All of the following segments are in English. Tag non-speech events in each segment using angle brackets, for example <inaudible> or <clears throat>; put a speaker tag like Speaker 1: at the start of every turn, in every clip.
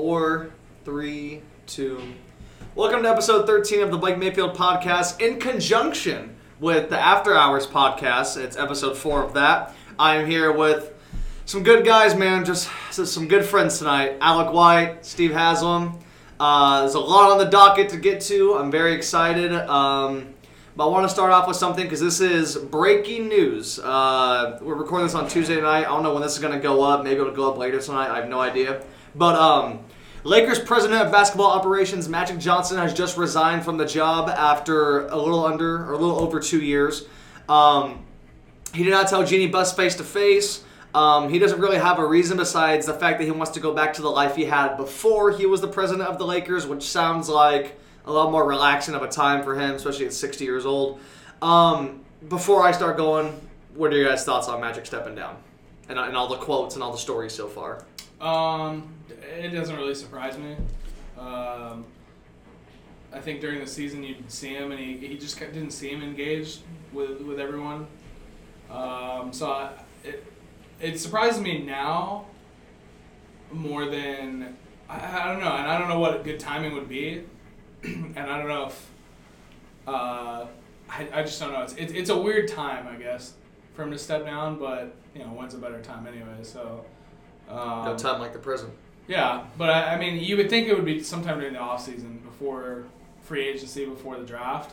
Speaker 1: four, three, two. Welcome to episode 13 of the Blake Mayfield podcast in conjunction with the After Hours podcast. It's episode four of that. I am here with some good guys, man. Just just some good friends tonight. Alec White, Steve Haslam. Uh, there's a lot on the docket to get to. I'm very excited. Um, but I want to start off with something because this is breaking news. Uh, we're recording this on Tuesday night. I don't know when this is going to go up. Maybe it'll go up later tonight. I have no idea. But um, Lakers president of basketball operations, Magic Johnson, has just resigned from the job after a little under or a little over two years. Um, he did not tell Jeannie Buss face to face. Um, he doesn't really have a reason besides the fact that he wants to go back to the life he had before he was the president of the Lakers, which sounds like a lot more relaxing of a time for him, especially at 60 years old. Um, before I start going, what are your guys' thoughts on Magic stepping down? And, and all the quotes and all the stories so far.
Speaker 2: Um, it doesn't really surprise me. Um, I think during the season you'd see him, and he, he just ca- didn't seem engaged with with everyone. Um, so I, it it surprises me now more than I, I don't know, and I don't know what good timing would be, <clears throat> and I don't know if uh, I, I just don't know. It's it, it's a weird time, I guess, for him to step down, but you know, when's a better time anyway? So. Um,
Speaker 1: No time like the prison.
Speaker 2: yeah, but I, I mean, you would think it would be sometime during the off season, before free agency, before the draft.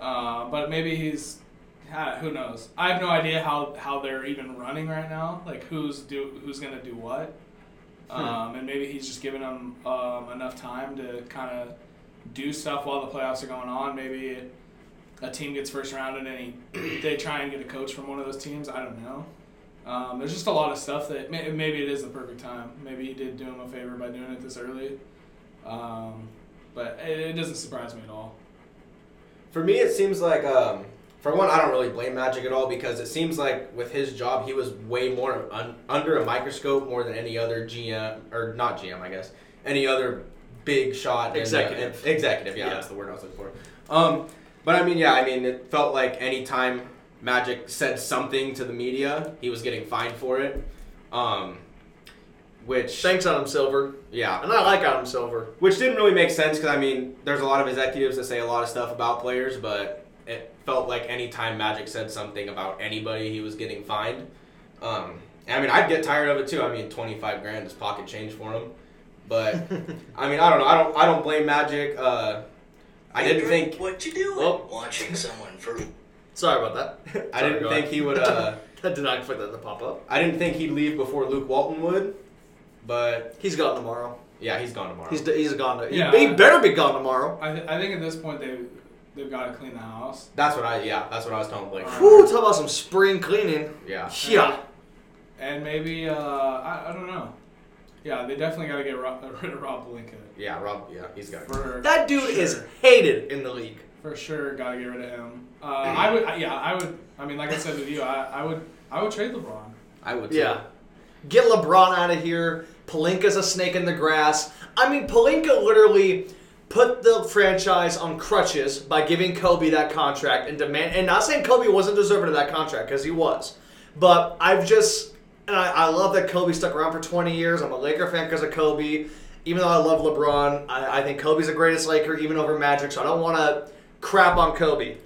Speaker 2: Uh, but maybe he's, ah, who knows? I have no idea how, how they're even running right now. Like who's do who's gonna do what, um, and maybe he's just giving them um, enough time to kind of do stuff while the playoffs are going on. Maybe a team gets first rounded and he, <clears throat> they try and get a coach from one of those teams. I don't know. Um, there's just a lot of stuff that may, maybe it is the perfect time. Maybe he did do him a favor by doing it this early. Um, but it, it doesn't surprise me at all.
Speaker 3: For me, it seems like, um, for one, I don't really blame Magic at all because it seems like with his job, he was way more un- under a microscope more than any other GM, or not GM, I guess, any other big shot. and, uh,
Speaker 1: Executive.
Speaker 3: and- executive, yeah,
Speaker 1: Yeah.
Speaker 3: that's the word I was looking for. Um, but I mean, yeah, I mean, it felt like any time Magic said something to the media, he was getting fined for it. Um, which,
Speaker 1: Thanks, Adam Silver.
Speaker 3: yeah.
Speaker 1: And I like Adam
Speaker 3: <laughs>
Speaker 1: Silver.
Speaker 3: Which didn't really make sense because I mean, there's a lot of executives that say a lot of stuff about players, but it felt like any time Magic said something about anybody, he was getting fined. Um, I mean, I'd get tired of it too. I mean, 25 grand is pocket change for him, but I mean, I don't know. I don't. I don't blame Magic. Uh, I didn't think.
Speaker 4: What you doing?
Speaker 1: Well-
Speaker 4: Watching someone for
Speaker 1: Sorry about that.
Speaker 3: I
Speaker 1: Sorry,
Speaker 3: didn't
Speaker 1: go
Speaker 3: think
Speaker 1: ahead.
Speaker 3: he would. Uh,
Speaker 1: I did not expect that to pop up.
Speaker 3: I didn't think he'd leave before Luke Walton would, but
Speaker 1: He's gone tomorrow.
Speaker 3: yeah, he's gone tomorrow.
Speaker 1: He's he's gone. To,
Speaker 2: Yeah.
Speaker 1: he, he better be gone tomorrow.
Speaker 2: I, th- I think at this point they they've got to clean the house.
Speaker 3: that's what I. Yeah, that's what I was telling Blake.
Speaker 1: Whew, talk about some spring cleaning.
Speaker 3: Yeah.
Speaker 1: Yeah.
Speaker 2: And maybe uh, I, I don't know. Yeah, they definitely got to get Rob, <laughs> rid of Rob Palinka.
Speaker 3: Yeah, Rob. Yeah, he's got.
Speaker 2: For
Speaker 1: That dude
Speaker 2: sure.
Speaker 1: is hated in the league.
Speaker 2: for sure got to get rid of him. Uh, I would I- yeah I would I mean like I said with you I, I would I would trade LeBron.
Speaker 3: I would. too.
Speaker 1: Yeah. Get LeBron out of here. Palinka's a snake in the grass. I mean, Palinka literally put the franchise on crutches by giving Kobe that contract and demand. And not saying Kobe wasn't deserving of that contract because he was, but I've just and I, I love that Kobe stuck around for 20 years. I'm a Laker fan because of Kobe. Even though I love LeBron, I, I think Kobe's the greatest Laker, even over Magic. So I don't want to crap on Kobe.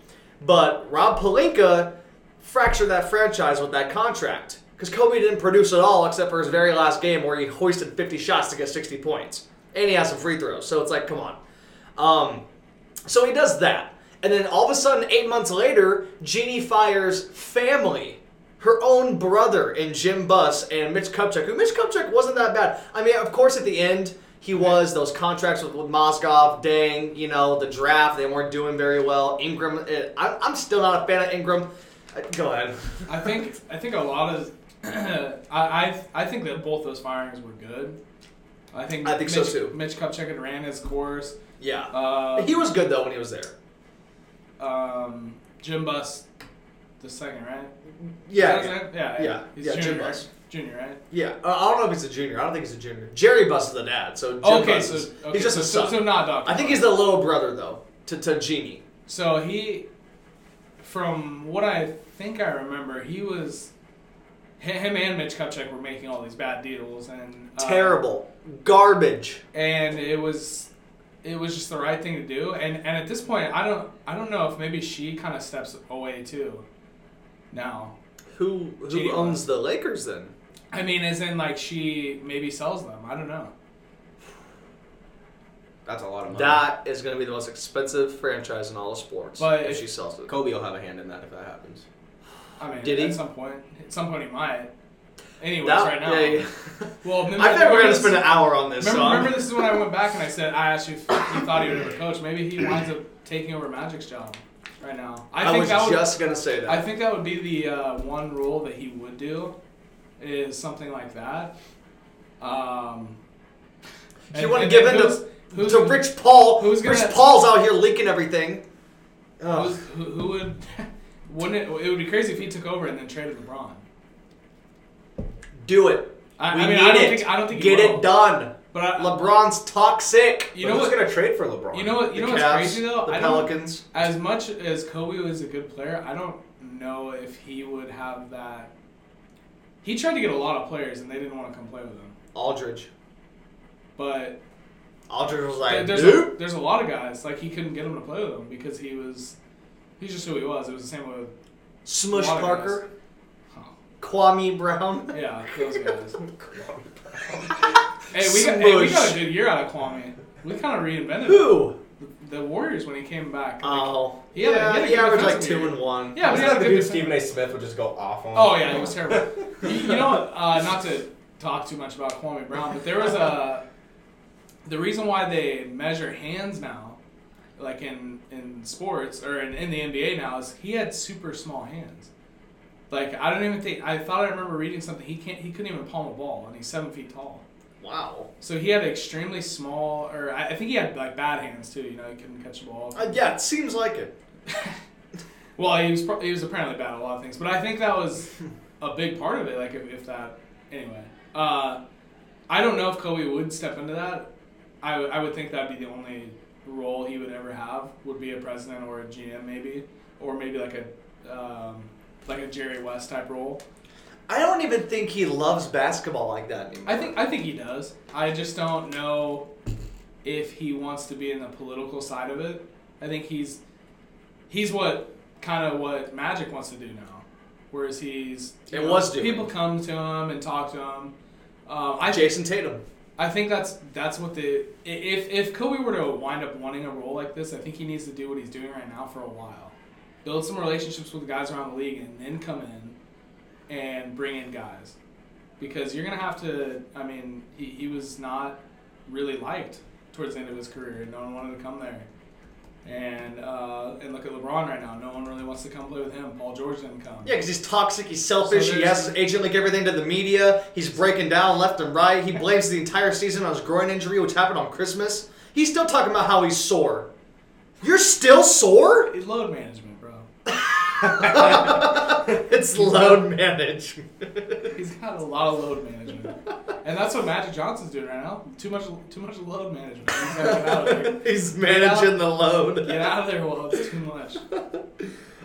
Speaker 1: But Rob Palinka fractured that franchise with that contract. Because Kobe didn't produce at all except for his very last game where he hoisted 50 shots to get 60 points. And he has some free throws, so it's like, come on. Um, so he does that. And then all of a sudden, eight months later, Jeannie fires family. Her own brother and Jim Buss and Mitch Kupchak, who Mitch Kupchak wasn't that bad. I mean, of course, at the end, he was. Those contracts with, with Mozgov, Dang, you know, the draft, they weren't doing very well. Ingram, eh, I, I'm still not a fan of Ingram. Uh, Go ahead.
Speaker 2: I think I think a lot of <clears throat> I, I I think that both those firings were good. I think
Speaker 1: I think so
Speaker 2: Mitch,
Speaker 1: too.
Speaker 2: Mitch Kupchak had ran his course.
Speaker 1: Yeah.
Speaker 2: Uh,
Speaker 1: he was good, though, when he was there.
Speaker 2: um, Jim Buss, the second right? Is that
Speaker 1: Yeah.
Speaker 2: his name? yeah,
Speaker 1: Yeah,
Speaker 2: He's
Speaker 1: yeah, Jim
Speaker 2: junior,
Speaker 1: Buss.
Speaker 2: junior, right?
Speaker 1: Yeah. Uh, I don't know if he's a junior. I don't think he's a junior. Jerry Buss is the dad, so Jim
Speaker 2: okay,
Speaker 1: Buss
Speaker 2: so
Speaker 1: is-
Speaker 2: okay,
Speaker 1: he's just
Speaker 2: so,
Speaker 1: a son.
Speaker 2: so, so not Doctor.
Speaker 1: I think he's the little brother though to to Genie.
Speaker 2: So he, from what I think I remember, he was hi- him and Mitch Kupchak were making all these bad deals and uh,
Speaker 1: Terrible. Garbage.
Speaker 2: and it was it was just the right thing to do and and at this point i don't i don't know if maybe she kind of steps away too now
Speaker 1: Who who
Speaker 2: Gee,
Speaker 1: owns the Lakers then?
Speaker 2: i mean as in like she maybe sells them i don't know
Speaker 3: That's a lot
Speaker 2: Uh-huh.
Speaker 3: of money.
Speaker 1: That is going to be the most expensive franchise in all of sports.
Speaker 2: But
Speaker 1: if
Speaker 2: if-
Speaker 1: she sells it,
Speaker 3: Kobe will have a hand in that if that happens.
Speaker 2: i mean
Speaker 1: Did he?
Speaker 2: at some point at some point he might anyways
Speaker 1: That-
Speaker 2: right now
Speaker 1: yeah, yeah.
Speaker 2: <laughs> well remember,
Speaker 1: I think we're going
Speaker 2: remember
Speaker 1: to spend
Speaker 2: this-
Speaker 1: an hour on this. um,
Speaker 2: remember,
Speaker 1: so I'm-
Speaker 2: remember this is when i went back and i said i asked you if you thought he would ever coach maybe he winds up taking over magic's job right now i,
Speaker 1: I,
Speaker 2: think
Speaker 1: was
Speaker 2: that would
Speaker 1: just going to say that.
Speaker 2: I think that would be the uh, one rule that he would do, is something like that. Um,
Speaker 1: You wanna give
Speaker 2: then
Speaker 1: in to-
Speaker 2: who's- who's
Speaker 1: to
Speaker 2: gonna-
Speaker 1: Rich Paul.
Speaker 2: who's
Speaker 1: Rich
Speaker 2: gonna-
Speaker 1: Paul's out here leaking everything.
Speaker 2: who's-
Speaker 1: Ugh.
Speaker 2: who, who would? <laughs> Wouldn't it? It would be crazy if he took over and then traded LeBron.
Speaker 1: Do it.
Speaker 2: I,
Speaker 1: we
Speaker 2: I mean,
Speaker 1: need
Speaker 2: I don't
Speaker 1: it.
Speaker 2: think I don't think he
Speaker 1: Get
Speaker 2: will.
Speaker 1: it done.
Speaker 2: But I,
Speaker 1: LeBron's toxic.
Speaker 2: you
Speaker 3: But
Speaker 2: know
Speaker 3: who's
Speaker 2: what?
Speaker 3: gonna trade for LeBron?
Speaker 2: You know what? You
Speaker 1: the
Speaker 2: know what's
Speaker 1: Cavs,
Speaker 2: crazy though?
Speaker 1: The
Speaker 2: I don't,
Speaker 1: Pelicans.
Speaker 2: as much as Kobe was a good player, I don't know if he would have that. He tried to get a lot of players, and they didn't want to come play with him.
Speaker 1: Aldridge.
Speaker 2: But
Speaker 1: Aldridge was
Speaker 2: There-
Speaker 1: like,
Speaker 2: there's
Speaker 1: nope.
Speaker 2: a, there's a lot of guys like he couldn't get him to play with him because he was he's just who he was. It was the same with
Speaker 1: Smush
Speaker 2: lot of
Speaker 1: Parker.
Speaker 2: huh,
Speaker 1: Kwame Brown. <laughs>
Speaker 2: yeah those guys. hey, we got hey, we got a good year out of Kwame. We kind of reinvented him.
Speaker 1: Who?
Speaker 2: the Warriors when he came back. like-
Speaker 1: Oh.
Speaker 2: He had a-
Speaker 1: yeah,
Speaker 2: he had a
Speaker 1: he
Speaker 2: good
Speaker 1: averaged like
Speaker 2: defensive
Speaker 1: two
Speaker 2: year.
Speaker 1: and one.
Speaker 2: yeah, we had
Speaker 3: Wasn't that
Speaker 2: a
Speaker 3: the
Speaker 2: good
Speaker 3: dude
Speaker 2: defense.
Speaker 3: Stephen A. Smith would just go off on?
Speaker 2: Oh yeah, he was terrible. <laughs> you, you know, what, uh, not to talk too much about Kwame Brown, but there was a the reason why they measure hands now, like in in sports or in, in the NBA now, is he had super small hands. Like I don't even think I thought I remember reading something. He can't. He couldn't even palm a ball, and he's seven feet tall.
Speaker 1: Wow.
Speaker 2: So he had extremely small, or I, I think he had like bad hands too. You know, he couldn't catch the ball.
Speaker 1: Uh, yeah, it seems like it.
Speaker 2: Well, he was pro- he was apparently bad at a lot of things, but I think that was a big part of it. Like if, if that anyway, uh, I don't know if Kobe would step into that. I would- I would think that'd be the only role he would ever have would be a president or a GM maybe, or maybe like a um, like a Jerry West type role.
Speaker 1: I don't even think he loves basketball like that anymore.
Speaker 2: I think I think he does. I just don't know if he wants to be in the political side of it. I think he's he's what kind of what Magic wants to do now, whereas he's you
Speaker 1: It was doing.
Speaker 2: people come to him and talk to him. Um, I
Speaker 1: Jason Tatum.
Speaker 2: I think that's that's what the i- if if Kobe were to wind up wanting a role like this, I think he needs to do what he's doing right now for a while, build some relationships with guys around the league, and then come in and bring in guys because you're gonna have to. I mean, he, he was not really liked towards the end of his career, and no one wanted to come there. And uh, and look at LeBron right now. No one really wants to come play with him. Paul George didn't come.
Speaker 1: Yeah, because he's toxic, he's selfish,
Speaker 2: So
Speaker 1: he has
Speaker 2: there's-
Speaker 1: his agent link everything to the media, he's breaking down left and right, he blames the entire season on his groin injury, which happened on Christmas. He's still talking about how he's sore. You're still sore? <laughs>
Speaker 2: Load management, bro. <laughs>
Speaker 1: It's load management. <laughs>
Speaker 2: He's got a lot of load management, and that's what Magic Johnson's doing right now. Too much, too much load management. He's gotta get out of
Speaker 1: <laughs>
Speaker 2: there.
Speaker 1: he's managing the load.
Speaker 2: Get out of there while it's too much.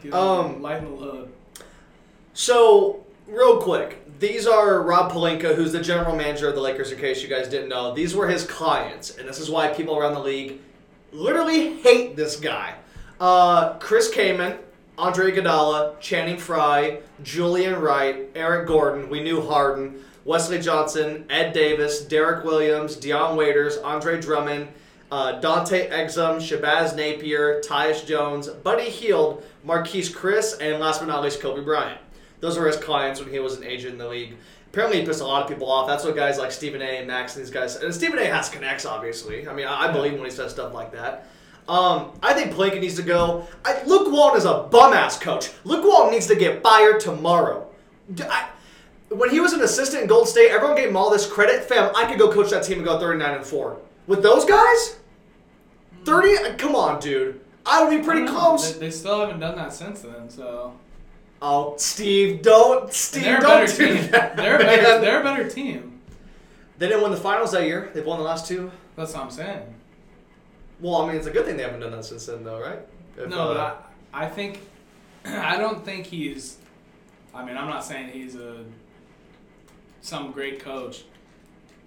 Speaker 2: Get out
Speaker 1: Um,
Speaker 2: lighten the load.
Speaker 1: So, real quick, these are Rob Palenka, who's the general manager of the Lakers, in case you guys didn't know. These were his clients, and this is why people around the league literally hate this guy. Uh, Chris Kaman, Andre Iguodala, Channing Frye, Julian Wright, Eric Gordon, we knew Harden, Wesley Johnson, Ed Davis, Derek Williams, Deion Waiters, Andre Drummond, uh, Dante Exum, Shabazz Napier, Tyus Jones, Buddy Heald, Marquise Chris, and last but not least, Kobe Bryant. Those were his clients when he was an agent in the league. Apparently, he pissed a lot of people off. That's what guys like Stephen A. and Max and these guys. And Stephen A. has connects, obviously. I mean, I, I believe him when he says stuff like that. Um, I think Plinka needs to go. I, Luke Walton is a bum ass coach. Luke Walton needs to get fired tomorrow. D- I- when he was an assistant in Gold State, everyone gave him all this credit. Fam, I could go coach that team and go 39 and 4. With those guys? 30? Come on, dude. I would be pretty
Speaker 2: I don't know.
Speaker 1: close.
Speaker 2: They, they still haven't done that since then. So
Speaker 1: Oh, Steve, don't.
Speaker 2: And
Speaker 1: Steve,
Speaker 2: they're a
Speaker 1: don't
Speaker 2: better
Speaker 1: do
Speaker 2: team.
Speaker 1: that.
Speaker 2: <laughs> They're a
Speaker 1: man. <laughs>
Speaker 2: better. They're a better team.
Speaker 1: They didn't win the finals that year. They've won the last two.
Speaker 2: That's what I'm saying.
Speaker 1: Well, I mean, it's a good thing they haven't done that since then, though, right? If,
Speaker 2: No,
Speaker 1: uh,
Speaker 2: but <clears throat> I, I think I don't think he's. I mean, I'm not saying he's a some great coach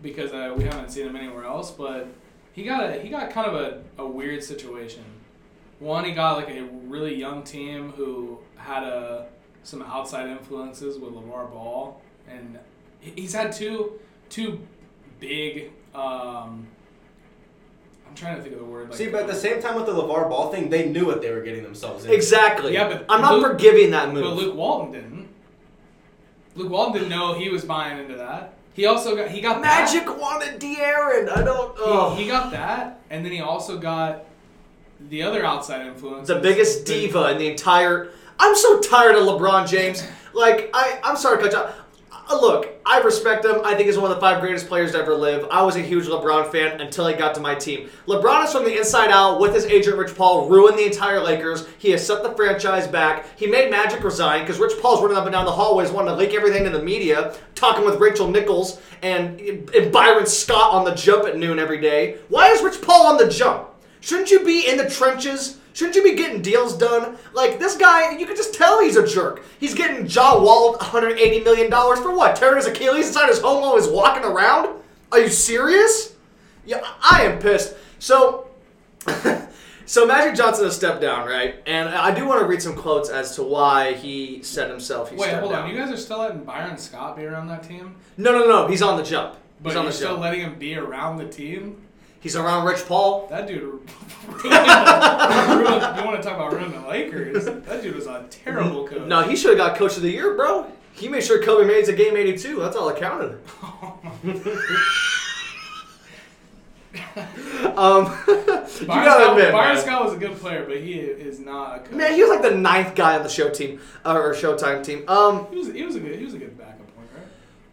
Speaker 2: because uh, we haven't seen him anywhere else. But he got a, he got kind of a, a weird situation. One, he got like a really young team who had a some outside influences with LeVar Ball, and he- he's had two two big. Um, I'm trying to think of the word. Like,
Speaker 3: See, but at the same time with the LeVar Ball thing, they knew what they were getting themselves into.
Speaker 1: Exactly.
Speaker 2: Yeah, but
Speaker 1: I'm not
Speaker 2: Luke-
Speaker 1: forgiving that move.
Speaker 2: But Luke Walton didn't. Luke Walton didn't know he was buying into that. He also got he got that.
Speaker 1: Magic wanted De'Aaron. I don't. Oh.
Speaker 2: He, he got that, and then he also got the other outside influence.
Speaker 1: the biggest diva in the entire. I'm so tired of LeBron James. Like I, I'm sorry, Coach. I, I- Uh, look, I respect him. I think he's one of the five greatest players to ever live. I was a huge LeBron fan until he got to my team. LeBron is from the inside out with his agent Rich Paul, ruined the entire Lakers. He has set the franchise back. He made Magic resign because Rich Paul's running up and down the hallways wanting to leak everything to the media, talking with Rachel Nichols and, and Byron Scott on the jump at noon every day. Why is Rich Paul on the jump? Shouldn't you be in the trenches? Shouldn't you be getting deals done? Like this guy, you can just tell he's a jerk. He's getting jaw walled 180 million dollars for what? Tearing his Achilles inside his home while he's walking around? Are you serious? Yeah, I I am pissed. So, <laughs> so Magic Johnson has stepped down, right? And I do want to read some quotes as to why he said himself he
Speaker 2: Wait,
Speaker 1: stepped
Speaker 2: hold
Speaker 1: down.
Speaker 2: on. You guys are still letting Byron Scott be around that team,
Speaker 1: no, no, no. He's on the jump.
Speaker 2: but
Speaker 1: he's on
Speaker 2: you're
Speaker 1: the
Speaker 2: still
Speaker 1: jump.
Speaker 2: letting him be around the team.
Speaker 1: he's around Rich Paul. <laughs>
Speaker 2: That dude. <laughs> ruined- ruined- you want to talk about ruining the Lakers? That dude was a terrible coach.
Speaker 1: No, he should have got Coach of the Year, bro. He made sure Kobe made it to Game 82. That's all that
Speaker 2: <laughs>
Speaker 1: counted. Um, <laughs> you
Speaker 2: Byron,
Speaker 1: gotta
Speaker 2: Scott,
Speaker 1: admit,
Speaker 2: Byron
Speaker 1: man.
Speaker 2: Scott was a good player, but he is not a coach.
Speaker 1: man, he was like the ninth guy on the show team uh, or Showtime team. Um,
Speaker 2: He was he was a good he was a good backup point, right?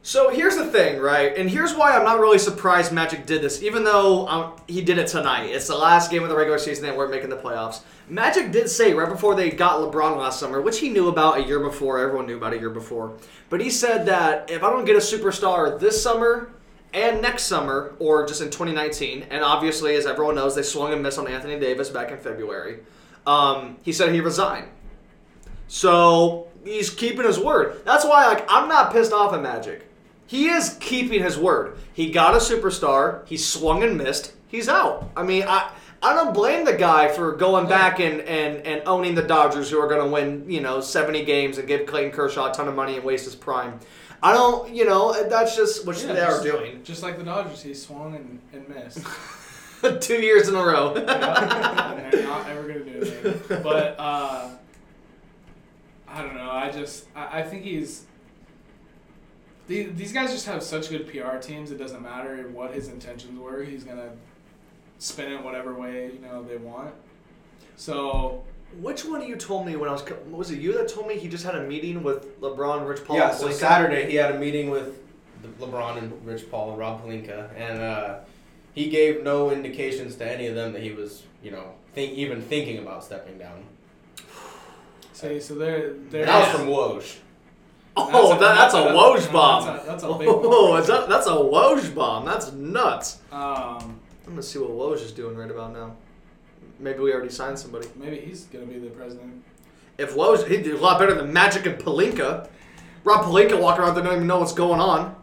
Speaker 1: so here's the thing, right? And here's why I'm not really surprised Magic did this, even though um, he did it tonight. It's the last game of the regular season; they weren't making the playoffs. Magic did say right before they got LeBron last summer, which he knew about a year before. Everyone knew about a year before, but he said that if I don't get a superstar this summer, and next summer, or just in 2019. And obviously, as everyone knows, they swung and missed on Anthony Davis back in February. Um, he said he resigned. So he's keeping his word. That's why, like, I'm not pissed off at Magic. He is keeping his word. He got a superstar. He swung and missed. He's out. I mean, I I don't blame the guy for going back and and and owning the Dodgers, who are going to win, you know, 70 games and give Clayton Kershaw a ton of money and waste his prime. I don't, you know, that's just what they are
Speaker 2: just,
Speaker 1: doing. <laughs>
Speaker 2: Just like the Dodgers, he swung and, and missed.
Speaker 1: Two years in a row.
Speaker 2: and they're not ever gonna do anything. But uh, I don't know. I just I, I think he's the- these guys just have such good PR teams. It doesn't matter what his intentions were. He's gonna spin it whatever way you know they want. So
Speaker 1: <laughs> Which one of you told me when I was co- was it you that told me he just had a meeting with LeBron, Rich Paul?
Speaker 3: yeah,
Speaker 1: and
Speaker 3: so
Speaker 1: Blinken?
Speaker 3: Saturday he had a meeting with the- LeBron and Rich Paul and Rob Palinka, and uh, he gave no indications to any of them that he was, you know, think even thinking about stepping down.
Speaker 2: so so they're they're
Speaker 3: That was from Woj.
Speaker 1: Oh,
Speaker 2: That's a-
Speaker 1: that, that's,
Speaker 2: <laughs>
Speaker 1: a
Speaker 2: that's a-
Speaker 1: Woj bomb.
Speaker 2: that's a- that's a big
Speaker 1: <laughs> oh,
Speaker 2: one.
Speaker 1: is that, that's a Woj bomb. That's nuts.
Speaker 2: um
Speaker 1: I'm gonna see what Woj is doing right about now. Maybe we already signed somebody.
Speaker 2: maybe he's gonna be the president.
Speaker 1: If Woj, he'd do a lot better than Magic and Palinka. Rob Palinka walking around there, don't even know what's going on.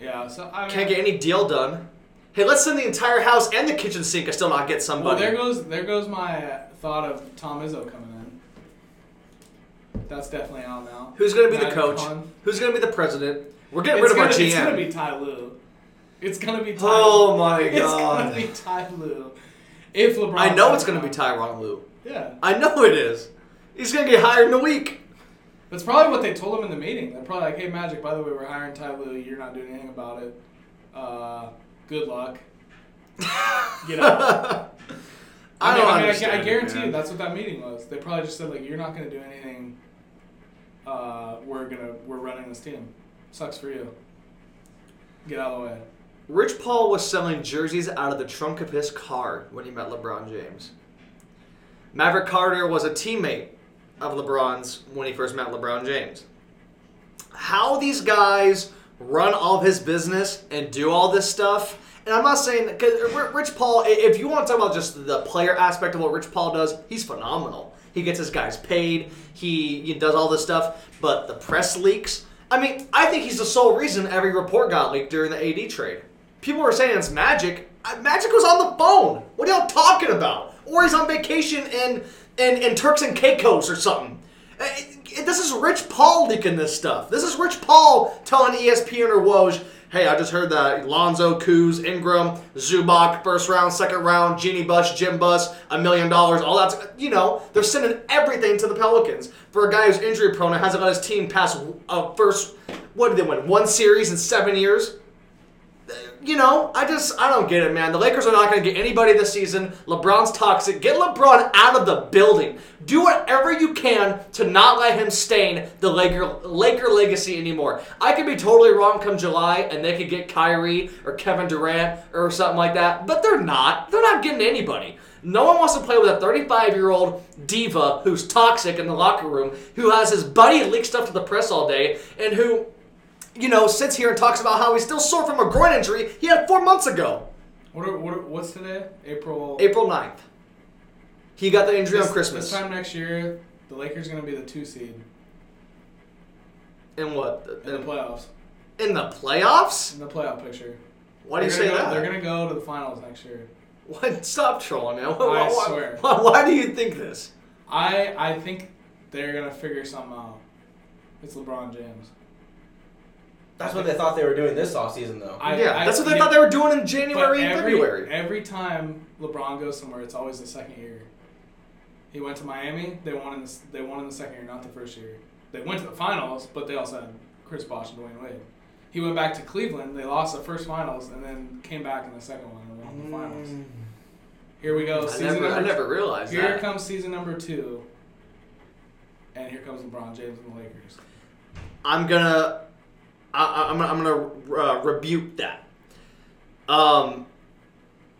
Speaker 2: Yeah. So I mean,
Speaker 1: Can't get any deal done. Hey, let's send the entire house and the kitchen sink. I still not get
Speaker 2: Well,
Speaker 1: somebody.
Speaker 2: there goes there goes my uh, thought of Tom Izzo coming in. That's definitely out now.
Speaker 1: Who's gonna be the
Speaker 2: Matt
Speaker 1: coach?
Speaker 2: Conn.
Speaker 1: Who's gonna be the president? We're getting
Speaker 2: It's
Speaker 1: rid of
Speaker 2: gonna,
Speaker 1: our GM.
Speaker 2: It's gonna be Ty Lue. It's gonna be. Ty
Speaker 1: Oh my
Speaker 2: <laughs> It's
Speaker 1: God.
Speaker 2: gonna be Ty Lue. If LeBron.
Speaker 1: I know it's gonna be Tyronn Lue.
Speaker 2: Yeah,
Speaker 1: I know it is. He's gonna get hired in a week.
Speaker 2: that's probably what they told him in the meeting. They're probably like, "Hey, Magic, by the way, we're hiring Ty Lue. You're not doing anything about it. Uh, good luck. Get out." <laughs>
Speaker 1: I don't
Speaker 2: mean, I, mean, I, gu-
Speaker 1: understand.
Speaker 2: I guarantee
Speaker 1: man.
Speaker 2: you that's what that meeting was. They probably just said like, "You're not going to do anything. Uh, we're gonna we're running this team. Sucks for you. Get out of the way."
Speaker 1: Rich Paul was selling jerseys out of the trunk of his car when he met LeBron James. Maverick Carter was a teammate of LeBron's when he first met LeBron James. How these guys run all of his business and do all this stuff. And I'm not saying because Rich Paul. i- If you want to talk about just the player aspect of what Rich Paul does, he's phenomenal. He gets his guys paid. He, he does all this stuff. But the press leaks I mean, I think he's the sole reason every report got leaked during the AD trade. People were saying it's Magic. Uh, Magic was on the phone. What are y'all talking about? Or he's on vacation in in, in Turks and Caicos or something. Uh, it- it- this is Rich Paul leaking this stuff. This is Rich Paul telling E ESPN or Woj, "Hey, I just heard that Lonzo, Kuz, Ingram, Zubac, first round, second round, Genie Bus, Jim Bus, a million dollars, all that's you know they're sending everything to the Pelicans for a guy who's injury prone and hasn't let his team pass a first. What did they win? One series in seven years." you know, I just I don't get it, man. The Lakers are not going to get anybody this season. LeBron's toxic. Get LeBron out of the building. Do whatever you can to not let him stain the Laker Laker legacy anymore. I could be totally wrong come July, and they could get Kyrie or Kevin Durant or something like that, but they're not. They're not getting anybody. No one wants to play with a 35 year old diva who's toxic in the locker room, who has his buddy leak stuff to the press all day, and who you know, sits here and talks about how he's still sore from a groin injury he had four months ago,
Speaker 2: What, are, what are, what's today? April.
Speaker 1: April 9th. He got the injury
Speaker 2: this,
Speaker 1: on Christmas.
Speaker 2: This time next year, the Lakers gonna be the two seed
Speaker 1: in what?
Speaker 2: in the playoffs.
Speaker 1: in the playoffs?
Speaker 2: In the playoff picture.
Speaker 1: Why do you
Speaker 2: They're
Speaker 1: say
Speaker 2: gonna go-
Speaker 1: that?
Speaker 2: They're gonna go to the finals next year.
Speaker 1: What? Stop trolling, man. Why,
Speaker 2: I
Speaker 1: why-
Speaker 2: swear.
Speaker 1: <laughs> Why, why do you think this?
Speaker 2: I I think they're gonna figure something out. It's LeBron James.
Speaker 3: That's what they thought they were doing this offseason, though.
Speaker 2: I,
Speaker 1: yeah,
Speaker 2: I,
Speaker 1: that's what they
Speaker 2: yeah,
Speaker 1: thought they were doing in
Speaker 2: but
Speaker 1: January and
Speaker 2: every, e-
Speaker 1: February.
Speaker 2: Every time LeBron goes somewhere, it's always the second year. He went to Miami. They won in the s- they won in the second year, not the first year. They went to the finals, but they also had Chris Bosh and Dwayne Wade. He went back to Cleveland. They lost the first finals, and then came back in the second one and won the finals. Here we
Speaker 1: Mm. I,
Speaker 2: go. oh, Season
Speaker 1: never, I
Speaker 2: number
Speaker 1: never realized
Speaker 2: Here
Speaker 1: that.
Speaker 2: comes season number two, and here comes LeBron James and the Lakers.
Speaker 1: I'm gonna, I, I- I'm gonna, I'm gonna uh, rebuke that. Um,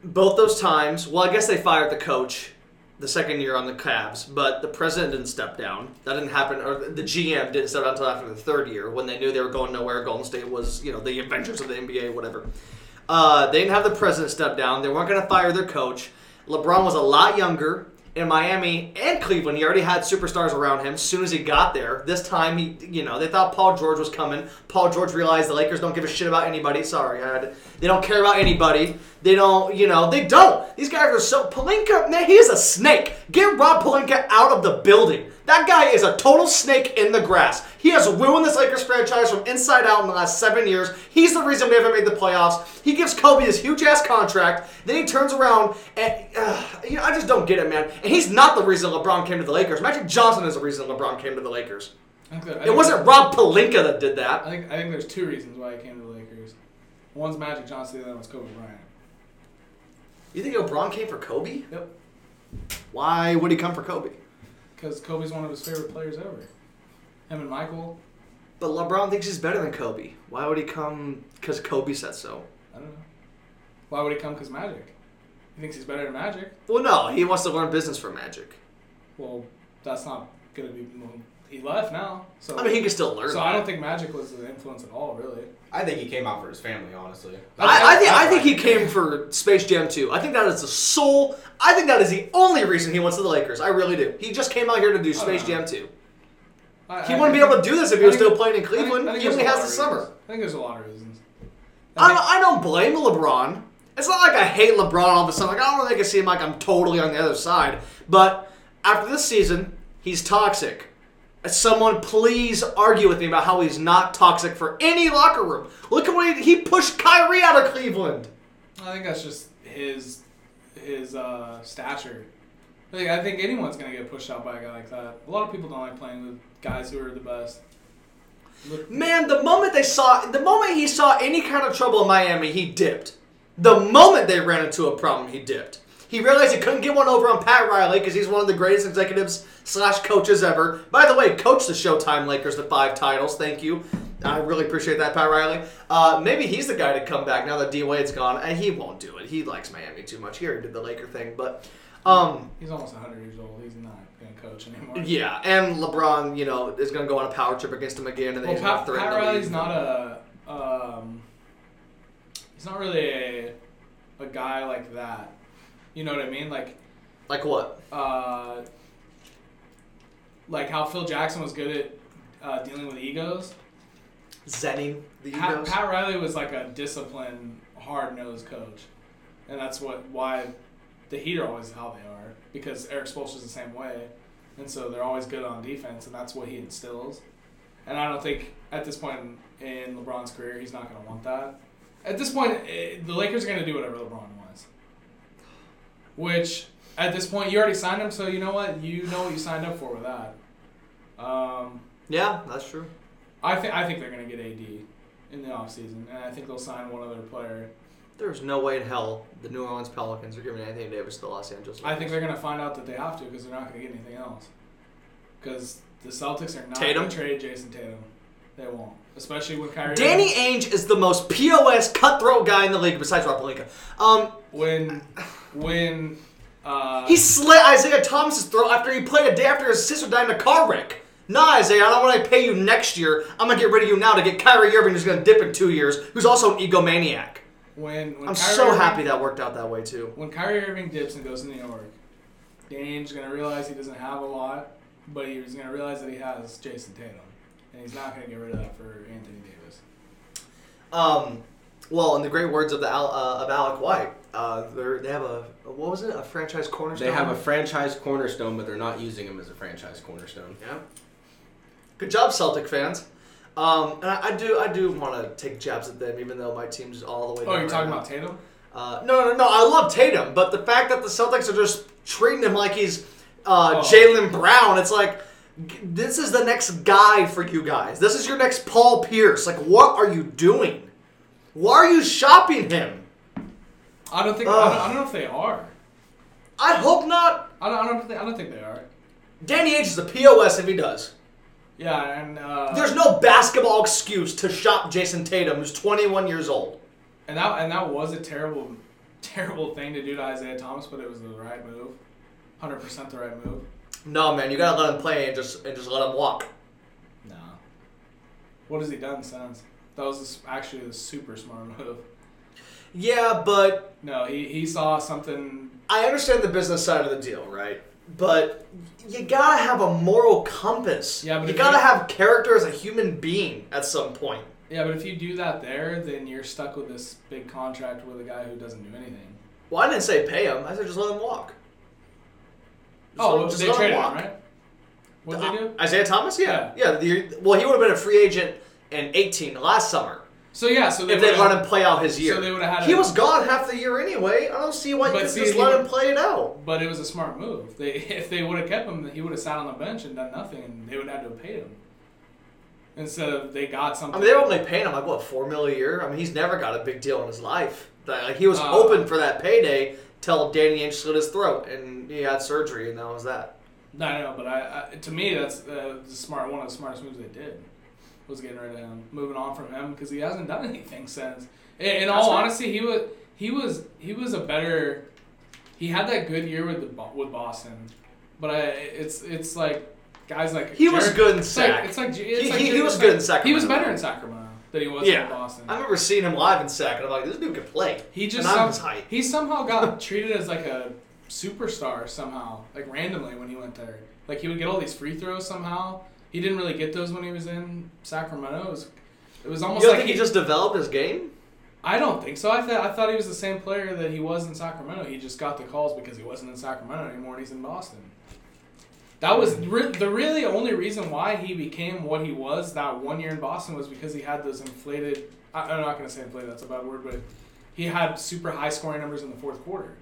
Speaker 1: both those times, well, I guess they fired the coach the second year on the Cavs, but the president didn't step down. That didn't happen, or the GM didn't step down until after the third year when they knew they were going nowhere. Golden State was, you know, the Avengers of the NBA, whatever. Uh, they didn't have the president step down. They weren't going to fire their coach. LeBron was a lot younger in Miami and Cleveland. He already had superstars around him. As soon as he got there, this time he, you know, they thought Paul George was coming. Paul George realized the Lakers don't give a shit about anybody. Sorry, I had they don't care about anybody. They don't, you know, they don't. These guys are so Palinka. Man, he is a snake. Get Rob Palinka out of the building. That guy is a total snake in the grass. He has ruined this Lakers franchise from inside out in the last seven years. He's the reason we haven't made the playoffs. He gives Kobe this huge ass contract. Then he turns around and uh, you know I just don't get it, man. And he's not the reason LeBron came to the Lakers. Magic Johnson is the reason LeBron came to the Lakers.
Speaker 2: I think that- I
Speaker 1: It
Speaker 2: think-
Speaker 1: wasn't Rob Palinka that did that.
Speaker 2: I think I think there's two reasons why he came to the Lakers. One's Magic Johnson, the other one's Kobe Bryant.
Speaker 1: You think LeBron came for Kobe?
Speaker 2: Yep.
Speaker 1: Why would he come for Kobe?
Speaker 2: Because Kobe's one of his favorite players ever. Him and Michael.
Speaker 1: But LeBron thinks he's better than Kobe. Why would he come? Because Kobe said so.
Speaker 2: I don't know. Why would he come? Because Magic. He thinks he's better than Magic.
Speaker 1: Well, no, he wants to learn business from Magic.
Speaker 2: Well, that's not gonna be. Well, he left now, so
Speaker 1: I mean, he can still learn.
Speaker 2: so I don't think Magic was the influence at all, really.
Speaker 3: I think he came out for his family, honestly.
Speaker 1: I, I think I think he came for Space Jam 2. I think that is the sole. I think that is the only reason he went to the Lakers. I really do. He just came out here to do Space
Speaker 2: no.
Speaker 1: Jam 2.
Speaker 2: I-
Speaker 1: He
Speaker 2: I
Speaker 1: wouldn't be
Speaker 2: think-
Speaker 1: able to do this if
Speaker 2: I
Speaker 1: he was
Speaker 2: think-
Speaker 1: still playing in
Speaker 2: I think-
Speaker 1: Cleveland.
Speaker 2: I think
Speaker 1: He only
Speaker 2: there's a
Speaker 1: has the
Speaker 2: lot of
Speaker 1: summer.
Speaker 2: reasons. I think there's a lot of reasons. I
Speaker 1: I
Speaker 2: think-
Speaker 1: don't, I don't blame LeBron. It's not like I hate LeBron all of a sudden. Like I don't think it seem like I'm totally on the other side. But after this season, he's toxic. Someone please argue with me about how he's not toxic for any locker room. Look at what he, he pushed Kyrie out of Cleveland.
Speaker 2: I think that's just his his uh, stature. Like, I think anyone's gonna get pushed out by a guy like that. A lot of people don't like playing with guys who are the best. Look,
Speaker 1: Man, the moment they saw, the moment he saw any kind of trouble in Miami, he dipped. The moment they ran into a problem, he dipped. He realized he couldn't get one over on Pat Riley because he's one of the greatest executives slash coaches ever. By the way, coached the Showtime Lakers to five titles. Thank you. I really appreciate that, Pat Riley. Uh, maybe he's the guy to come back now that D Wade's gone, and he won't do it. He likes Miami too much. He already did the Laker thing, but um,
Speaker 2: he's almost 100 years old. He's not gonna coach anymore.
Speaker 1: yeah. And LeBron, you know, is going to go on a power trip against him again, and then
Speaker 2: Well,
Speaker 1: he's
Speaker 2: Pat,
Speaker 1: going to threaten
Speaker 2: Pat
Speaker 1: the
Speaker 2: Riley's
Speaker 1: league.
Speaker 2: not a um, he's not really a a guy like that. You know what I mean? Like
Speaker 1: like what?
Speaker 2: uh, like how Phil Jackson was good at uh, dealing with egos.
Speaker 1: zenning the
Speaker 2: Pat,
Speaker 1: egos.
Speaker 2: Pat Riley was like a disciplined, hard nosed coach, and that's what why the Heat are always how they are because Eric Spoelstra is the same way, and so they're always good on defense, and that's what he instills. And I don't think at this point in, in LeBron's career he's not going to want that. At this point, eh, the Lakers are going to do whatever LeBron wants, which at this point you already signed him, so you know what you know what you signed up for with that. Um,
Speaker 1: yeah, that's true.
Speaker 2: I think I think they're gonna get AD in the offseason, and I think they'll sign one other player.
Speaker 1: There's no way in hell the New Orleans Pelicans are giving Anthony Davis to the Los Angeles.
Speaker 2: I think
Speaker 1: Lakers.
Speaker 2: they're gonna find out that they have to because they're not gonna get anything else. Because the Celtics are not
Speaker 1: Tatum?
Speaker 2: gonna trade Jason Tatum. They won't, especially when Kyrie.
Speaker 1: Danny Ainge is the most POS cutthroat guy in the league besides Rob Palinka. Um,
Speaker 2: when when uh,
Speaker 1: he slit Isaiah Thomas's throat after he played a day after his sister died in a car wreck. Nah, Isaiah, I don't want to pay you next year. I'm gonna get rid of you now to get Kyrie Irving, who's gonna dip in two years, who's also an egomaniac.
Speaker 2: when when
Speaker 1: I'm
Speaker 2: Kyrie
Speaker 1: so
Speaker 2: Irving-
Speaker 1: happy that worked out that way too.
Speaker 2: when Kyrie Irving dips and goes to New York. Danny Ainge's gonna realize he doesn't have a lot, but he's gonna realize that he has Jason Tatum, and he's not gonna get rid of that for Anthony Davis.
Speaker 1: Um, well, in the great words of the Al, uh, of Alec White, uh, they're- they have a what was it? A franchise cornerstone.
Speaker 3: They have a franchise cornerstone, but they're not using him as a franchise cornerstone.
Speaker 1: yeah. Good job, Celtic fans. Um, and I, I do I do want to take jabs at them, even though my team's all the way.
Speaker 2: Oh,
Speaker 1: down
Speaker 2: you're
Speaker 1: right
Speaker 2: talking
Speaker 1: now.
Speaker 2: about Tatum?
Speaker 1: Uh, no, no, no. I love Tatum, but the fact that the Celtics are just treating him like he's uh,
Speaker 2: Oh.
Speaker 1: Jalen Brown, it's like g- this is the next guy for you guys. This is your next Paul Pierce. Like, what are you doing? Why are you shopping him?
Speaker 2: I don't think. I
Speaker 1: Ugh.
Speaker 2: don't, I don't know if they are.
Speaker 1: I hope not.
Speaker 2: I don't. I don't, think, I don't think they are.
Speaker 1: Danny H is a POS if he does.
Speaker 2: Yeah, and uh,
Speaker 1: There's no basketball excuse to shop Jason Tatum, who's 21 years old.
Speaker 2: and that and that was a terrible, <laughs> terrible thing to do to Isaiah Thomas, but it was the right move, hundred percent the right move.
Speaker 1: No, man, you gotta let him play and just and just let him walk.
Speaker 2: No. What has he done since? That was s- actually a super smart <laughs> move.
Speaker 1: Yeah, but
Speaker 2: No, he, he saw something.
Speaker 1: I understand the business side of the deal, right? But you gotta have a moral compass.
Speaker 2: Yeah, but
Speaker 1: you
Speaker 2: if
Speaker 1: gotta
Speaker 2: you-
Speaker 1: have character as a human being at some point.
Speaker 2: Yeah, but if you do that there, then you're stuck with this big contract with a guy who doesn't do anything.
Speaker 1: Well, I didn't say pay him. I said just let him walk. Just let
Speaker 2: Oh,
Speaker 1: him- just
Speaker 2: they
Speaker 1: let him
Speaker 2: traded him,
Speaker 1: walk.
Speaker 2: right? What did they do?
Speaker 1: Uh, Isaiah Thomas? Yeah, yeah. the, well, he would have been a free agent in eighteen last summer
Speaker 2: So yeah, so they
Speaker 1: if they
Speaker 2: would've-
Speaker 1: let him play out his year.
Speaker 2: they would've had
Speaker 1: he
Speaker 2: a-
Speaker 1: was gone half the year anyway. I don't see why you
Speaker 2: But
Speaker 1: could
Speaker 2: see,
Speaker 1: just
Speaker 2: he
Speaker 1: let
Speaker 2: would-
Speaker 1: him play it out.
Speaker 2: But it was a smart move. They <laughs> if they would have kept him, he would have sat on the bench and done nothing, and they would have had to have paid him. Instead of they got
Speaker 1: I
Speaker 2: something.
Speaker 1: mean, they were only paying him like what four mil a year. I mean, he's never got a big deal in his life. That- Like he was
Speaker 2: Uh,
Speaker 1: hoping for that payday till Danny Ainge slit his throat and he had surgery, and that was that.
Speaker 2: No, I know, but I, I to me that's uh, the, the smart one of the smartest moves they did was getting rid of him, moving on from him because he hasn't done anything since. In, in
Speaker 1: That's
Speaker 2: all
Speaker 1: right.
Speaker 2: honesty, he was he was he was a better. He had that good year with the Bo- with Boston, but I, it's it's like guys like
Speaker 1: He was good in
Speaker 2: it's like-
Speaker 1: Sac.
Speaker 2: It's like, it's like
Speaker 1: He-
Speaker 2: Jared-
Speaker 1: he- he was
Speaker 2: it's
Speaker 1: good
Speaker 2: like-
Speaker 1: in Sacramento.
Speaker 2: He was better in Sacramento than he was
Speaker 1: Yeah.
Speaker 2: in Boston.
Speaker 1: I remember seeing him live in Sac, and I'm like, this dude could play.
Speaker 2: He just
Speaker 1: and I'm
Speaker 2: some-
Speaker 1: tight.
Speaker 2: he somehow got treated as like a superstar somehow, like randomly when he went there. Like he would get all these free throws somehow. He didn't really get those when he was in Sacramento. It was, it was
Speaker 1: You
Speaker 2: almost
Speaker 1: don't
Speaker 2: like
Speaker 1: think he just developed his game?
Speaker 2: I don't think so. I thought I thought he was the same player that he was in Sacramento. He just got the calls because he wasn't in Sacramento anymore. and He's in Boston. That was re- the really only reason why he became what he was that one year in Boston was because he had those inflated. I, I'm not going to say inflated. That's a bad word, but he had super high scoring numbers in the fourth quarter,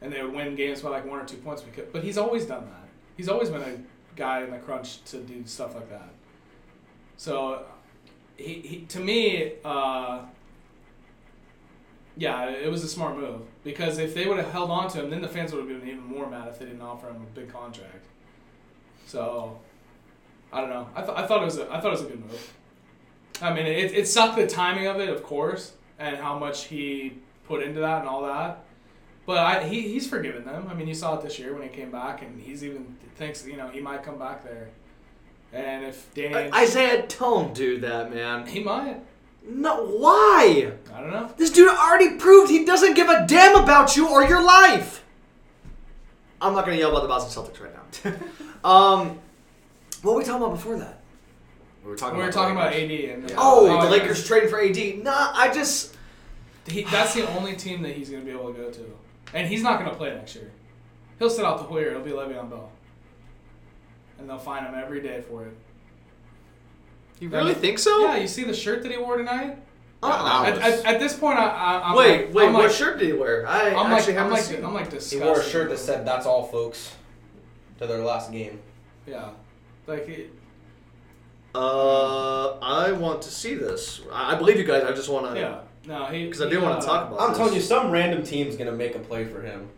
Speaker 2: and they would win games by like one or two points. Because, but he's always done that. He's always been a guy in the crunch to do stuff like that. So, he, he to me. Uh, yeah, it was a smart move because if they would have held on to him, then the fans would have been even more mad if they didn't offer him a big contract. So, I don't know. I, th- I thought it was a, I thought it was a good move. I mean, it, it sucked the timing of it, of course, and how much he put into that and all that. But I, he, he's forgiven them. I mean, you saw it this year when he came back, and he's even thinks you know he might come back there. And if Danny,
Speaker 1: Isaiah, don't do that, man.
Speaker 2: he might.
Speaker 1: No, why?
Speaker 2: I don't know.
Speaker 1: This dude already proved he doesn't give a damn about you or your life. I'm <laughs> not gonna yell about the Boston Celtics right now. um, what were we talking about before that?
Speaker 3: We were talking.
Speaker 2: We were
Speaker 3: about
Speaker 2: talking
Speaker 3: the
Speaker 2: about
Speaker 3: Lakers.
Speaker 2: AD and uh,
Speaker 3: Yeah.
Speaker 1: Oh,
Speaker 2: yeah.
Speaker 1: the Lakers trading for AD. Nah, I just
Speaker 2: He, that's the only team that he's going to be able to go to, and he's not going to play next year. He'll sit out the whole year. It'll be Le'Veon Bell, and they'll find him every day for it.
Speaker 1: you
Speaker 2: Yeah.
Speaker 1: really think so?
Speaker 2: Yeah, you see the shirt that he wore tonight.
Speaker 1: Uh-uh.
Speaker 3: Yeah,
Speaker 2: At, at, at this point, I, I, I'm
Speaker 1: wait,
Speaker 2: like,
Speaker 1: wait.
Speaker 2: I'm
Speaker 1: what
Speaker 2: like,
Speaker 1: shirt did he wear? I
Speaker 2: I'm like,
Speaker 1: actually
Speaker 2: I'm
Speaker 1: haven't
Speaker 2: like,
Speaker 1: seen.
Speaker 2: I'm like
Speaker 3: He
Speaker 2: disgusted.
Speaker 3: wore a shirt that said "That's all, folks," to their last game.
Speaker 2: yeah, like it,
Speaker 1: uh, I want to see this. I I believe you guys. I just want to.
Speaker 2: yeah. No, he
Speaker 1: Because I
Speaker 2: he,
Speaker 1: do want
Speaker 2: uh,
Speaker 1: to talk about.
Speaker 3: I'm
Speaker 1: this.
Speaker 3: telling you, some random team's gonna make a play for him.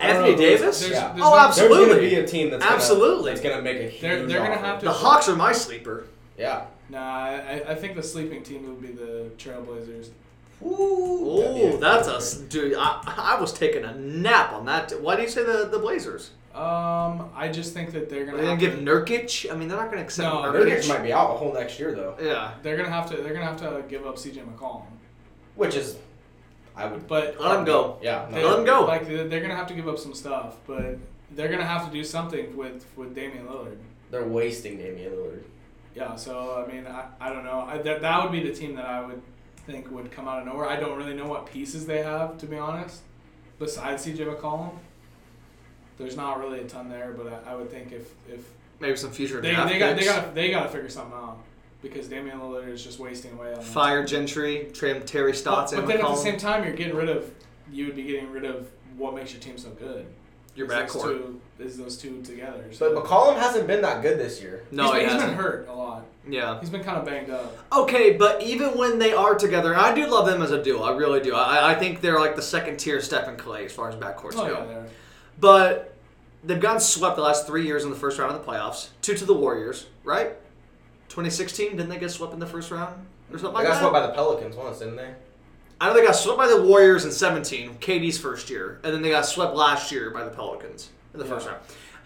Speaker 1: Anthony
Speaker 2: I don't know, Uh, there's-
Speaker 1: Davis.
Speaker 2: There's,
Speaker 3: Yeah.
Speaker 2: there's
Speaker 1: Oh,
Speaker 2: no-
Speaker 1: absolutely.
Speaker 3: There's gonna be a team that's
Speaker 1: Absolutely.
Speaker 3: Gonna, that's gonna make a huge.
Speaker 2: They're- they're gonna
Speaker 3: offer.
Speaker 2: have to-
Speaker 1: The Hawks are my sleeper.
Speaker 3: Yeah.
Speaker 2: Nah, I, I think the sleeping team would be the Trailblazers.
Speaker 3: That'd be
Speaker 1: Ooh,
Speaker 3: a-
Speaker 1: that's us, dude. I, I was taking a nap on that. Why do you say the, the Blazers?
Speaker 2: Um, I just think that they're
Speaker 1: Are
Speaker 2: gonna.
Speaker 1: they gonna
Speaker 2: have
Speaker 1: give
Speaker 2: to-
Speaker 1: Nurkic? I mean, they're not gonna accept
Speaker 2: No,
Speaker 1: Nurkic.
Speaker 3: Nurkic might be out the whole next year though,
Speaker 1: yeah,
Speaker 2: They're gonna have to. They're gonna have to give up CJ McCollum.
Speaker 3: which is, I would.
Speaker 2: But
Speaker 1: let him go.
Speaker 3: Yeah.
Speaker 2: they,
Speaker 1: Let him go.
Speaker 2: Like they're they're gonna have to give up some stuff, but they're gonna have to do something with with Damian Lillard.
Speaker 3: They're wasting Damian Lillard.
Speaker 2: Yeah. So I mean, I, I don't know. I, that that would be the team that I would think would come out of nowhere. I don't really know what pieces they have to be honest. Besides CJ McCollum, there's not really a ton there. But I, I would think if if
Speaker 1: Maybe some future
Speaker 2: they,
Speaker 1: draft
Speaker 2: they got they
Speaker 1: picks.
Speaker 2: got they got to figure something out because Damian Lillard is just wasting away on
Speaker 1: Fire Gentry, Trim Terry Stotts,
Speaker 2: But,
Speaker 1: and
Speaker 2: but then at the
Speaker 1: McCollum.
Speaker 2: same time, you're getting rid of you would be getting rid of what makes your team so good.
Speaker 1: Your
Speaker 2: Is those
Speaker 1: backcourt.
Speaker 2: two- Is those two together?
Speaker 3: But
Speaker 2: So.
Speaker 3: McCollum hasn't been that good this year.
Speaker 1: No,
Speaker 2: he's been,
Speaker 1: he
Speaker 2: he's
Speaker 1: hasn't.
Speaker 2: been hurt a lot.
Speaker 1: Yeah.
Speaker 2: He's been kind of banged up.
Speaker 1: Okay, but even when they are together, and I do love them as a duo. I really do. I, I think they're like the second tier Stephen Clay as far as backcourts
Speaker 2: Oh,
Speaker 1: go.
Speaker 2: yeah, there.
Speaker 1: But they've gotten swept the last three years in the first round of the playoffs. Two to the Warriors, right? 2016, didn't they get swept in the first round or something
Speaker 3: They
Speaker 1: like
Speaker 3: got
Speaker 1: that?
Speaker 3: swept by the Pelicans once, didn't they?
Speaker 1: I know they got swept by the Warriors in 17, KD's first year, and then they got swept last year by the Pelicans in the first
Speaker 2: Yeah.
Speaker 1: round.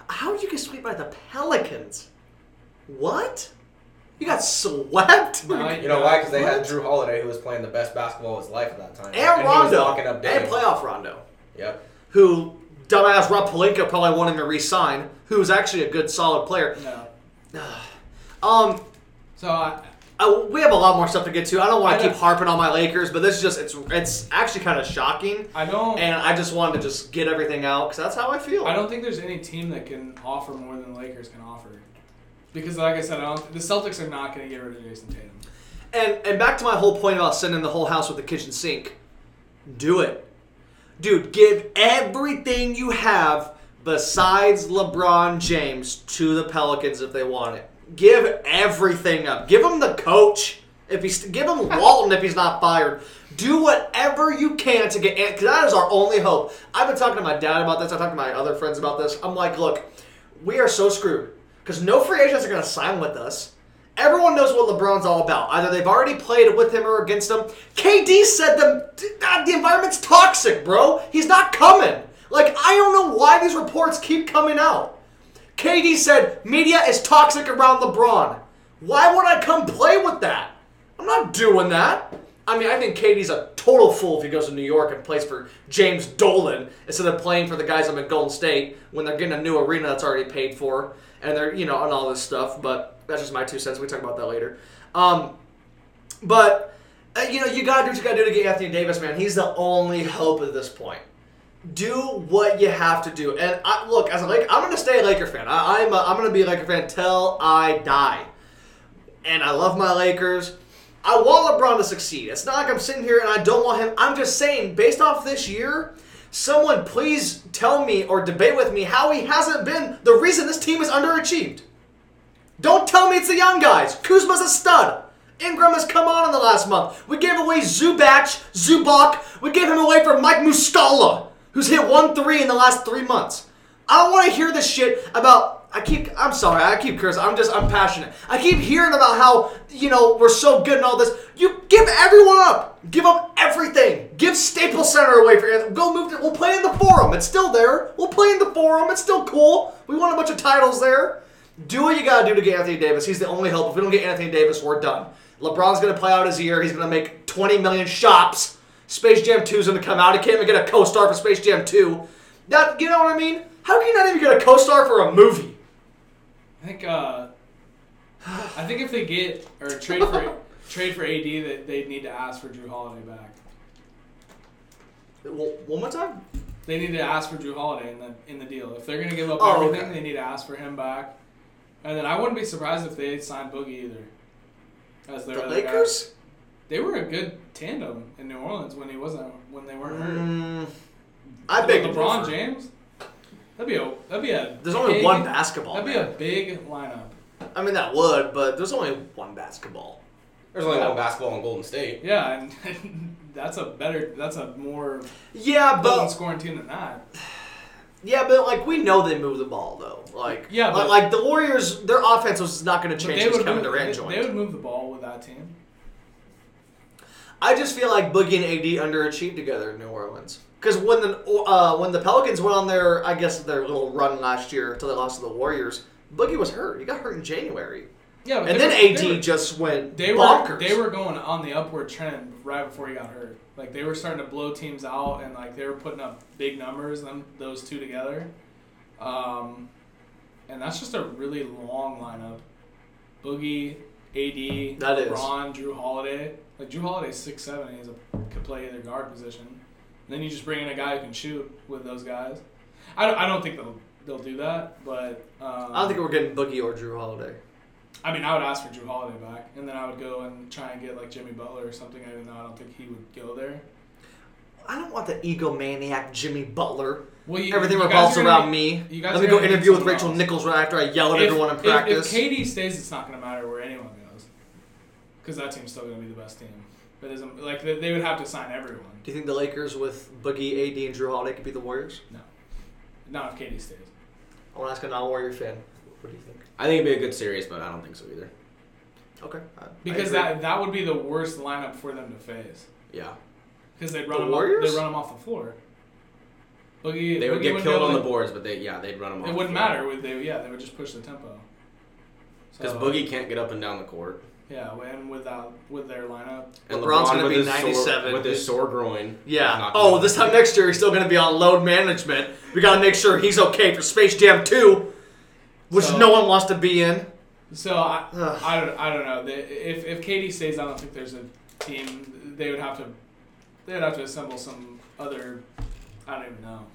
Speaker 1: How did you get swept by the Pelicans? What? You got swept? <laughs>
Speaker 2: No, I-
Speaker 3: You know why? Because they had
Speaker 1: What?
Speaker 3: Drew Holiday, who was playing the best basketball of his life at that time,
Speaker 1: and
Speaker 3: he was
Speaker 1: Rondo.
Speaker 3: locking
Speaker 1: and
Speaker 3: up Dame.
Speaker 1: playoff Rondo.
Speaker 3: Yep.
Speaker 1: Who, dumbass Rob Palenka probably wanted him to re-sign, who's actually a good, solid player.
Speaker 2: No.
Speaker 1: Um,
Speaker 2: So I,
Speaker 1: I, we have a lot more stuff to get to. I don't want
Speaker 2: I
Speaker 1: to keep
Speaker 2: don't-
Speaker 1: harping on my Lakers, but this is just it's it's actually kind of shocking,
Speaker 2: I don't.
Speaker 1: and I just wanted to just get everything out because that's how I feel.
Speaker 2: I don't think there's any team that can offer more than the Lakers can offer. Because, like I said, I don't, the Celtics are not going to get rid of Jason Tatum.
Speaker 1: And and back to my whole point about sending the whole house with the kitchen sink. Do it. Dude, give everything you have besides LeBron James to the Pelicans if they want it. Give everything up. Give him the coach. If he's give him Walton if he's not fired. Do whatever you can to get because that is our only hope. I've been talking to my dad about this. I talked to my other friends about this. I'm like, look, we are so screwed because no free agents are going to sign with us. Everyone knows what LeBron's all about. Either they've already played with him or against him. KD said them "God, the environment's toxic, bro. He's not coming. Like I don't know why these reports keep coming out. KD said media is toxic around LeBron. Why would I come play with that? I'm not doing that. I mean, I think KD's a total fool if he goes to New York and plays for James Dolan instead of playing for the guys up at Golden State when they're getting a new arena that's already paid for and they're, you know, and all this stuff. But that's just my two cents. We can talk about that later. Um, but, uh, you know, you got to do what you got to do to get Anthony Davis, man. He's the only hope at this point. Do what you have to do. And I, look, as a Laker, I'm going to stay a Laker fan. I, I'm, a, I'm going to be a Laker fan till I die and I love my Lakers. I want LeBron to succeed. It's not like I'm sitting here and I don't want him. I'm just saying, based off this year, someone please tell me or debate with me how he hasn't been the reason this team is underachieved. Don't tell me it's the young guys. Kuzma's a stud. Ingram has come on in the last month. We gave away Zubac, Zubac. We gave him away for Mike Muscala, who's hit one three in the last three months. I don't want to hear this shit about. I keep. I'm sorry. I keep cursing. I'm just. I'm passionate. I keep hearing about how you know we're so good and all this. You give everyone up. Give up everything. Give Staples Center away for Anthony. Go move. To, we'll play in the Forum. It's still there. We'll play in the Forum. It's still cool. We won a bunch of titles there. Do what you gotta do to get Anthony Davis. He's the only hope. If we don't get Anthony Davis, we're done. LeBron's gonna play out his year. He's gonna make 20 million shops. Space Jam 2's gonna come out. He can't even get a co-star for Space Jam 2. That you know what I mean? How can you not even get a co-star for a movie?
Speaker 2: I think uh, I think if they get or
Speaker 1: <laughs>
Speaker 2: trade for trade for AD, that they need to ask for Drew Holiday back.
Speaker 1: Well, one more time.
Speaker 2: They need to ask for Drew Holiday in the in the deal. If they're gonna give up
Speaker 1: Oh,
Speaker 2: everything,
Speaker 1: okay.
Speaker 2: they need to ask for him back. And then I wouldn't be surprised if they signed Boogie either. As their
Speaker 1: The
Speaker 2: other guy.
Speaker 1: Lakers.
Speaker 2: They were a good tandem in New Orleans when he wasn't when they weren't hurt.
Speaker 1: Mm, I
Speaker 2: But
Speaker 1: beg to
Speaker 2: LeBron
Speaker 1: differ.
Speaker 2: James. That'd be a that'd be a.
Speaker 1: There's only
Speaker 2: big-
Speaker 1: one basketball.
Speaker 2: That'd be a big lineup.
Speaker 1: I mean, that would, but there's only one basketball.
Speaker 3: There's only one basketball in Golden State.
Speaker 2: Yeah, and <laughs> that's a better. That's a more
Speaker 1: Yeah,
Speaker 2: golden
Speaker 1: but
Speaker 2: scoring team
Speaker 1: <laughs>
Speaker 2: than that.
Speaker 1: yeah, but like we know they move the ball though. Like
Speaker 2: Yeah,
Speaker 1: like,
Speaker 2: but-
Speaker 1: like, the Warriors, their offense was not going to
Speaker 2: But
Speaker 1: change
Speaker 2: they
Speaker 1: since
Speaker 2: would
Speaker 1: Kevin
Speaker 2: move,
Speaker 1: Durant
Speaker 2: they,
Speaker 1: joined.
Speaker 2: they would move the ball with that team.
Speaker 1: I just feel like Boogie and AD underachieved together in New Orleans. Because when the uh, when the Pelicans went on their I guess their little run last year until they lost to the Warriors, Boogie was hurt. He got hurt in January,
Speaker 2: Yeah, but
Speaker 1: and
Speaker 2: they
Speaker 1: then
Speaker 2: were-
Speaker 1: AD
Speaker 2: they were-
Speaker 1: just went
Speaker 2: they
Speaker 1: bonkers.
Speaker 2: were they were going on the upward trend right before he got hurt. Like they were starting to blow teams out, and like they were putting up big numbers. Them those two together, um, and that's just a really long lineup. Boogie, AD,
Speaker 1: That is.
Speaker 2: LeBron, Drew Holiday. Like Drew Holiday's six seven. and He's a could play either guard position. And then you just bring in a guy who can shoot with those guys. I don't, I don't think they'll they'll do that, but um,
Speaker 1: I don't think we're getting Boogie or Drew Holiday.
Speaker 2: I mean, I would ask for Drew Holiday back, and then I would go and try and get like Jimmy Butler or something. Even though I don't think he would go there.
Speaker 1: I don't want the egomaniac Jimmy Butler.
Speaker 2: Well, you,
Speaker 1: Everything
Speaker 2: you guys
Speaker 1: revolves
Speaker 2: are gonna
Speaker 1: around
Speaker 2: be-
Speaker 1: me.
Speaker 2: you guys
Speaker 1: Let
Speaker 2: are
Speaker 1: me go
Speaker 2: gonna need
Speaker 1: interview with
Speaker 2: someone
Speaker 1: Rachel
Speaker 2: else.
Speaker 1: Nichols right after I yell
Speaker 3: Oh,
Speaker 1: at
Speaker 2: If-
Speaker 1: everyone in
Speaker 2: if-
Speaker 1: practice.
Speaker 2: If, KD stays, it's not going to matter where anyone goes, because that team's still going to be the best team. But isn't like they, they would have to sign everyone.
Speaker 1: Do you think the Lakers with Boogie, AD, and Drew Holiday could be the Warriors?
Speaker 2: No, not if KD stays.
Speaker 1: I want to ask a non-Warrior fan. What do you think?
Speaker 3: I think it'd be a good series, but I don't think so either.
Speaker 1: Okay. I- I
Speaker 2: Because
Speaker 1: agree.
Speaker 2: that that would be the worst lineup for them to face.
Speaker 3: Yeah,
Speaker 2: Because they'd
Speaker 1: The
Speaker 2: run them
Speaker 1: Warriors?
Speaker 2: Off, they run them off the floor. Boogie,
Speaker 3: they would
Speaker 2: Boogie
Speaker 3: get
Speaker 2: wouldn't
Speaker 3: killed
Speaker 2: go
Speaker 3: on the
Speaker 2: like-
Speaker 3: boards, but they yeah they'd run them off.
Speaker 2: It wouldn't matter. Oh. Would they? Yeah, they would just push the tempo.
Speaker 3: because
Speaker 2: So-
Speaker 3: Boogie can't get up and down the court.
Speaker 2: Yeah, and without with their lineup,
Speaker 3: And
Speaker 1: LeBron's
Speaker 3: LeBron
Speaker 1: gonna
Speaker 3: with
Speaker 1: be
Speaker 3: his
Speaker 1: 97.
Speaker 3: sore, with his sore groin. is
Speaker 1: Yeah.
Speaker 3: not gonna
Speaker 1: Oh, this time next year he's still going to be on load management. We got to make sure he's okay for Space Jam 2, which
Speaker 2: So-
Speaker 1: no one wants to be in. <sighs>
Speaker 2: so I,
Speaker 1: Ugh.
Speaker 2: I don't, I don't know. The- If if KD stays, I don't think there's a team. They would have to, they would have to assemble some other. I don't even know.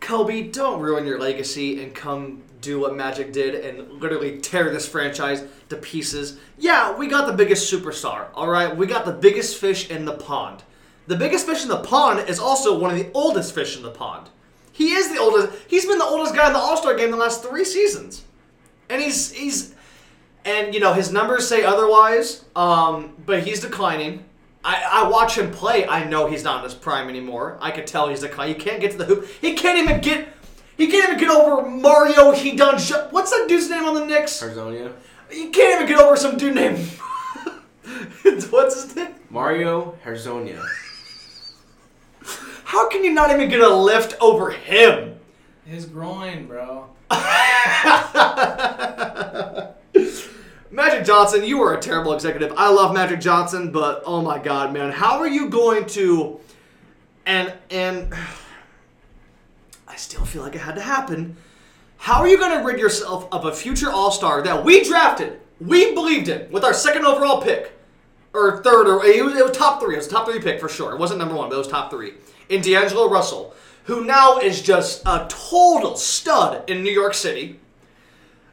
Speaker 1: Kobe, don't ruin your legacy and come do what Magic did and literally tear this franchise to pieces. Yeah, we got the biggest superstar, all right? We got the biggest fish in the pond. The biggest fish in the pond is also one of the oldest fish in the pond. He is the oldest. He's been the oldest guy in the All Star game the last three seasons. And he's he's and you know his numbers say otherwise um, but he's declining I, I watch him play i know he's not in his prime anymore i could tell he's declining he can't get to the hoop he can't even get he can't even get over mario he done what's that dude's name on the knicks
Speaker 3: Harzonia,
Speaker 1: you can't even get over some dude named <laughs> what's his name
Speaker 3: Mario Harzonia.
Speaker 1: how can you not even get a lift over him
Speaker 2: His groin, bro.
Speaker 1: Magic Johnson, you are a terrible executive. I love Magic Johnson, but oh my god, man, how are you going to? And and <sighs> I still feel like it had to happen. How are you going to rid yourself of a future All Star that we drafted, we believed in with our second overall pick, or third, or it was, it was top three. It was a top three pick for sure. It wasn't number one, but it was top three. In D'Angelo Russell, who now is just a total stud in New York City.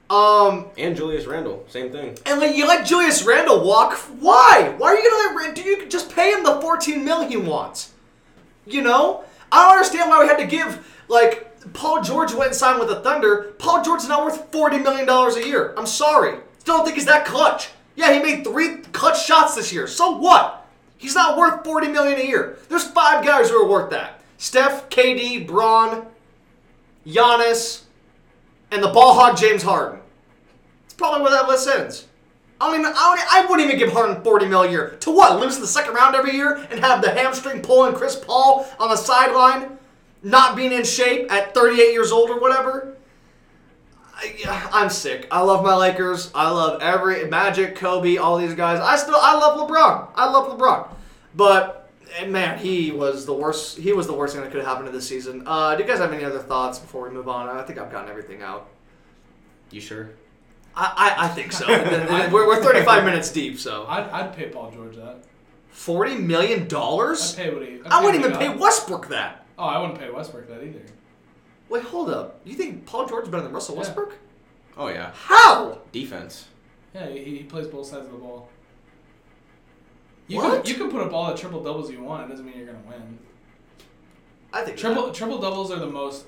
Speaker 1: Um,
Speaker 3: and Julius Randle, same thing.
Speaker 1: and like you let Julius Randle walk. Why? Why are you gonna let Randle? You just pay him the 14 mil he wants. You know, I don't understand why we had to give like Paul George went and signed with the Thunder. Paul George's not worth 40 million dollars a year. I'm sorry. Still don't think he's that clutch. Yeah, he made three clutch shots this year. So what? He's not worth 40 million a year. There's five guys who are worth that: Steph, KD, Braun, Giannis, and the ball hog James Harden. It's probably where that list ends. I don't even. I, don't, I wouldn't even give Harden forty mil a year. To what? Lose in the second round every year and have the hamstring pulling Chris Paul on the sideline, not being in shape at thirty eight years old or whatever. I, yeah, I'm sick. I love my Lakers. I love every Magic, Kobe, all these guys. I still. I love LeBron. I love LeBron, but eh, man, he was the worst. He was the worst thing that could have happened to this season. Uh, do you guys have any other thoughts before we move on? I think I've gotten everything out.
Speaker 3: You sure?
Speaker 1: I, I, I think so. we're, we're 35 minutes deep, so.
Speaker 2: I'd, I'd pay Paul George that.
Speaker 1: $40 million?
Speaker 2: I'd pay what he. I'd
Speaker 1: I
Speaker 2: pay
Speaker 1: wouldn't
Speaker 2: what
Speaker 1: even
Speaker 2: he
Speaker 1: pay
Speaker 2: got.
Speaker 1: Westbrook that.
Speaker 2: Oh, I wouldn't pay Westbrook that either.
Speaker 1: Wait, hold up. You think Paul George is better than Russell
Speaker 2: Yeah.
Speaker 1: Westbrook?
Speaker 3: Oh yeah,
Speaker 1: How?
Speaker 3: defense.
Speaker 2: Yeah, he, he plays both sides of the ball. You
Speaker 1: What?
Speaker 2: Can, you can put up all the triple doubles you want. It doesn't mean you're gonna win.
Speaker 1: I think
Speaker 2: Triple triple doubles are the most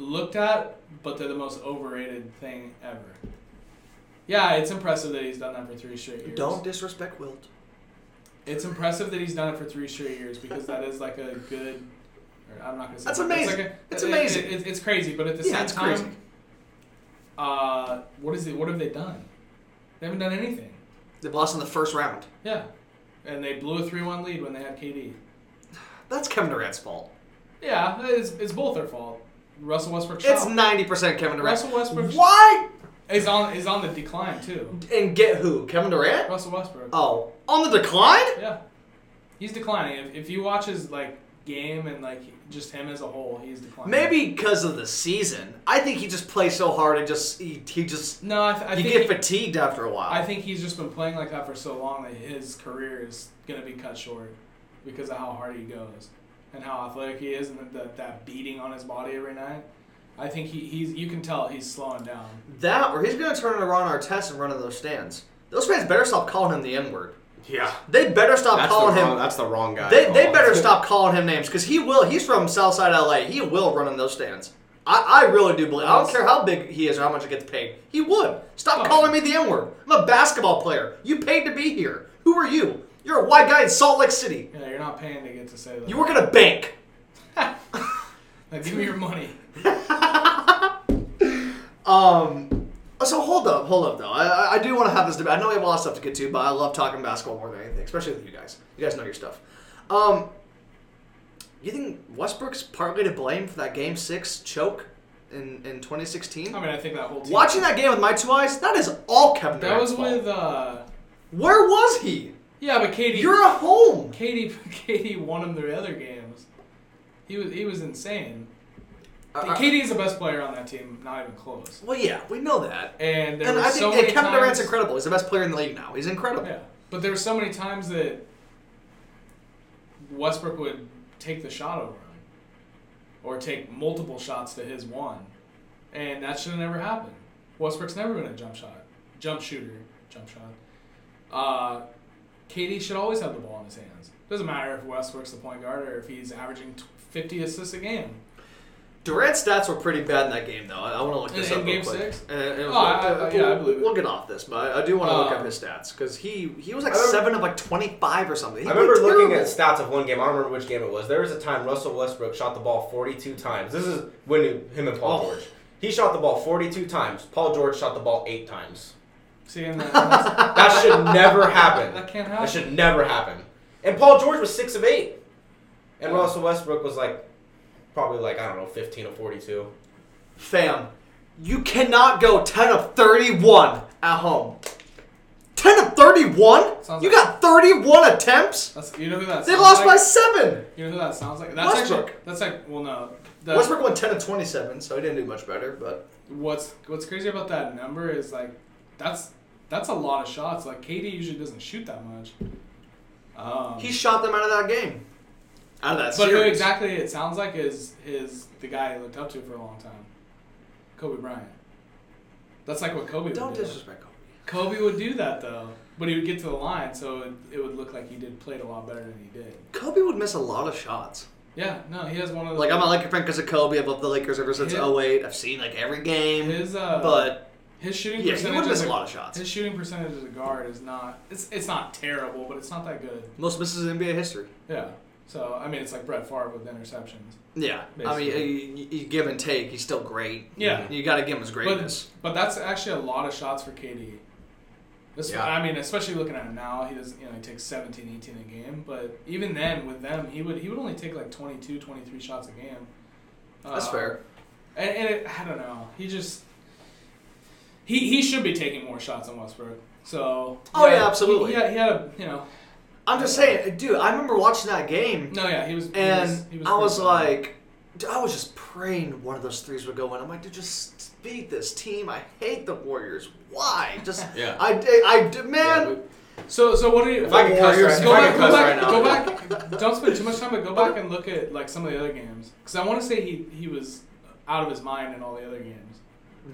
Speaker 2: looked at, but they're the most overrated thing ever. Yeah, it's impressive that he's done that for three straight years.
Speaker 1: Don't disrespect Wilt.
Speaker 2: It's impressive that he's done it for three straight years because that is like a good. or I'm not gonna say
Speaker 1: That's
Speaker 2: that, but
Speaker 1: amazing.
Speaker 2: like
Speaker 1: It's
Speaker 2: it- it-
Speaker 1: amazing.
Speaker 2: it- it's crazy, but at the
Speaker 1: Yeah,
Speaker 2: same
Speaker 1: it's
Speaker 2: time,
Speaker 1: crazy.
Speaker 2: uh, what is it? What have they done? They haven't done anything.
Speaker 1: They lost in the first round.
Speaker 2: Yeah, and they blew a three-one lead when they had KD.
Speaker 1: That's Kevin Durant's fault.
Speaker 2: Yeah, it's, it's both their fault. Russell Westbrook.
Speaker 1: It's
Speaker 2: shot.
Speaker 1: 90% Kevin Durant.
Speaker 2: Russell Westbrook.
Speaker 1: What?
Speaker 2: Is on is on the decline too.
Speaker 1: And get who? Kevin Durant?
Speaker 2: Russell Westbrook.
Speaker 1: Oh, on the decline?
Speaker 2: Yeah, he's declining. If, if you watch his like game and like just him as a whole, he's declining.
Speaker 1: Maybe because of the season. I think he just plays so hard and just he, he just
Speaker 2: No, I, th- I
Speaker 1: you
Speaker 2: think
Speaker 1: get
Speaker 2: he-
Speaker 1: fatigued after a while.
Speaker 2: I think he's just been playing like that for so long that his career is gonna be cut short because of how hard he goes and how athletic he is and the, the, that beating on his body every night. I think he, he's you can tell he's slowing down.
Speaker 1: that or he's gonna turn it around our test and run in those stands. Those fans better stop calling him the N word.
Speaker 3: Yeah,
Speaker 1: They better stop
Speaker 3: that's the,
Speaker 1: calling
Speaker 3: wrong,
Speaker 1: him.
Speaker 3: that's the wrong guy.
Speaker 1: They,
Speaker 3: to
Speaker 1: they
Speaker 3: call. <laughs>
Speaker 1: better stop calling him names because he will. He's from Southside LA. He will run in those stands. I, I really do believe. I don't care how big he is or how much he gets paid. He would. Stop
Speaker 2: Oh.
Speaker 1: calling me the N word. I'm a basketball player. You paid to be here. Who are you? You're a white guy in Salt Lake City.
Speaker 2: Yeah, you're not paying to get to say that.
Speaker 1: You work at a bank.
Speaker 2: like, give me your money.
Speaker 1: Um. So hold up, hold up though. I, I- I do want to have this debate. I know we have a lot of stuff to get to, but I love talking basketball more than anything, especially with you guys. You guys know your stuff. Um. You think Westbrook's partly to blame for that Game Six choke in in 2016?
Speaker 2: I mean, I think that whole team.
Speaker 1: Watching that game with my two eyes, that is all Kevin
Speaker 2: That
Speaker 1: Durant's
Speaker 2: was
Speaker 1: fault.
Speaker 2: with uh.
Speaker 1: Where was he?
Speaker 2: Yeah, but Katie.
Speaker 1: You're at home.
Speaker 2: Katie. <laughs> Katie won him the other games. He was he was insane.
Speaker 1: Uh,
Speaker 2: Katie is the best player on that team, not even close.
Speaker 1: Well, yeah, we know that.
Speaker 2: And there
Speaker 1: And
Speaker 2: were
Speaker 1: I think
Speaker 2: so
Speaker 1: yeah,
Speaker 2: many
Speaker 1: Kevin
Speaker 2: times,
Speaker 1: Durant's incredible. He's the best player in the league now. He's incredible.
Speaker 2: Yeah, but there were so many times that Westbrook would take the shot over him, or take multiple shots to his one, and that should have never happened. Westbrook's never been a jump shot, jump shooter, jump shot. Uh, KD should always have the ball in his hands. Doesn't matter if Westbrook's the point guard or if he's averaging t- 50 assists a game.
Speaker 1: Durant's stats were pretty bad in that game, though. I, I want to look this
Speaker 2: In-
Speaker 1: up
Speaker 2: in
Speaker 1: real
Speaker 2: game
Speaker 1: quick.
Speaker 2: six?
Speaker 1: Uh, it was-
Speaker 2: Oh, I- I- yeah, I believe it.
Speaker 1: We'll get off this, but I, I do want to look
Speaker 2: Um,
Speaker 1: up his stats because he he was like
Speaker 3: I remember-
Speaker 1: seven of like twenty five or something. He
Speaker 3: I remember
Speaker 1: played
Speaker 3: looking at
Speaker 1: terrible.
Speaker 3: stats of one game. I don't remember which game it was. There was a time Russell Westbrook shot the ball 42 times. This is when him and Paul
Speaker 1: Oh.
Speaker 3: George. He shot the ball 42 times. Paul George shot the ball eight times.
Speaker 2: Seeing that, that's-
Speaker 3: That should never
Speaker 2: <laughs>
Speaker 3: happen.
Speaker 2: That can't
Speaker 3: That
Speaker 2: happen.
Speaker 3: should never happen. And Paul George was six of eight, and
Speaker 2: Yeah.
Speaker 3: Russell Westbrook was like probably like I don't know 15 or 42.
Speaker 1: fam. You cannot go ten of thirty one at home. Ten of thirty one.
Speaker 2: Sounds
Speaker 1: You
Speaker 2: like-
Speaker 1: got thirty one attempts.
Speaker 2: that's, you know who that
Speaker 1: They
Speaker 2: sounds
Speaker 1: lost by
Speaker 2: like?
Speaker 1: seven.
Speaker 2: You know who that sounds like? That's actually
Speaker 1: Westbrook.
Speaker 2: that's like well no. That,
Speaker 1: Westbrook went ten of twenty seven, so he didn't do much better. But
Speaker 2: What's what's crazy about that number is like that's that's a lot of shots. Like KD usually doesn't shoot that much. Um,
Speaker 1: he shot them out of that game. Out of that
Speaker 2: but who
Speaker 1: series.
Speaker 2: exactly it sounds like is is the guy he looked up to for a long time, Kobe Bryant. That's like what Kobe
Speaker 1: Don't
Speaker 2: would do.
Speaker 1: disrespect Kobe.
Speaker 2: Kobe would do that though, but he would get to the line, so it, it would look like he did played a lot better than he did.
Speaker 1: Kobe would miss a lot of shots.
Speaker 2: Yeah, no, he has one of the
Speaker 1: Like I'm a Laker fan because of Kobe. I've loved the Lakers ever since
Speaker 2: Yeah.
Speaker 1: 08. I've seen like every game,
Speaker 2: his uh,
Speaker 1: but
Speaker 2: his shooting
Speaker 1: yeah, he
Speaker 2: percentage
Speaker 1: would
Speaker 2: as
Speaker 1: miss a
Speaker 2: a-
Speaker 1: lot of shots.
Speaker 2: His shooting percentage as a guard is not it's it's not terrible, but it's not that good.
Speaker 1: Most misses in NBA history.
Speaker 2: Yeah. So I mean, it's like Brett Favre with interceptions.
Speaker 1: Yeah, I
Speaker 2: Basically.
Speaker 1: mean, you, you give and take. He's still great.
Speaker 2: Yeah.
Speaker 1: you got to give him his
Speaker 2: But,
Speaker 1: Mm-hmm. greatness.
Speaker 2: but that's actually a lot of shots for KD. This,
Speaker 3: Yeah.
Speaker 2: I mean, especially looking at him now, he does you know he takes 17, 18 a game. But even then, with them, he would he would only take like 22, 23 shots a game.
Speaker 1: That's
Speaker 2: Uh,
Speaker 1: fair.
Speaker 2: And, and it, I don't know. He just he he should be taking more shots than Westbrook. So
Speaker 1: Oh, yeah,
Speaker 2: he-
Speaker 1: absolutely.
Speaker 2: He, had, he had a you know
Speaker 1: I'm just saying, dude. I remember watching that game,
Speaker 2: no yeah he was he
Speaker 1: and
Speaker 2: was- he was
Speaker 1: I was
Speaker 2: pretty good.
Speaker 1: like, Dude, I was just praying one of those threes would go in. I'm like, dude, just beat this team. I hate the Warriors. Why? <laughs> Just
Speaker 3: Yeah.
Speaker 1: I, I, I
Speaker 3: Yeah,
Speaker 1: demand.
Speaker 3: we-
Speaker 2: So, so what are you?
Speaker 3: If I could cuss
Speaker 1: Warriors.
Speaker 3: right,
Speaker 2: go back,
Speaker 3: if I could
Speaker 2: go
Speaker 3: cuss
Speaker 2: back,
Speaker 3: right now.
Speaker 2: go back. Don't spend too much time, but go back and look at like some of the other games because I want to say he he was out of his mind in all the other games.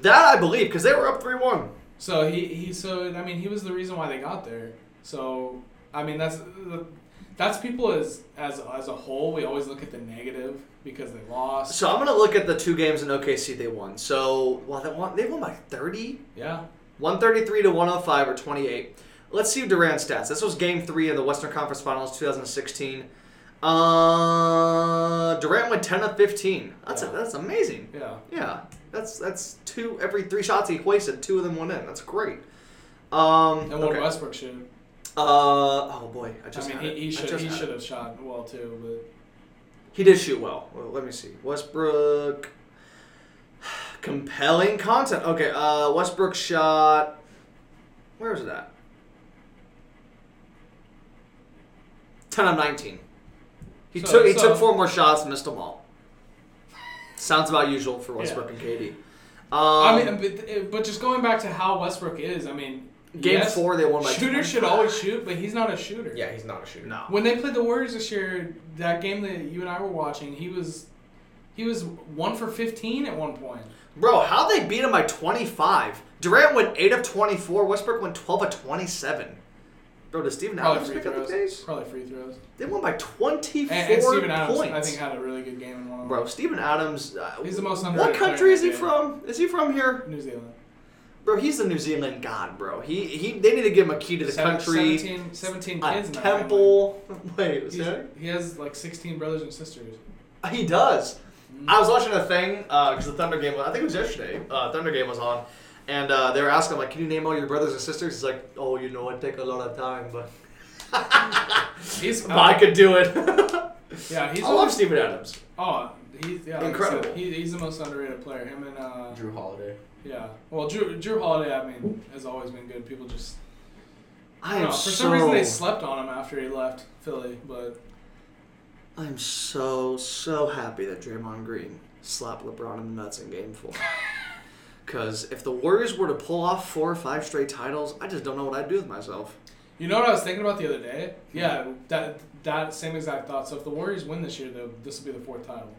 Speaker 1: that I believe because they were up three one.
Speaker 2: So he, he so I mean he was the reason why they got there. So I mean that's that's people as as as a whole. We always look at the negative because they lost.
Speaker 1: So I'm gonna look at the two games in OKC they won. So well, they won. They won by 30,
Speaker 2: Yeah.
Speaker 1: 133 to 105 or 28. Let's see Durant stats. This was Game Three of the Western Conference Finals 2016. Uh, Durant went 10 of 15. That's
Speaker 2: Yeah.
Speaker 1: that's amazing.
Speaker 2: Yeah.
Speaker 1: Yeah, that's that's two every three shots he wasted. Two of them went in. That's great. Um,
Speaker 2: And what
Speaker 1: okay. uh,
Speaker 2: Westbrook should.
Speaker 1: oh boy, I
Speaker 2: I
Speaker 1: just
Speaker 2: mean,
Speaker 1: had it.
Speaker 2: he, he
Speaker 1: I
Speaker 2: should
Speaker 1: just
Speaker 2: he
Speaker 1: had
Speaker 2: should
Speaker 1: it.
Speaker 2: have shot well too,
Speaker 1: He did shoot well. well. Let me see. Westbrook. <sighs> Compelling content. Okay, uh, Westbrook shot. Where was it at? 10 of 19. He
Speaker 2: So-
Speaker 1: took he
Speaker 2: so-
Speaker 1: took four more shots, missed them all. Sounds about usual for Westbrook and KD. Um,
Speaker 2: but I mean, but, but just going back to how Westbrook is, I mean,
Speaker 1: Game
Speaker 2: yes,
Speaker 1: four, they won by.
Speaker 2: Shooters
Speaker 1: 20.
Speaker 2: should always shoot, but he's not a shooter.
Speaker 3: Yeah, he's not a shooter.
Speaker 1: No.
Speaker 2: When they played the Warriors this year, that game that you and I were watching, he was he was one for fifteen at one point.
Speaker 1: Bro, how they beat him by 25? Durant went 8 of 24. Westbrook went 12 of 27. Bro, did Steven Adams
Speaker 2: Probably free
Speaker 1: pick up the
Speaker 2: throws.
Speaker 1: pace?
Speaker 2: Probably free throws.
Speaker 1: They won by 24
Speaker 2: And, and Steven Adams,
Speaker 1: points.
Speaker 2: I think, had a really good game in one of them.
Speaker 1: Bro, Steven Adams. Uh,
Speaker 2: He's the most
Speaker 1: What
Speaker 2: underrated
Speaker 1: country
Speaker 2: player
Speaker 1: is
Speaker 2: in
Speaker 1: he
Speaker 2: the
Speaker 1: from? Is he from here?
Speaker 2: New Zealand.
Speaker 1: Bro, he's the New Zealand god, bro. He he. They need to give him a key to the
Speaker 2: Seven-
Speaker 1: country.
Speaker 2: 17, 17
Speaker 1: a
Speaker 2: kids now.
Speaker 1: temple. <laughs> Wait, was
Speaker 2: He's-
Speaker 1: that?
Speaker 2: He has like 16 brothers and sisters.
Speaker 1: He does. I was watching a thing because the Thunder game. I think it was yesterday. Uh, Thunder game was on, and uh, they were asking like, "Can you name all your brothers and sisters?" He's like, "Oh, you know, it take a lot of time, but <laughs>
Speaker 2: He's,
Speaker 1: but I could do it." <laughs>
Speaker 2: Yeah, Uh, he's
Speaker 1: I love
Speaker 2: always,
Speaker 1: Steven Adams.
Speaker 2: oh, he's yeah, like I said,
Speaker 1: Incredible.
Speaker 2: he, he's the most underrated player. Him and uh,
Speaker 3: Drew Holiday.
Speaker 2: yeah, well, Drew Drew Holiday, I mean, has always been good. People just
Speaker 1: I
Speaker 2: I
Speaker 1: am
Speaker 2: don't know, for
Speaker 1: so.
Speaker 2: some reason they slept on him after he left Philly, but
Speaker 1: I'm so so happy that Draymond Green slapped LeBron in the nuts in Game
Speaker 2: <laughs>
Speaker 1: Four. Because if the Warriors were to pull off four or five straight titles, I just don't know what I'd do with myself.
Speaker 2: you know what I was thinking about the other day?
Speaker 1: Hmm.
Speaker 2: Yeah, that that same exact thought. So if the Warriors win this year, though, this will be the fourth title.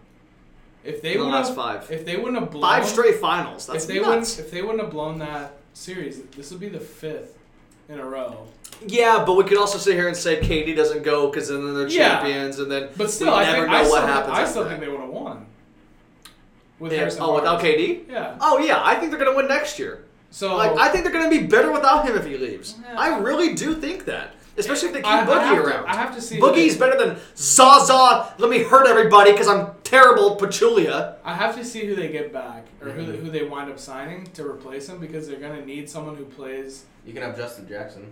Speaker 2: If they
Speaker 1: In the
Speaker 2: would
Speaker 1: last
Speaker 2: have,
Speaker 1: five.
Speaker 2: if they wouldn't have blown
Speaker 1: Five straight finals. That's
Speaker 2: if they
Speaker 1: nuts.
Speaker 2: wouldn't if they wouldn't have blown that series, this would be the fifth in a row.
Speaker 1: Yeah, but we could also sit here and say KD doesn't go because then they're
Speaker 2: Yeah.
Speaker 1: champions, and then
Speaker 2: But still,
Speaker 1: we
Speaker 2: I
Speaker 1: never
Speaker 2: think,
Speaker 1: know
Speaker 2: I still,
Speaker 1: what
Speaker 2: think-
Speaker 1: happens.
Speaker 2: I
Speaker 1: after
Speaker 2: still
Speaker 1: that.
Speaker 2: think they would have won. With
Speaker 1: Yeah.
Speaker 2: Harrison
Speaker 1: Oh, without
Speaker 2: Barnes.
Speaker 1: KD?
Speaker 2: Yeah.
Speaker 1: Oh yeah, I think they're gonna win next year.
Speaker 2: So
Speaker 1: Like I think they're gonna be better without him if he leaves.
Speaker 2: Yeah.
Speaker 1: I really do think that, especially if they keep
Speaker 2: I- I
Speaker 1: Boogie
Speaker 2: have to-
Speaker 1: around.
Speaker 2: I have to see. who they-
Speaker 1: Boogie's better than Zaza. Let me hurt everybody because I'm terrible, Pachulia.
Speaker 2: I have to see who they get back or
Speaker 1: Mm-hmm.
Speaker 2: who,
Speaker 3: Mhm.
Speaker 2: who they wind up signing to replace him because they're gonna need someone who plays. <laughs>
Speaker 3: You can have Justin Jackson.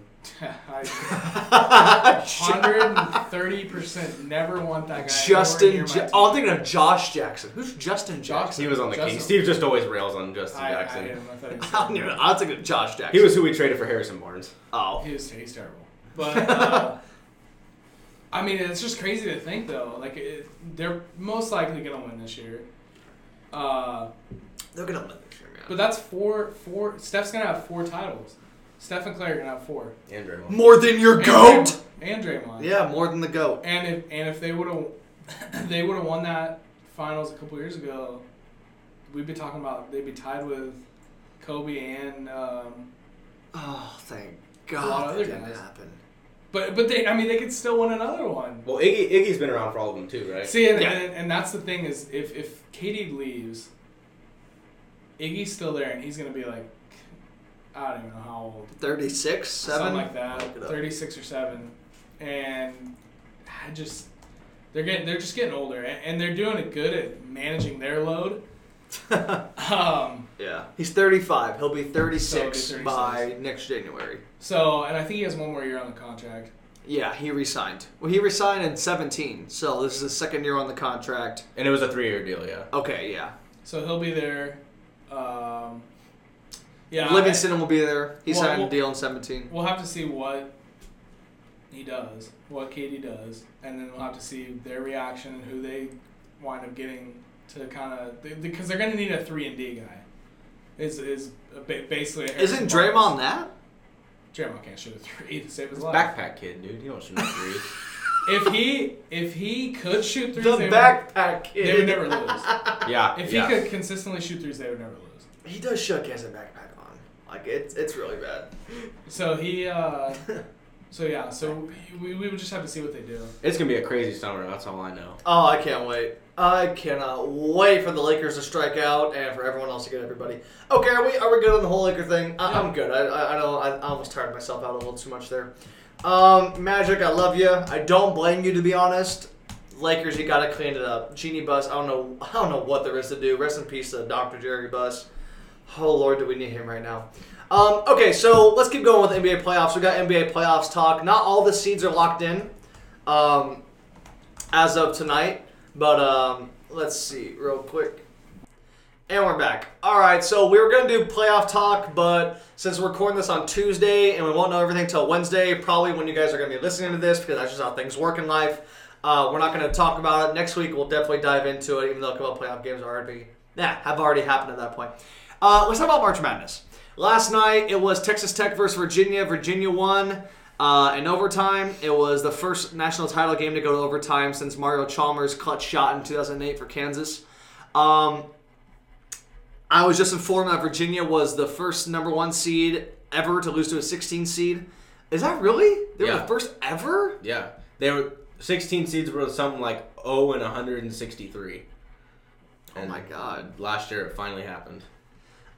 Speaker 2: Hundred and thirty percent. Never want that guy.
Speaker 1: <laughs> Justin.
Speaker 2: anywhere near my
Speaker 1: Ja- oh, I'm
Speaker 2: team.
Speaker 1: thinking of Josh Jackson. Who's Justin
Speaker 2: Josh-
Speaker 1: Jackson?
Speaker 3: He was on the
Speaker 2: Justin-
Speaker 3: Kings. Steve just always rails on Justin
Speaker 2: I, I,
Speaker 3: Jackson.
Speaker 2: hate him.
Speaker 1: <laughs>
Speaker 2: I thought he was
Speaker 1: I'm thinking-
Speaker 2: terrible.
Speaker 1: I'm thinking of Josh Jackson.
Speaker 3: he was who we traded for Harrison Barnes.
Speaker 1: Oh.
Speaker 2: He was he's terrible. But uh, I mean, it's just crazy to think though. Like it, they're most likely gonna win this year. Uh,
Speaker 1: They're gonna win this year, man.
Speaker 2: but that's four. Four. Steph's gonna have four titles. Steph and Claire are gonna have four.
Speaker 3: And Draymond.
Speaker 1: More than your
Speaker 2: And
Speaker 1: goat.
Speaker 2: Draymond- and Draymond.
Speaker 1: Yeah, more than the goat.
Speaker 2: And if and if they would have <coughs> they would have won that finals a couple years ago, we'd be talking about they'd be tied with Kobe and. Um,
Speaker 1: Oh, thank
Speaker 2: A lot
Speaker 1: God
Speaker 2: of
Speaker 1: that
Speaker 2: other
Speaker 1: didn't
Speaker 2: guys.
Speaker 1: happen.
Speaker 2: but but they I mean they could still win another one.
Speaker 3: Well, Iggy, Iggy's been around for all of them too, right?
Speaker 2: See, and,
Speaker 1: Yeah.
Speaker 2: and, and that's the thing is if if Katie leaves, Iggy's still there, and he's gonna be like, I don't even know how old,
Speaker 1: Thirty-six, seven.
Speaker 2: something like
Speaker 1: Look
Speaker 2: that,
Speaker 1: it up.
Speaker 2: thirty six or seven, and I just they're getting they're just getting older, a- and they're doing it good at managing their load. Um,
Speaker 1: <laughs> yeah, he's thirty-five. He'll be thirty-six
Speaker 2: 36.
Speaker 1: by next January.
Speaker 2: so and I think he has one more year on the contract.
Speaker 1: Yeah, he resigned. Well, he resigned in seventeen, so this is his second year on the contract.
Speaker 3: And it was a three-year deal, yeah.
Speaker 1: Okay, yeah.
Speaker 2: So he'll be there. Um, yeah, I-
Speaker 1: Livingston will be there. He
Speaker 2: Well,
Speaker 1: signed
Speaker 2: well-
Speaker 1: a deal in 17.
Speaker 2: We'll have to see what he does, what Katie does, and then we'll have to see their reaction and who they wind up getting to kind of because they're going to need a three and D guy. Is is a ba- basically a
Speaker 1: Isn't
Speaker 2: Harrison
Speaker 1: Draymond
Speaker 2: Barnes.
Speaker 1: that?
Speaker 2: Draymond can't shoot a three to save his life.
Speaker 3: Backpack kid, dude. He don't shoot no threes.
Speaker 2: If he if he could shoot threes,
Speaker 1: The
Speaker 2: they,
Speaker 1: backpack
Speaker 2: would,
Speaker 1: kid.
Speaker 2: they would never lose.
Speaker 3: yeah.
Speaker 2: If
Speaker 3: yeah.
Speaker 2: he could consistently shoot threes, they would never lose.
Speaker 1: He does shook as a backpack on. Like it's it's really bad.
Speaker 2: So he, uh,
Speaker 1: <laughs>
Speaker 2: so yeah, so we, we would just have to see what they do.
Speaker 3: It's gonna be a crazy summer. That's all I know.
Speaker 1: Oh, I can't wait. I cannot wait for the Lakers to strike out and for everyone else to get everybody. Okay, are we are we good on the whole Laker thing? I, I'm good. I, I I don't I, I almost tired myself out a little too much there. Um, Magic, I love you. I don't blame you to be honest. Lakers, you gotta clean it up. Genie Bus, I don't know <laughs> I don't know what there is to do. Rest in peace to Dr. Jerry Bus. Oh Lord, do we need him right now? Um, okay, so let's keep going with NBA playoffs. We got NBA playoffs talk. Not all the seeds are locked in. Um, as of tonight. But um, let's see real quick. And we're back. All right, so we were going to do playoff talk, but since we're recording this on Tuesday and we won't know everything till Wednesday, probably when you guys are going to be listening to this, because that's just how things work in life, uh, we're not going to talk about it. Next week, we'll definitely dive into it, even though a couple of playoff games are already, nah, have already happened at that point. Uh, let's talk about March Madness. Last night, it was Texas Tech versus Virginia. Virginia won uh, in overtime. It was the first national title game to go to overtime since Mario Chalmers' clutch shot in 2008 for Kansas. Um, I was just informed that Virginia was the first number one seed ever to lose to a 16 seed. Is that really? They were
Speaker 3: Yeah.
Speaker 1: the first ever?
Speaker 3: Yeah. They were 16 seeds were something like 0 and 163.
Speaker 1: Oh
Speaker 3: And
Speaker 1: my god.
Speaker 3: Last year it finally happened.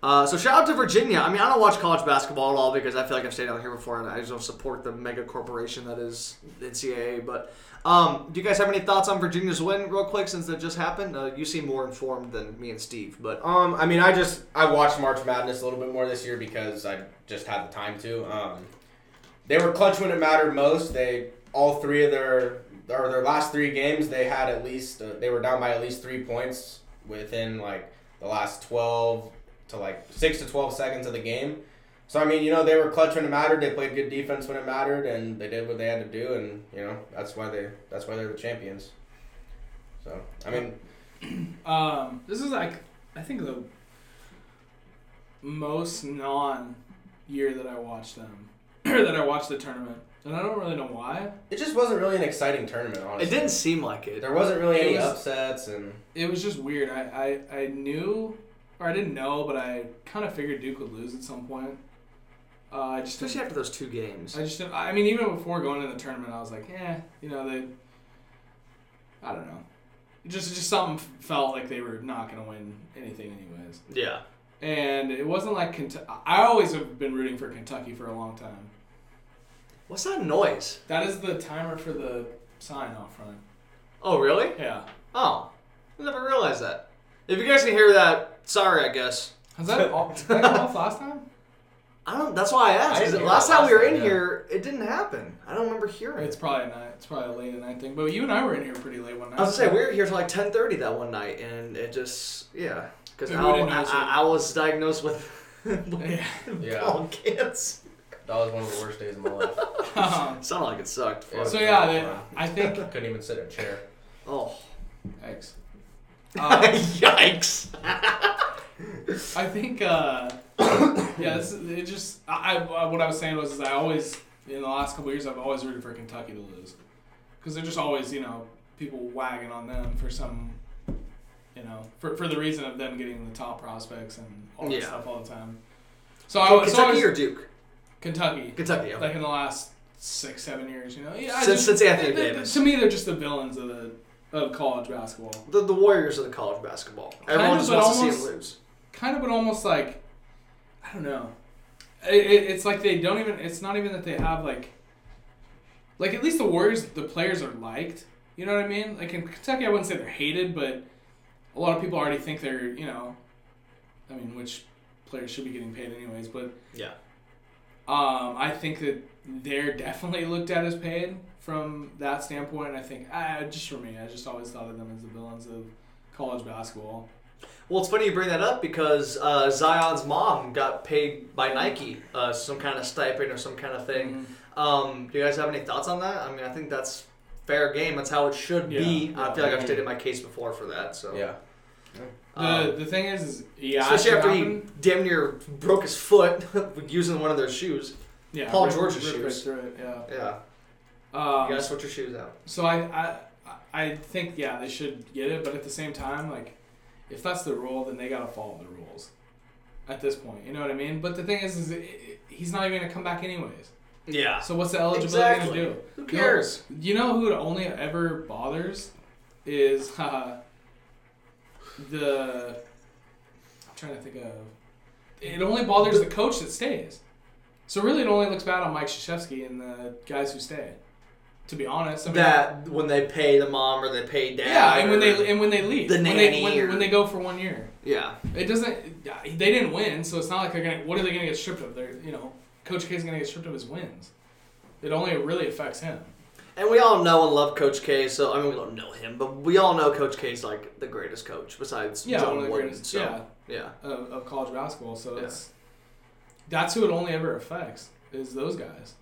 Speaker 1: Uh, so shout out to Virginia. I mean, I don't watch college basketball at all because I feel like I've stayed out here before, and I just don't support the mega corporation that is NCAA. But um, do you guys have any thoughts on Virginia's win, real quick, since that just happened? Uh, you seem more informed than me and Steve, but
Speaker 3: Um, I mean, I just I watched March Madness a little bit more this year because I just had the time to. Um, they were clutch when it mattered most. They all three of their or their last three games they had at least uh, they were down by at least three points within like the last twelve to like six to twelve seconds of the game. So I mean, you know, they were clutch when it mattered. They played good defense when it mattered, and they did what they had to do. And you know, that's why they that's why they're the champions. So I mean,
Speaker 2: Um, this is like I think the most non year that I watched them <clears throat> that I watched the tournament, and I don't really know why.
Speaker 3: it just wasn't really an exciting tournament. Honestly,
Speaker 1: it didn't seem like it.
Speaker 3: There wasn't really
Speaker 2: It
Speaker 3: any
Speaker 2: was-
Speaker 3: upsets, and
Speaker 2: It was just weird. I I, I knew or I didn't know, but I kind of figured Duke would lose at some point. Uh, I just didn't-
Speaker 1: Especially after those two games.
Speaker 2: I just didn't, I mean even before going to the tournament I was like eh you know they I don't know just just something f- felt like they were not gonna win anything anyways
Speaker 1: Yeah.
Speaker 2: and it wasn't like Kentucky I always have been rooting for Kentucky for a long time
Speaker 1: What's that noise?
Speaker 2: that is the timer for the sign off front
Speaker 1: Oh, really?
Speaker 2: yeah
Speaker 1: Oh, I never realized that. If you guys can hear that, sorry, I guess.
Speaker 2: was that all, was that off last time
Speaker 1: I don't. That's why I asked.
Speaker 3: I didn't
Speaker 1: 'cause
Speaker 3: hear
Speaker 1: last
Speaker 3: that
Speaker 1: time we
Speaker 3: last
Speaker 1: were in
Speaker 3: time, yeah.
Speaker 1: here, it didn't happen. I don't remember hearing it.
Speaker 2: <laughs> it's probably not it's probably a late at night thing but you and I were in here pretty late one night
Speaker 1: I was gonna say we were here till like ten thirty that one night, and it just yeah, because
Speaker 2: Who
Speaker 1: I,
Speaker 2: didn't
Speaker 1: I,
Speaker 2: notice it?
Speaker 1: I, I was diagnosed with, with
Speaker 2: <laughs>
Speaker 1: <laughs>
Speaker 2: yeah
Speaker 3: Yeah.
Speaker 1: ball cancer.
Speaker 3: that was one of the worst days of my life.
Speaker 2: Um,
Speaker 1: Sounded like it sucked.
Speaker 3: Yeah.
Speaker 2: so yeah they,
Speaker 1: <laughs>
Speaker 2: I think
Speaker 3: Couldn't even sit in a chair.
Speaker 1: Oh, <laughs>
Speaker 2: X um,
Speaker 1: yikes!
Speaker 2: I think, uh, <coughs> yeah, this, is- it just, I, I, what I was saying was, is I always, in the last couple of years, I've always rooted for Kentucky to lose. Because they're just always, you know, people wagging on them for some, you know, for, for the reason of them getting the top prospects and all that
Speaker 1: Yeah.
Speaker 2: stuff all the time. So I was
Speaker 1: Kentucky
Speaker 2: oh, so I was-
Speaker 1: or Duke?
Speaker 2: Kentucky,
Speaker 1: Kentucky. Okay.
Speaker 2: like in the last six, seven years, you know? Yeah, I
Speaker 1: Since-
Speaker 2: just-
Speaker 1: since Anthony
Speaker 2: they- they-
Speaker 1: Davis.
Speaker 2: To me, they're just the villains of, the, of college basketball.
Speaker 1: The, the Warriors of the college basketball. Everyone
Speaker 2: of,
Speaker 1: just
Speaker 2: but
Speaker 1: wants to see
Speaker 2: almost-
Speaker 1: them lose.
Speaker 2: kind of but almost like i don't know it, it, it's like they don't even it's not even that they have like like at least the warriors the players are liked you know what i mean like in kentucky i wouldn't say they're hated but a lot of people already think they're you know i mean which players should be getting paid anyways but
Speaker 1: Yeah.
Speaker 2: um, I think that they're definitely looked at as paid from that standpoint. And I think, I, just for me, I just always thought of them as the villains of college basketball.
Speaker 1: Well, it's funny you bring that up because uh, Zion's mom got paid by Nike, uh, some kind of stipend or some kind of
Speaker 2: Mm-hmm.
Speaker 1: thing. Um, do you guys have any thoughts on that? I mean, I think that's fair game. That's how it should be.
Speaker 2: Yeah.
Speaker 1: I feel like I've
Speaker 3: Yeah.
Speaker 1: stated my case before for that. So
Speaker 3: Yeah.
Speaker 2: The
Speaker 1: Um,
Speaker 2: the thing is, is yeah,
Speaker 1: especially
Speaker 2: it
Speaker 1: after he
Speaker 2: happened.
Speaker 1: damn near broke his foot <laughs> using one of their shoes.
Speaker 2: yeah,
Speaker 1: Paul
Speaker 2: rip-
Speaker 1: George's
Speaker 2: rip right
Speaker 1: shoes.
Speaker 2: through it, yeah.
Speaker 1: Yeah,
Speaker 2: Um,
Speaker 1: you gotta switch your shoes out.
Speaker 2: So I, I I think yeah they should get it, but at the same time like if that's the rule, then they gotta follow the rules. At this point, you know what I mean. But the thing is, is it, it- he's not even gonna come back anyways.
Speaker 1: Yeah,
Speaker 2: So what's the eligibility
Speaker 1: Exactly.
Speaker 2: gonna do?
Speaker 1: who
Speaker 2: You know-
Speaker 1: cares?
Speaker 2: You know who it only ever bothers is <laughs> uh, the. I'm trying to think of. It only bothers the coach that stays. So really, it only looks bad on Mike Krzyzewski and the guys who stay. To be honest, I mean,
Speaker 1: that when they pay the mom or they pay dad.
Speaker 2: yeah, and when
Speaker 1: or-
Speaker 2: they and when they leave,
Speaker 1: The
Speaker 2: when,
Speaker 1: nanny
Speaker 2: they, when,
Speaker 1: or-
Speaker 2: when they go for one year,
Speaker 1: yeah,
Speaker 2: it doesn't. They didn't win, so it's not like they're gonna. What are they gonna get stripped of? They're you know, Coach K's gonna get stripped of his wins. It only really affects him.
Speaker 1: and we all know and love Coach K. So I mean, we don't know him, but we all know Coach K's like the greatest coach besides
Speaker 2: Yeah,
Speaker 1: John
Speaker 2: one of the
Speaker 1: Wooden.
Speaker 2: greatest-
Speaker 1: so,
Speaker 2: yeah.
Speaker 1: yeah,
Speaker 2: of, of college basketball. So
Speaker 1: Yeah.
Speaker 2: it's that's who it only ever affects is those guys.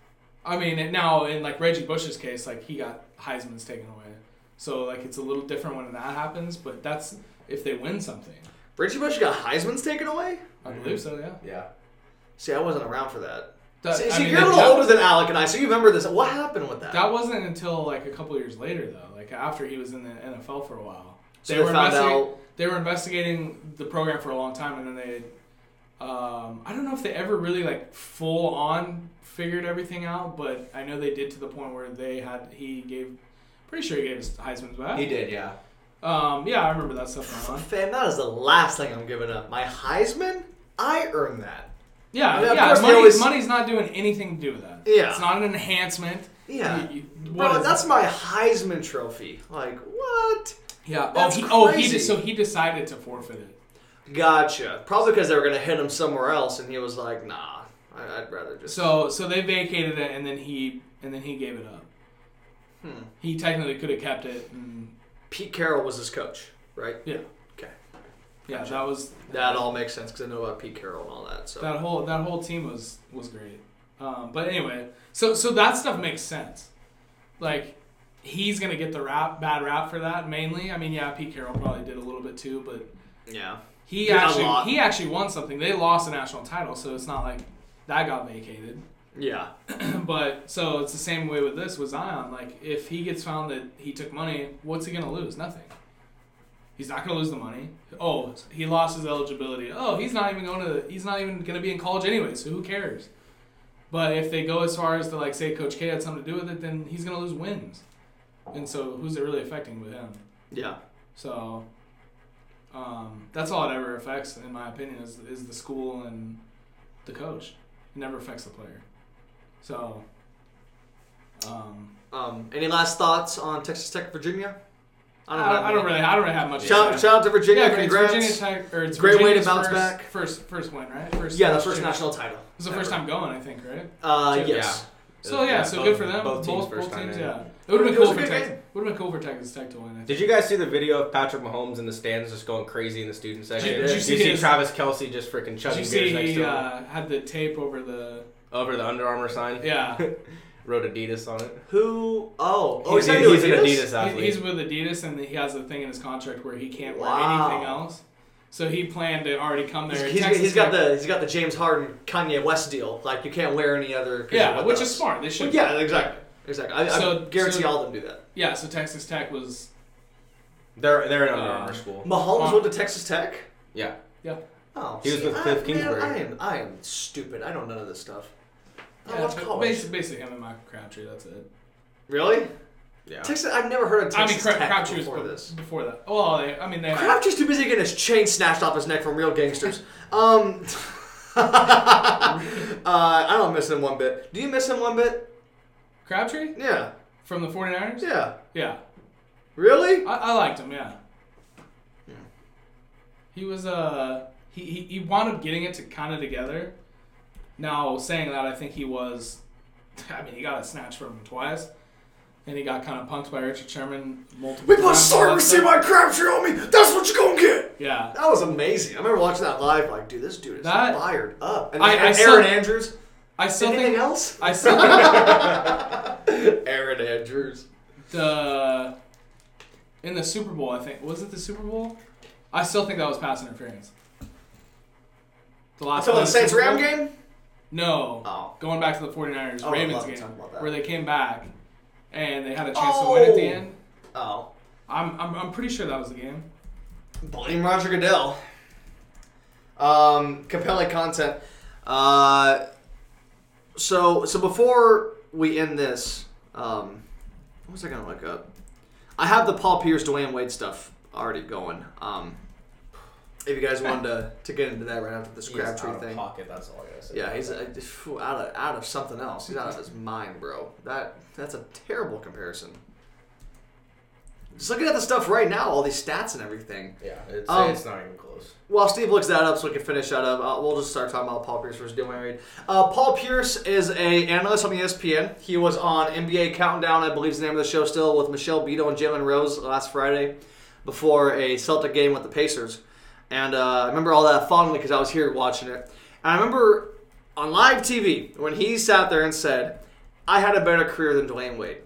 Speaker 2: I mean, and now in like Reggie Bush's case, like he got Heisman's taken away, so like it's a little different when that happens. But that's if they win something.
Speaker 1: Reggie Bush got Heisman's taken away.
Speaker 2: I
Speaker 3: Mhm.
Speaker 2: believe so. Yeah.
Speaker 3: Yeah.
Speaker 1: See, I wasn't around for that.
Speaker 2: That,
Speaker 1: see,
Speaker 2: I
Speaker 1: see,
Speaker 2: mean,
Speaker 1: you're a
Speaker 2: that-
Speaker 1: little
Speaker 2: that-
Speaker 1: older than Alec and I, so you remember this. What happened with that?
Speaker 2: That wasn't until like a couple years later though, like after he was in the NFL for a while.
Speaker 1: so they, found
Speaker 2: investi-
Speaker 1: out.
Speaker 2: they were investigating the program for a long time, and then they. Um, I don't know if they ever really like full on figured everything out, but I know they did to the point where they had he gave, pretty sure he gave his Heisman's back.
Speaker 3: He did, yeah.
Speaker 2: Um, yeah, I remember that stuff going on.
Speaker 1: Fan, that is the last thing I'm giving up. My Heisman, I earned that.
Speaker 2: Yeah,
Speaker 1: Yeah,
Speaker 2: yeah,
Speaker 1: of course they
Speaker 2: money,
Speaker 1: always-
Speaker 2: money's not doing anything to do with that.
Speaker 1: Yeah.
Speaker 2: it's not an enhancement.
Speaker 1: Yeah,
Speaker 2: You- you- what
Speaker 1: bro,
Speaker 2: is-
Speaker 1: that's my Heisman trophy. Like what?
Speaker 2: yeah.
Speaker 1: that's
Speaker 2: oh, he, oh, he
Speaker 1: crazy.
Speaker 2: de- so he decided to forfeit it.
Speaker 1: Gotcha. Probably because they were gonna hit him somewhere else, and he was like, "Nah, I, I'd rather just."
Speaker 2: So so they vacated it, and then he and then he gave it up.
Speaker 1: Hmm.
Speaker 2: He technically could have kept it. And,
Speaker 1: Pete Carroll was his coach, right?
Speaker 2: yeah.
Speaker 1: Okay.
Speaker 2: Yeah, that was
Speaker 1: That all makes sense because I know about Pete Carroll and all that. So
Speaker 2: that whole that whole team was was great. Um, but anyway, so so that stuff makes sense. Like he's gonna get the rap bad rap for that mainly. I mean, yeah, Pete Carroll probably did a little bit too, but
Speaker 1: yeah,
Speaker 2: he
Speaker 1: Did a lot.
Speaker 2: actually he actually won something. They lost a national title, so it's not like that got vacated.
Speaker 1: yeah,
Speaker 2: <laughs> But so it's the same way with this with Zion. Like if he gets found that he took money, what's he gonna lose? Nothing. He's not gonna lose the money. Oh, he lost his eligibility. Oh, he's not even going to. He's not even gonna be in college anyway. So who cares? But if they go as far as to like say Coach K had something to do with it, then he's gonna lose wins. And so who's it really affecting with him?
Speaker 1: yeah.
Speaker 2: So um, that's all it ever affects, in my opinion, is, is the school and the coach. It never affects the player. So um,
Speaker 1: Um, any last thoughts on Texas Tech, Virginia?
Speaker 2: I don't, I, don't,
Speaker 1: any.
Speaker 2: really, I don't really have much.
Speaker 1: Shout,
Speaker 2: to say.
Speaker 1: shout out to Virginia.
Speaker 2: yeah, but it's
Speaker 1: Congrats.
Speaker 2: Virginia Tech, or it's
Speaker 1: Great way to
Speaker 2: Virginia's
Speaker 1: bounce
Speaker 2: first,
Speaker 1: back.
Speaker 2: First, first win, right? First,
Speaker 1: yeah, the
Speaker 2: first
Speaker 1: first
Speaker 2: year.
Speaker 1: national title.
Speaker 2: It was the first time going, I think, right?
Speaker 1: Uh,
Speaker 2: Two.
Speaker 1: yes.
Speaker 2: So yeah, so
Speaker 3: both-
Speaker 2: good for them.
Speaker 3: Both teams,
Speaker 2: both,
Speaker 3: first
Speaker 2: both
Speaker 3: time
Speaker 2: teams
Speaker 3: in.
Speaker 2: yeah. It would have been
Speaker 1: It was
Speaker 2: cool
Speaker 1: a
Speaker 2: for
Speaker 1: good
Speaker 2: Texas.
Speaker 1: game.
Speaker 2: Would have been cool for Texas Tech to win. I think.
Speaker 3: Did you guys see the video of Patrick Mahomes in the stands just going crazy in the student section?
Speaker 1: Did you
Speaker 3: you
Speaker 2: see
Speaker 3: see
Speaker 2: his-
Speaker 3: Travis Kelsey just freaking
Speaker 2: Did
Speaker 3: chugging
Speaker 2: you
Speaker 3: beers
Speaker 2: see
Speaker 3: next to
Speaker 2: he
Speaker 3: him
Speaker 2: uh, had the tape over the?
Speaker 3: over the Under Armour sign?
Speaker 2: Yeah,
Speaker 3: Wrote Adidas on it.
Speaker 1: Who? Oh, oh,
Speaker 3: he's,
Speaker 1: said
Speaker 3: he's
Speaker 1: he
Speaker 3: an
Speaker 1: was
Speaker 3: Adidas athlete.
Speaker 2: He- He's with Adidas, and he has a thing in his contract where he can't wear
Speaker 1: Wow.
Speaker 2: anything else. So he planned to already come there.
Speaker 1: He's-
Speaker 2: and
Speaker 1: he's-
Speaker 2: Texas
Speaker 1: he's got
Speaker 2: Tech-
Speaker 1: the he's got the James Harden Kanye West deal. Like you can't wear any other. 'cause you're
Speaker 2: yeah,
Speaker 1: with
Speaker 2: which
Speaker 1: us.
Speaker 2: is smart. They
Speaker 1: Well,
Speaker 2: should.
Speaker 1: yeah, exactly, exactly. I, I
Speaker 2: So-
Speaker 1: guarantee
Speaker 2: so-
Speaker 1: all of them do that.
Speaker 2: yeah. So Texas Tech was
Speaker 3: they're they're an Under
Speaker 2: Uh,
Speaker 3: Armour school.
Speaker 1: Mahomes
Speaker 2: Uh,
Speaker 1: went to Texas Tech.
Speaker 3: Yeah.
Speaker 2: yeah.
Speaker 1: Oh,
Speaker 3: He was
Speaker 1: see,
Speaker 3: with
Speaker 1: I-
Speaker 3: Cliff
Speaker 1: man,
Speaker 3: Kingsbury.
Speaker 1: I am I am stupid. I don't know none of this stuff. I
Speaker 2: yeah
Speaker 1: watch college.
Speaker 2: basically, basically him and Michael Crabtree. That's it.
Speaker 1: Really?
Speaker 3: Yeah.
Speaker 1: Texas? I've never heard of
Speaker 2: I mean,
Speaker 1: Texas
Speaker 2: Cra-
Speaker 1: Tech
Speaker 2: Crabtree was
Speaker 1: before
Speaker 2: be-
Speaker 1: this.
Speaker 2: Before that, well, they, I mean, they.
Speaker 1: Crabtree's too busy getting his chain snatched off his neck from real gangsters. Um, <laughs> uh, I don't miss him one bit. Do you miss him one bit?
Speaker 2: Crabtree
Speaker 1: Yeah,
Speaker 2: from the 49ers?
Speaker 1: yeah.
Speaker 2: Yeah,
Speaker 1: Really?
Speaker 2: I, I liked him. Yeah. He was uh he, he he wound up getting it to kind of together. Now saying that, I think he was. <laughs> I mean, he got a snatch from him twice, and he got kind of punked by Richard Sherman multiple
Speaker 1: We
Speaker 2: times.
Speaker 1: must start receive my Crabtree on me. That's what you gonna get.
Speaker 2: Yeah,
Speaker 1: That was amazing. I remember watching that live. Like, dude, this dude is
Speaker 2: That-
Speaker 1: fired up. And,
Speaker 2: I-
Speaker 1: and
Speaker 2: I still-
Speaker 1: Aaron Andrews.
Speaker 2: I still
Speaker 1: Anything
Speaker 2: think
Speaker 1: else?
Speaker 2: I still
Speaker 1: <laughs>
Speaker 2: think
Speaker 1: Aaron Andrews.
Speaker 2: the in the Super Bowl. I think was it the Super Bowl? I still think that was pass interference. The last
Speaker 1: Until
Speaker 2: play
Speaker 1: the
Speaker 2: of
Speaker 1: Saints
Speaker 2: Super
Speaker 1: Ram
Speaker 2: Bowl?
Speaker 1: game?
Speaker 2: No.
Speaker 1: Oh.
Speaker 2: Going back to the 49ers
Speaker 1: Oh, I'd
Speaker 2: Ravens
Speaker 1: love to
Speaker 2: game
Speaker 1: talk about that.
Speaker 2: where they came back and they had a chance to win at the
Speaker 1: Oh.
Speaker 2: end.
Speaker 1: Oh.
Speaker 2: I'm, I'm, I'm pretty sure that was the game.
Speaker 1: Blame Roger Goodell. Um, compelling content. Uh, so so before we end this, um, what was I gonna look up? I have the Paul Pierce, Dwayne Wade stuff already going. Um, if you guys wanted to, to get into that right after this
Speaker 3: He is
Speaker 1: Crabtree
Speaker 3: out of
Speaker 1: thing,
Speaker 3: pocket. That's all I gotta say.
Speaker 1: yeah, he's uh, phew, out of out of something else. He's out of his mind, bro. That that's a terrible comparison. Just looking at the stuff right now, all these stats and everything.
Speaker 3: yeah. It's,
Speaker 1: Um,
Speaker 3: it's not even close.
Speaker 1: While Steve looks that up, so we can finish that up, uh, we'll just start talking about Paul Pierce versus Dwayne Wade. Uh, Paul Pierce is a analyst on E ESPN. He was on NBA Countdown, I believe is the name of the show still, with Michelle Beadle and Jalen Rose last Friday before a Celtic game with the Pacers. And uh, I remember all that fondly because I was here watching it. And I remember on live TV when he sat there and said, I had a better career than Dwayne Wade.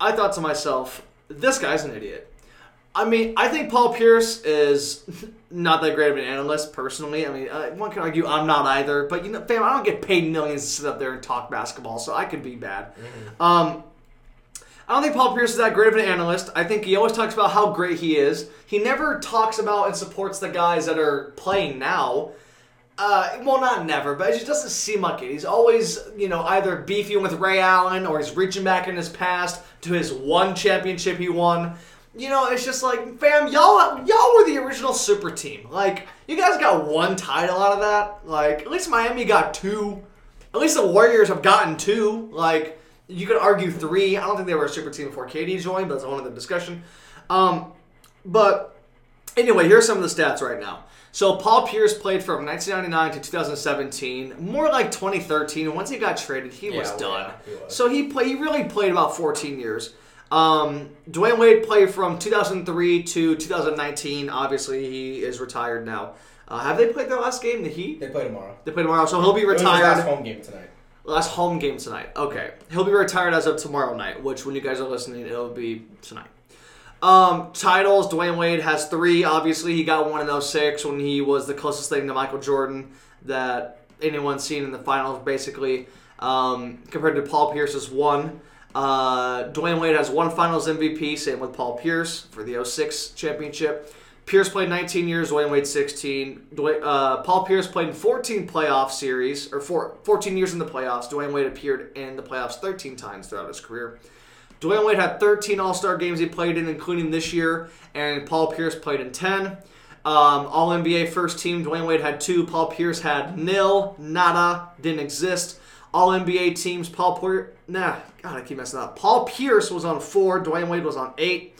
Speaker 1: I thought to myself, this guy's an idiot. I mean, I think Paul Pierce is <laughs> not that great of an analyst personally. I mean, uh, one can argue I'm not either, but you know, fam, I don't get paid millions to sit up there and talk basketball, so I could be bad. Um, I don't think Paul Pierce is that great of an analyst. I think he always talks about how great he is. He never talks about and supports the guys that are playing now. Uh, well, not never, but it just doesn't seem like it. He's always, you know, either beefing with Ray Allen or he's reaching back in his past to his one championship he won. You know, it's just like, fam, y'all, y'all were the original super team. Like, you guys got one title out of that. Like, at least Miami got two. At least the Warriors have gotten two. Like, you could argue three. I don't think they were a super team before KD joined, but that's a whole other discussion. Um, but anyway, here's some of the stats right now. So Paul Pierce played from 1999 to 2017, more like 2013. Once he got traded, he
Speaker 3: Yeah,
Speaker 1: was
Speaker 3: well,
Speaker 1: done.
Speaker 3: yeah, he was.
Speaker 1: So he play, he really played about 14 years. Um, Dwayne Wade played from 2003 to 2019. Obviously, he is retired now. Uh, have they played their last game? The Heat.
Speaker 3: They play tomorrow.
Speaker 1: They play tomorrow, so he'll be
Speaker 3: It was his last
Speaker 1: retired.
Speaker 3: home game tonight.
Speaker 1: Last home game tonight. Okay. He'll be retired as of tomorrow night, which when you guys are listening, it'll be tonight. Um, titles, Dwayne Wade has three. Obviously, he got one in 06 when he was the closest thing to Michael Jordan that anyone's seen in the finals, basically, um, compared to Paul Pierce's one. Uh, Dwayne Wade has one finals MVP, same with Paul Pierce for the 06 championship. Pierce played 19 years, Dwayne Wade 16. Dwayne, uh, Paul Pierce played in 14 playoff series, or four, 14 years in the playoffs. Dwayne Wade appeared in the playoffs 13 times throughout his career. Dwayne Wade had 13 All Star games he played in, including this year, and Paul Pierce played in 10. Um, All NBA first team, Dwayne Wade had two. Paul Pierce had nil, nada, didn't exist. All NBA teams, Paul Pierce, nah, God, I keep messing up. Paul Pierce was on four, Dwayne Wade was on eight.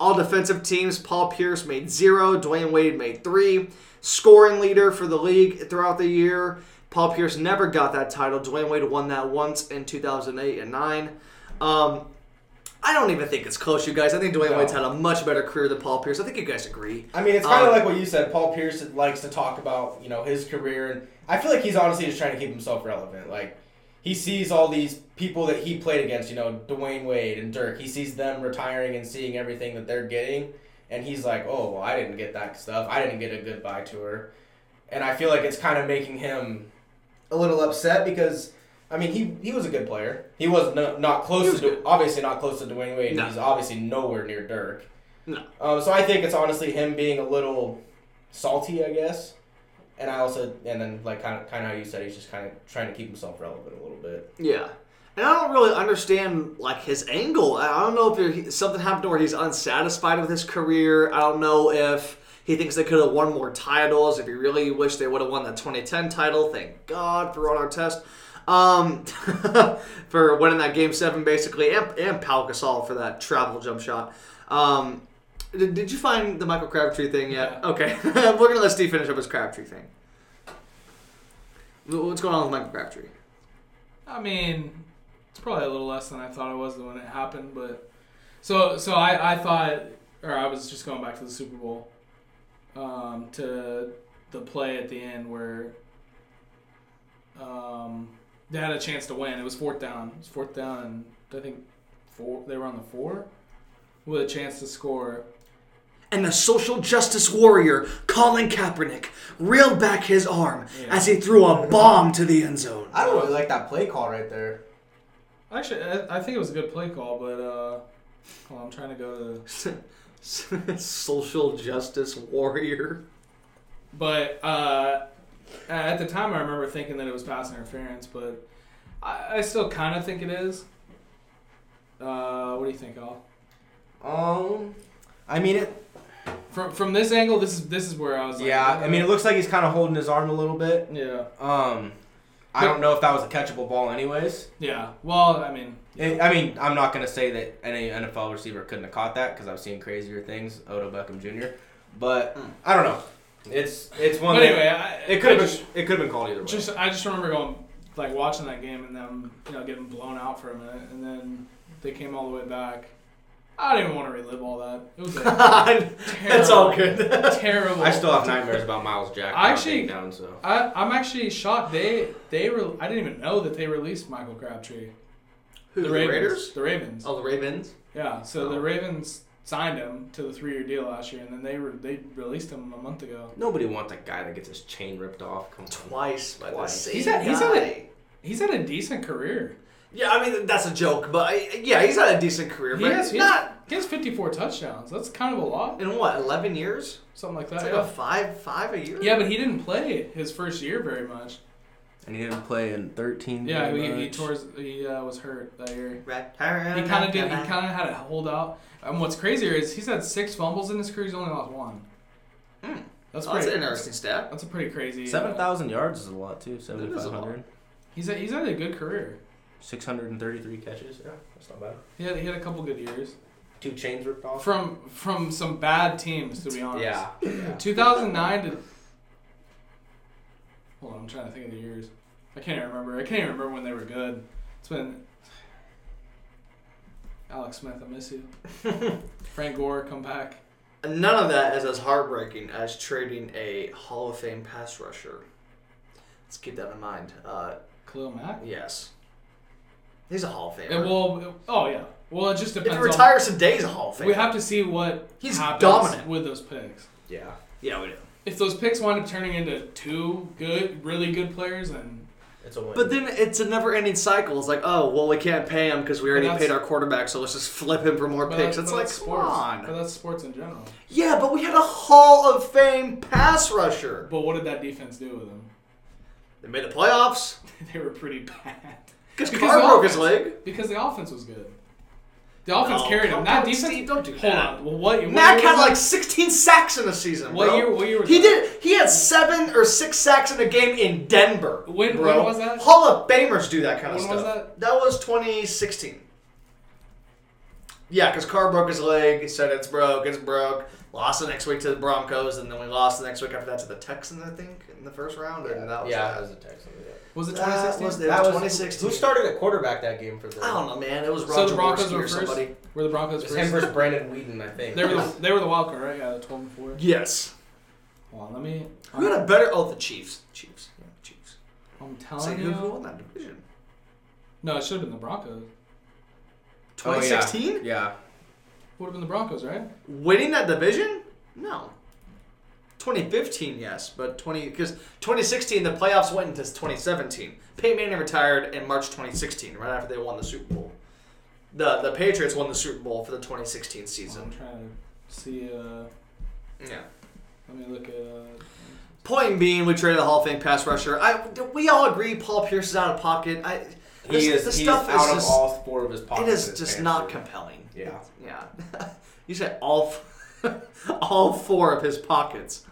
Speaker 1: All defensive teams, Paul Pierce made zero, Dwayne Wade made three. Scoring leader for the league throughout the year, Paul Pierce never got that title. Dwayne Wade won that once in 2008 and 9. Um, I don't even think it's close, you guys. I think Dwayne
Speaker 3: No.
Speaker 1: Wade's had a much better career than Paul Pierce. I think you guys agree.
Speaker 3: I mean, it's kind of
Speaker 1: Um,
Speaker 3: like what you said. Paul Pierce likes to talk about, you know, his career, and I feel like he's honestly just trying to keep himself relevant. Like he sees all these people that he played against, you know, Dwayne Wade and Dirk. He sees them retiring and seeing everything that they're getting, and he's like, "Oh, well, I didn't get that stuff. I didn't get a goodbye tour," and I feel like it's kind of making him a little upset because. I mean, he, he was a good player. He was no, not
Speaker 1: He
Speaker 3: close
Speaker 1: was
Speaker 3: to
Speaker 1: good.
Speaker 3: Du- obviously not close to Dwayne Wade.
Speaker 1: No.
Speaker 3: He's obviously nowhere near Dirk.
Speaker 1: No.
Speaker 3: Um, so I think it's honestly him being a little salty, I guess. And I also, and then like kind of, kind of how you said, he's just kind of trying to keep himself relevant a little bit.
Speaker 1: Yeah. And I don't really understand like his angle. I I don't know if there- something happened where he's unsatisfied with his career. I don't know if he thinks they could have won more titles. If he really wished they would have won the 2010 title, thank God for Ron Artest. Um, <laughs> for winning that game seven, basically, and, and Pau Gasol for that travel jump shot. Um, did, did you find the Michael Crabtree thing yet?
Speaker 2: Yeah.
Speaker 1: Okay, <laughs> we're gonna let Steve finish up his Crabtree thing. Wh- What's going on with Michael Crabtree?
Speaker 2: I mean, it's probably a little less than I thought it was when it happened, but so so I, I thought, or I was just going back to the Super Bowl, um, to the play at the end where um, they had a chance to win. It was fourth down. It was fourth down, and I think four. They were on the four with a chance to score.
Speaker 4: and the social justice warrior Colin Kaepernick reeled back his arm
Speaker 2: Yeah.
Speaker 4: as he threw a bomb to the
Speaker 1: <laughs>
Speaker 4: end zone.
Speaker 5: I don't really like that play call right there.
Speaker 2: Actually, I, I think it was a good play call, but uh, well, I'm trying to go to.
Speaker 1: Social justice warrior.
Speaker 2: But uh, at the time, I remember thinking that it was pass interference, but I, I still kind of think it is. Uh, what do you think, Al?
Speaker 5: Um, I mean it.
Speaker 2: From from this angle, this is this is where I was. Like, uh,
Speaker 5: Yeah, I mean it looks like he's kind of holding his arm a little bit.
Speaker 2: yeah,
Speaker 5: Um, I don't know if that was a catchable ball, anyways.
Speaker 2: yeah. Well, I mean,
Speaker 5: It, I mean, I'm not gonna say that any NFL receiver couldn't have caught that because I've seen crazier things, Odo Beckham Jr. But I don't know. It's it's one.
Speaker 2: but
Speaker 5: that-
Speaker 2: anyway, I,
Speaker 3: It could have
Speaker 2: I
Speaker 3: been.
Speaker 2: just,
Speaker 3: It could have been called either way. <laughs>
Speaker 2: just I just remember going like watching that game and them you know getting blown out for a minute, and then they came all the way back. I didn't want to relive all that. It was
Speaker 5: <laughs>
Speaker 2: like,
Speaker 1: That's all good.
Speaker 2: terrible.
Speaker 3: <laughs> I still have nightmares about Miles Jack.
Speaker 2: I actually-
Speaker 3: down. So
Speaker 2: I, I'm actually shocked they they re- I didn't even know that they released Michael Crabtree.
Speaker 1: Who, the
Speaker 2: Ravens.
Speaker 1: Raiders?
Speaker 2: The Ravens.
Speaker 1: Oh, the Ravens.
Speaker 2: Yeah. So the Ravens signed him to the three-year deal last year, and then they re- they released him a month ago.
Speaker 3: nobody wants a guy that gets his chain ripped off. Come on.
Speaker 1: Twice by the
Speaker 3: Twice.
Speaker 1: same
Speaker 2: He's had- he's
Speaker 1: guy.
Speaker 2: had a- He's had a decent career.
Speaker 1: Yeah, I mean that's a joke, but I, yeah, he's had a decent career,
Speaker 2: He
Speaker 1: but
Speaker 2: has, he, has,
Speaker 1: not
Speaker 2: he has 54 touchdowns. That's kind of a lot,
Speaker 1: in what eleven years.
Speaker 2: something like that.
Speaker 1: It's like
Speaker 2: yeah.
Speaker 1: a five, five a year.
Speaker 2: yeah, but he didn't play his first year very much.
Speaker 5: and he didn't play in 13.
Speaker 2: Yeah,
Speaker 5: very
Speaker 2: he, he
Speaker 5: much.
Speaker 2: tore his, he uh, was hurt that year.
Speaker 1: Right.
Speaker 2: He kind of did. He kind of had a holdout. And what's crazier is he's had six fumbles in his career. He's only lost one.
Speaker 1: Hmm.
Speaker 2: That's
Speaker 1: Oh, that's
Speaker 2: pretty.
Speaker 1: an interesting stat.
Speaker 2: That's a pretty crazy.
Speaker 5: Seven thousand yards is a lot too. Seven
Speaker 1: is a
Speaker 5: thousand
Speaker 1: lot.
Speaker 5: five hundred.
Speaker 2: He's had, he's had a good career.
Speaker 5: 633 catches. Yeah, that's not bad.
Speaker 2: He had, he had a couple good years
Speaker 3: Two chains ripped off.
Speaker 2: from from some bad teams, to be honest.
Speaker 3: Yeah.
Speaker 2: 2009 to. Hold on, I'm trying to think of the years. I can't even remember. I can't even remember when they were good. It's been. Alex Smith, I
Speaker 1: <laughs>
Speaker 2: miss you. Frank Gore, come back.
Speaker 1: None of that is as heartbreaking as trading a Hall of Fame pass rusher. Let's keep that in mind. Uh,
Speaker 2: Khalil Mack.
Speaker 1: yes, he's a Hall of Famer.
Speaker 2: It will. it- oh yeah. Well, it just
Speaker 1: if
Speaker 2: depends.
Speaker 1: he
Speaker 2: on-
Speaker 1: retires today, he's a Hall of Famer.
Speaker 2: we have to see what
Speaker 1: He's
Speaker 2: happens
Speaker 1: dominant.
Speaker 2: with those picks.
Speaker 3: Yeah.
Speaker 1: Yeah, we do.
Speaker 2: If those picks wind up turning into two good, really good players, then
Speaker 3: It's a win.
Speaker 1: But then it's a never-ending cycle. It's like, oh, well, we can't pay him because we already
Speaker 2: that's-
Speaker 1: paid our quarterback, so let's just flip him for more
Speaker 2: but
Speaker 1: picks.
Speaker 2: that-
Speaker 1: It's
Speaker 2: but
Speaker 1: like,
Speaker 2: that's
Speaker 1: come
Speaker 2: sports.
Speaker 1: on.
Speaker 2: But that's sports in general.
Speaker 1: Yeah, but we had a Hall of Fame pass rusher.
Speaker 2: But what did that defense do with them? <laughs>
Speaker 1: They made the playoffs
Speaker 2: they were pretty bad. <laughs>
Speaker 1: because
Speaker 2: Because
Speaker 1: Carr
Speaker 2: the
Speaker 1: broke his
Speaker 2: offense-
Speaker 1: leg.
Speaker 2: Because the offense was good. The offense
Speaker 1: No,
Speaker 2: carried him.
Speaker 1: don't-
Speaker 2: That
Speaker 1: don't,
Speaker 2: defense.
Speaker 1: Steve, don't do
Speaker 2: hold
Speaker 1: that.
Speaker 2: on. Well, what? what
Speaker 1: Mac
Speaker 2: year
Speaker 1: had
Speaker 2: was
Speaker 1: like
Speaker 2: it?
Speaker 1: 16 sacks in a season.
Speaker 2: What
Speaker 1: bro.
Speaker 2: year- what year was
Speaker 1: he
Speaker 2: that?
Speaker 1: did? He had seven or six sacks in a game in Denver.
Speaker 2: When-
Speaker 1: bro.
Speaker 2: when was that?
Speaker 1: Hall of Famers do that kind of
Speaker 2: When
Speaker 1: stuff.
Speaker 2: was that?
Speaker 1: was 2016. Yeah, because Carr broke his leg. He said it's broke. It's broke. Lost the next week to the Broncos, and then we lost the next week after that to the Texans, I think, in the first round. And that was
Speaker 3: yeah, it
Speaker 1: that.
Speaker 3: was a Texan. Yeah.
Speaker 2: Was it
Speaker 1: That
Speaker 2: 2016?
Speaker 1: was the- It 2016.
Speaker 3: Who started at quarterback that game for the?
Speaker 1: I don't know, man. It was
Speaker 2: so the
Speaker 1: Roger
Speaker 2: Broncos
Speaker 1: Borski
Speaker 2: were
Speaker 1: or
Speaker 2: first.
Speaker 1: somebody.
Speaker 2: Were the Broncos
Speaker 3: It was him
Speaker 2: first?
Speaker 3: versus Brandon Whedon, I think. Oh,
Speaker 2: They were the they were the wild card, right? Yeah, the 12 and 4.
Speaker 1: Yes.
Speaker 2: Hold on, let me.
Speaker 1: Who had a better? Oh, the Chiefs. Chiefs. Yeah, Chiefs.
Speaker 2: I'm
Speaker 1: Say
Speaker 2: telling
Speaker 1: who who
Speaker 2: you.
Speaker 1: won that division?
Speaker 2: No, it should have been the Broncos.
Speaker 5: Oh, yeah.
Speaker 1: 2016.
Speaker 5: Yeah.
Speaker 2: Would have been the Broncos, right?
Speaker 1: Winning that division? No. 2015, yes, but 20 because 2016 the playoffs went into 2017. Peyton Manning retired in March 2016, right after they won the Super Bowl. The the Patriots won the Super Bowl for the 2016
Speaker 2: I'm
Speaker 1: season.
Speaker 2: trying to see. Uh,
Speaker 1: Yeah.
Speaker 2: let me look at. Uh,
Speaker 1: Point being, we traded the Hall of Fame pass rusher. I we all agree Paul Pierce is out of pocket. I this,
Speaker 3: He is.
Speaker 1: this
Speaker 3: he's
Speaker 1: stuff
Speaker 3: out
Speaker 1: is
Speaker 3: of
Speaker 1: just
Speaker 3: all four of his
Speaker 1: it
Speaker 3: pockets.
Speaker 1: is
Speaker 3: in his
Speaker 1: just
Speaker 3: pants,
Speaker 1: not
Speaker 3: dude.
Speaker 1: compelling.
Speaker 3: Yeah.
Speaker 1: Yeah. <laughs> you said all f- <laughs> all four of his pockets.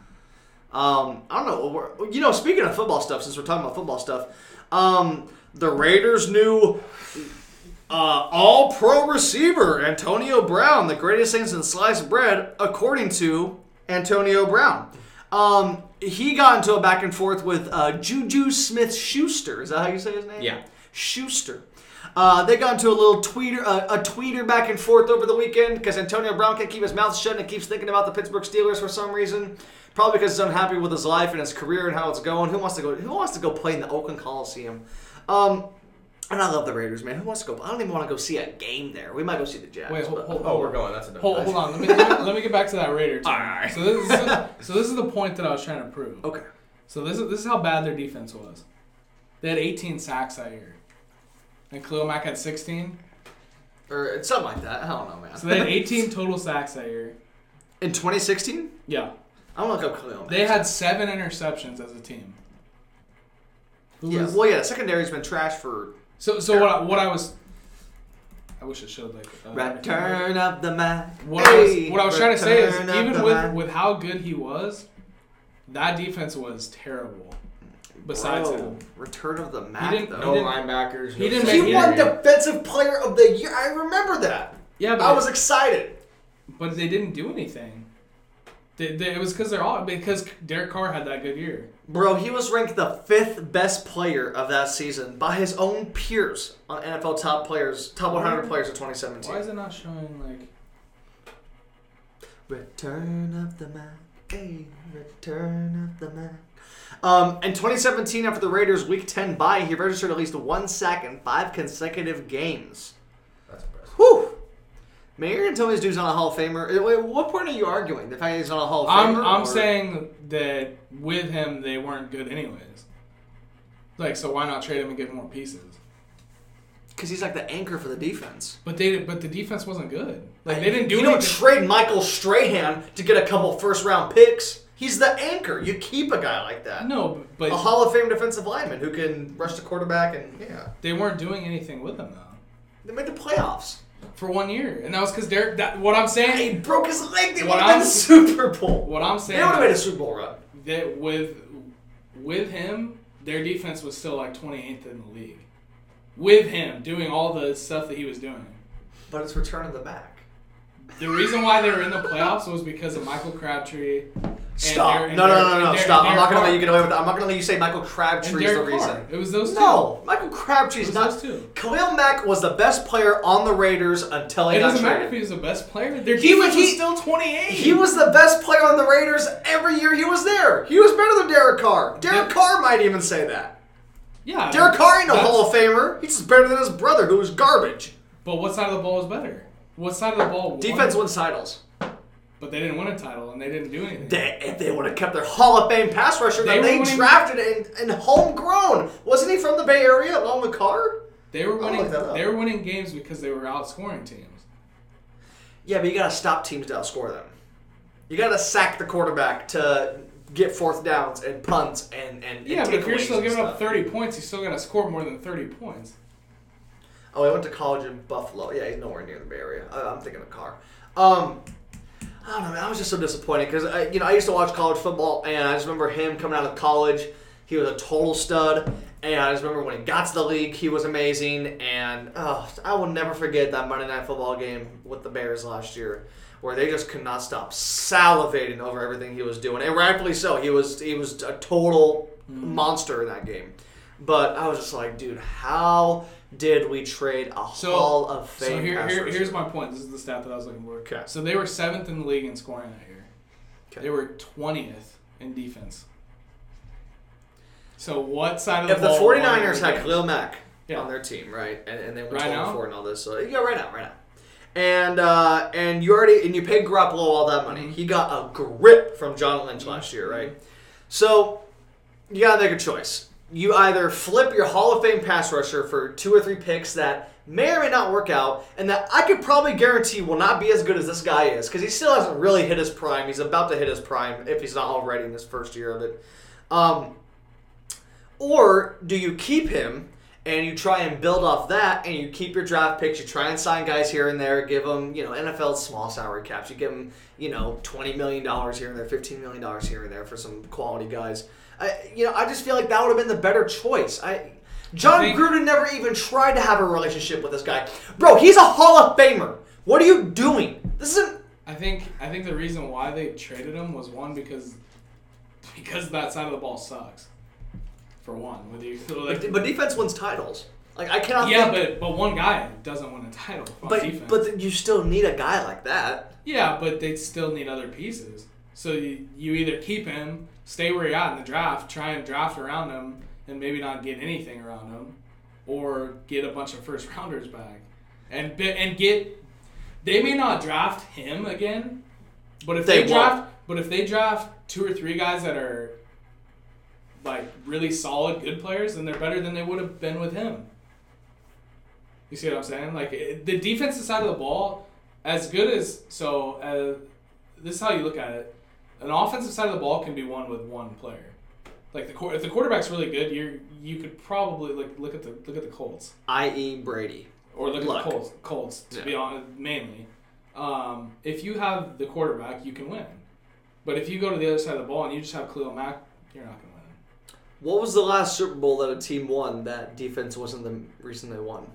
Speaker 1: Um, I don't know. We're- You know, speaking of football stuff, since we're talking about football stuff, um, the Raiders' new uh, all-pro receiver Antonio Brown, the greatest things in sliced bread, according to Antonio Brown. Um, he got into a back and forth with uh, Juju Smith-Schuster. Is that how you say his name?
Speaker 3: Yeah.
Speaker 1: Schuster. Uh, they got into a little tweeter, uh, a tweeter back and forth over the weekend because Antonio Brown can't keep his mouth shut and keeps thinking about the Pittsburgh Steelers for some reason. Probably because he's unhappy with his life and his career and how it's going. Who wants to go? Who wants to go play in the Oakland Coliseum? Um, And I love the Raiders, man. Who wants to go? I don't even want to go see a game there. We might go see the Jags.
Speaker 2: Wait, hold,
Speaker 1: but-
Speaker 2: hold,
Speaker 5: Oh, we're going. That's a
Speaker 2: hold, hold on. Let me, let me let me get back to that Raider team.
Speaker 1: Alright.
Speaker 2: So this is so this is the point that I was trying to prove.
Speaker 1: Okay.
Speaker 2: So this is this is how bad their defense was. They had 18 sacks that year, and Khalil Mack had 16.
Speaker 1: Or it's something like that. I don't know, man.
Speaker 2: So
Speaker 1: <laughs>
Speaker 2: they had 18 total sacks that year.
Speaker 1: In 2016?
Speaker 2: Yeah.
Speaker 1: I want to go Khalil. Mack.
Speaker 2: They had seven interceptions as a team. Who
Speaker 1: Yeah,
Speaker 2: was-
Speaker 1: well, yeah, secondary's been trash for
Speaker 2: so so what? I, what I was. I wish it showed like. uh,
Speaker 1: return of the Mac.
Speaker 2: What I was,
Speaker 1: Hey,
Speaker 2: what I was trying to say is
Speaker 1: return of
Speaker 2: even
Speaker 1: the
Speaker 2: with
Speaker 1: Mac.
Speaker 2: with how good he was, that defense was terrible. Besides
Speaker 1: Bro,
Speaker 2: him,
Speaker 1: return of the Mac,
Speaker 2: didn't-
Speaker 1: though.
Speaker 3: No
Speaker 2: didn't-
Speaker 3: linebackers.
Speaker 2: he
Speaker 3: no
Speaker 2: didn't
Speaker 3: safety.
Speaker 2: make
Speaker 1: He won
Speaker 2: interview.
Speaker 1: Defensive Player of the Year. I remember that.
Speaker 2: yeah, but
Speaker 1: I was excited.
Speaker 2: but they didn't do anything. They, they, it was because they're all because Derek Carr had that good year.
Speaker 1: Bro, he was ranked the fifth best player of that season by his own peers on NFL top players, top 100 players of
Speaker 2: Why
Speaker 1: 2017.
Speaker 2: is it not showing like?
Speaker 1: Return of the Mac. Hey, return of the Mac. Um, in 2017, after the Raiders' Week 10 bye, he registered at least one sack in five consecutive games.
Speaker 5: That's impressive.
Speaker 1: Whew! Man, you're gonna tell me this dude's not a Hall of Famer. At wh- what point are you arguing? The fact that he's not a Hall of
Speaker 2: I'm
Speaker 1: Famer?
Speaker 2: I'm
Speaker 1: or-
Speaker 2: saying that with him they weren't good anyways. Like so, why not trade him and get more pieces?
Speaker 1: because he's like the anchor for the defense.
Speaker 2: But they but the defense wasn't good. Like they didn't do
Speaker 1: you
Speaker 2: anything.
Speaker 1: don't trade Michael Strahan to get a couple first round picks. He's the anchor. You keep a guy like that.
Speaker 2: no, but
Speaker 1: A Hall of Fame defensive lineman who can rush the quarterback and yeah,
Speaker 2: they weren't doing anything with him though
Speaker 1: they made the playoffs.
Speaker 2: for one year, and that was because Derek. That, what I'm
Speaker 1: He
Speaker 2: saying.
Speaker 1: broke his leg. They
Speaker 2: What
Speaker 1: would have been
Speaker 2: I'm-
Speaker 1: the Super Bowl.
Speaker 2: What I'm
Speaker 1: They would have
Speaker 2: saying
Speaker 1: made a
Speaker 2: is
Speaker 1: Super Bowl run.
Speaker 2: that with with him, their defense was still like 28th in the league. With him doing all the stuff that he was doing.
Speaker 1: But it's return of the back.
Speaker 2: The reason why they were in the playoffs was because of Michael Crabtree. and
Speaker 1: Stop.
Speaker 2: Derek- and
Speaker 1: no, no,
Speaker 2: Derek-
Speaker 1: no,
Speaker 2: and
Speaker 1: no, no.
Speaker 2: Derek-
Speaker 1: Stop.
Speaker 2: and
Speaker 1: I'm not
Speaker 2: Derek
Speaker 1: gonna let
Speaker 2: Carr.
Speaker 1: you get away with that. I'm not gonna let you say Michael
Speaker 2: and
Speaker 1: Crabtree is the
Speaker 2: Derek
Speaker 1: reason.
Speaker 2: Carr. It was those two.
Speaker 1: No, Michael Crabtree is
Speaker 2: It was
Speaker 1: not.
Speaker 2: those two.
Speaker 1: Khalil Mack was the best player on the Raiders until he
Speaker 2: It
Speaker 1: got
Speaker 2: doesn't matter if he
Speaker 1: traded.
Speaker 2: was the best player. Their
Speaker 1: He
Speaker 2: defense
Speaker 1: was-
Speaker 2: was
Speaker 1: he-
Speaker 2: still 28.
Speaker 1: He was the best player on the Raiders every year he was there. He was better than Derek Carr. Derek
Speaker 2: Yeah.
Speaker 1: Carr might even say that.
Speaker 2: yeah.
Speaker 1: Derek Carr ain't a
Speaker 2: that's-
Speaker 1: Hall of Famer. He's just better than his brother, who was garbage.
Speaker 2: But what side of the ball was better? What side of the ball? won?
Speaker 1: Defense wins titles.
Speaker 2: But they didn't win a title and they didn't do anything.
Speaker 1: They, if they would have kept their Hall of Fame pass rusher
Speaker 2: They
Speaker 1: that they
Speaker 2: were winning-
Speaker 1: drafted and, and homegrown, wasn't he from the Bay Area along with Carr?
Speaker 2: They were
Speaker 1: I'll
Speaker 2: winning.
Speaker 1: look that up.
Speaker 2: They were winning games because they were outscoring teams.
Speaker 1: Yeah, but you gotta stop teams to outscore them. You gotta sack the quarterback to get fourth downs and punts and and and
Speaker 2: Yeah, but if you're
Speaker 1: takeaways
Speaker 2: still
Speaker 1: and
Speaker 2: giving up
Speaker 1: stuff.
Speaker 2: 30 points, you still got to score more than 30 points.
Speaker 1: Oh, I went to college in Buffalo. Yeah, he's nowhere near the Bay Area. I, I'm thinking of Carr. Um, I don't know, man. I was just so disappointed because I, you know, I used to watch college football, and I just remember him coming out of college. He was a total stud, and I just remember when he got to the league, he was amazing. And oh, I will never forget that Monday Night Football game with the Bears last year, where they just could not stop salivating over everything he was doing, and rightfully so. He was he was a total monster in that game. But I was just like, dude, how did we trade a
Speaker 2: So-
Speaker 1: Hall of Fame?
Speaker 2: So here,
Speaker 1: pass
Speaker 2: here,
Speaker 1: rusher?
Speaker 2: here's my point. This is the stat that I was looking for.
Speaker 1: Okay.
Speaker 2: So they were seventh in the league in scoring that year.
Speaker 1: Okay.
Speaker 2: They were 20th in defense. So what side of the
Speaker 1: If the
Speaker 2: ball? won
Speaker 1: 49ers
Speaker 2: their
Speaker 1: had
Speaker 2: game?
Speaker 1: Khalil Mack
Speaker 2: Yeah.
Speaker 1: on their team, right, and, and they went
Speaker 2: Right
Speaker 1: 12
Speaker 2: now?
Speaker 1: and 4 and all this, so yeah, right now, right now. And uh, and you already and you paid Garoppolo all that money. He got a grip from John Lynch last year, right? So you gotta make a choice. You either flip your Hall of Fame pass rusher for two or three picks that may or may not work out, and that I could probably guarantee will not be as good as this guy is, because he still hasn't really hit his prime. He's about to hit his prime if he's not already in his first year of it. Um, or do you keep him and you try and build off that and you keep your draft picks? You try and sign guys here and there, give them, you know, NFL 's small salary caps. You give them, you know, $20 million here and there, $15 million here and there for some quality guys. I, you know, I just feel like that would have been the better choice. I. John
Speaker 2: think-
Speaker 1: Gruden never even tried to have a relationship with this guy. Bro, he's a Hall of Famer. What are you doing? This isn't.
Speaker 2: I think I think the reason why they traded him was one because <laughs> because that side of the ball sucks. For one, with you, <laughs> so like,
Speaker 1: But defense wins titles. Like, I cannot
Speaker 2: yeah,
Speaker 1: think.
Speaker 2: but but one guy doesn't win a title. on defense.
Speaker 1: But, but you still need a guy like that.
Speaker 2: Yeah, but they still need other pieces. So you, you either keep him, stay where you're at in the draft, try and draft around him, and maybe not get anything around him, or get a bunch of first rounders back, and bi- and get. They may not draft him again, but if
Speaker 1: They
Speaker 2: they, draft, but if they draft two or three guys that are like really solid, good players, then they're better than they would have been with him. You see what I'm saying? Like it, the defensive side of the ball, as good as so. Uh, this is how you look at it. An offensive side of the ball can be won with one player. Like the quar- if the quarterback's really good, you you could probably look look at the look at the Colts
Speaker 1: I.e. Brady.
Speaker 2: or look at
Speaker 1: Luck.
Speaker 2: the Colts Colts to be on mainly. Um, if you have the quarterback, you can win. But if you go to the other side of the ball and you just have Khalil Mack, you're not gonna win.
Speaker 1: What was the last Super Bowl that a team won that defense wasn't the reason they won?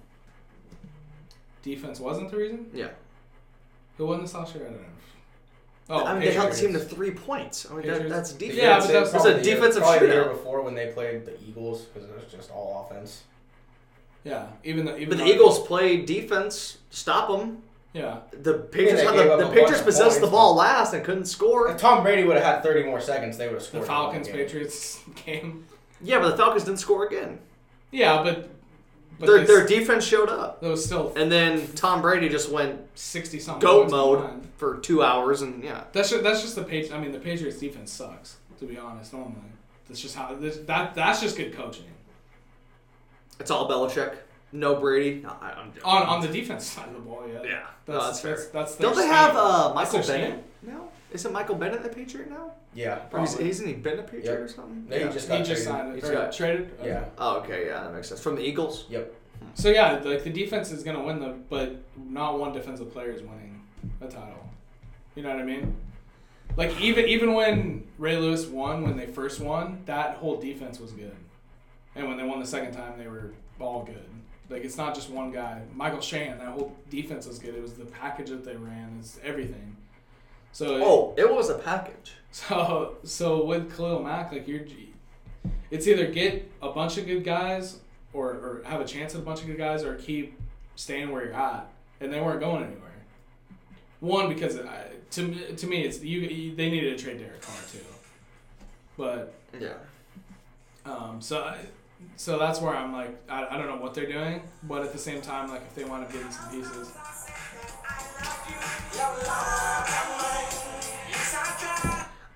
Speaker 2: Defense wasn't the reason.
Speaker 1: Yeah.
Speaker 2: Who won this last year? I don't know. Oh,
Speaker 1: I mean, they held the team to
Speaker 2: Patriots.
Speaker 1: three points. I mean, that,
Speaker 2: Patriots.
Speaker 1: that's defense.
Speaker 2: Yeah, but that's-
Speaker 1: it's a defensive
Speaker 5: probably the year
Speaker 1: shootout.
Speaker 5: before when they played the Eagles because it was just all offense.
Speaker 2: Yeah, even the even
Speaker 1: But the
Speaker 2: though-
Speaker 1: Eagles played defense, stop them.
Speaker 2: Yeah,
Speaker 1: The Patriots,
Speaker 5: they
Speaker 1: had
Speaker 5: gave
Speaker 1: the,
Speaker 5: up
Speaker 1: the
Speaker 5: a bunch
Speaker 1: Patriots
Speaker 5: of
Speaker 1: possessed the
Speaker 5: points,
Speaker 1: ball last and couldn't
Speaker 5: If
Speaker 1: score.
Speaker 5: Tom Brady would have had 30 more seconds, they would have
Speaker 2: the
Speaker 5: scored. in
Speaker 2: Falcons
Speaker 5: that game.
Speaker 2: Patriots <laughs> game.
Speaker 1: Yeah, but the Falcons didn't score again.
Speaker 2: Yeah, but but
Speaker 1: Their,
Speaker 2: they-
Speaker 1: their defense showed up.
Speaker 2: there was still
Speaker 1: And then Tom Brady just went
Speaker 2: sixty
Speaker 5: Oh,
Speaker 2: something.
Speaker 1: goat mode for two hours, and yeah.
Speaker 2: That's just, that's just the Patri I mean, the Patriots defense sucks. To be honest, normally that's just how this, that that's just good coaching
Speaker 1: It's all Belichick. No Brady. No, I, I'm
Speaker 2: on on the defense side of the ball.
Speaker 1: Yeah.
Speaker 2: Yeah, That's
Speaker 1: No, that's
Speaker 2: that's,
Speaker 1: fair.
Speaker 2: that's, their
Speaker 1: Don't they have
Speaker 2: standard.
Speaker 1: uh, Michael
Speaker 2: That's their
Speaker 1: Bennett now? Isn't Michael Bennett a Patriot now?
Speaker 5: Yeah.
Speaker 1: Or he's,
Speaker 2: Probably.
Speaker 1: isn't he been a Patriot
Speaker 5: Yep.
Speaker 1: or something?
Speaker 5: No, he just got
Speaker 2: He just
Speaker 5: traded.
Speaker 2: signed it.
Speaker 1: He's
Speaker 2: or
Speaker 1: got-
Speaker 2: traded. Okay.
Speaker 5: Yeah.
Speaker 1: Oh, okay, yeah, that makes sense. From the Eagles?
Speaker 5: Yep.
Speaker 2: So yeah, like the defense is gonna win the, but not one defensive player is winning a title. You know what I mean? Like even even when Ray Lewis won, when they first won, that whole defense was good, and when they won the second time, they were all good. Like it's not just one guy. Michael Shanahan, that whole defense was good. It was the package that they ran. It's everything. So
Speaker 1: Oh, it was a package.
Speaker 2: so so with Khalil Mack, like you're, it's either get a bunch of good guys or, or have a chance at a bunch of good guys or keep staying where you're at, and they weren't going anywhere. One because I, to me- to me it's you, you they needed to trade Derek Carr too, but
Speaker 1: Yeah.
Speaker 2: um so. I, so that's where I'm like, I, I don't know what they're doing, but at the same time, like if they wind up getting some pieces,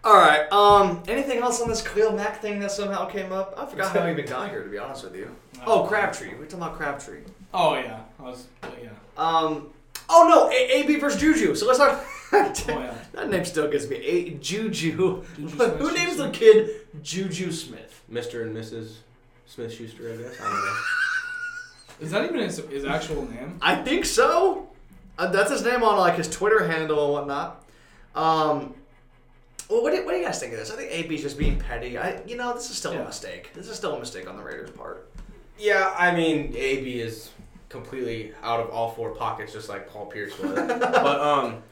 Speaker 1: All right. Um. Anything else on this Khalil Mack thing that somehow came up? I forgot how we even got here. To be honest with you. Oh, Crabtree. We're talking about Crabtree.
Speaker 2: oh yeah, I was yeah,
Speaker 1: Um. Oh no, A- AB versus Juju. So let's not. <laughs>
Speaker 2: Oh, yeah.
Speaker 1: That name still gives me a Juju.
Speaker 2: Juju Smith
Speaker 1: <laughs> Who names
Speaker 2: Schuster.
Speaker 1: the kid Juju Smith?
Speaker 5: Mr. and Mrs. Smith Schuster, I guess. I don't know.
Speaker 2: is that even his, his actual name?
Speaker 1: I think so. Uh, that's his name on like his Twitter handle and whatnot. Um. Well, what do, what do you guys think of this? I think AB's just being petty. I, you know, this is still
Speaker 2: Yeah.
Speaker 1: a mistake. This is still a mistake on the Raiders' part.
Speaker 5: Yeah, I mean, AB is completely out of all four pockets, just like Paul Pierce was. but um,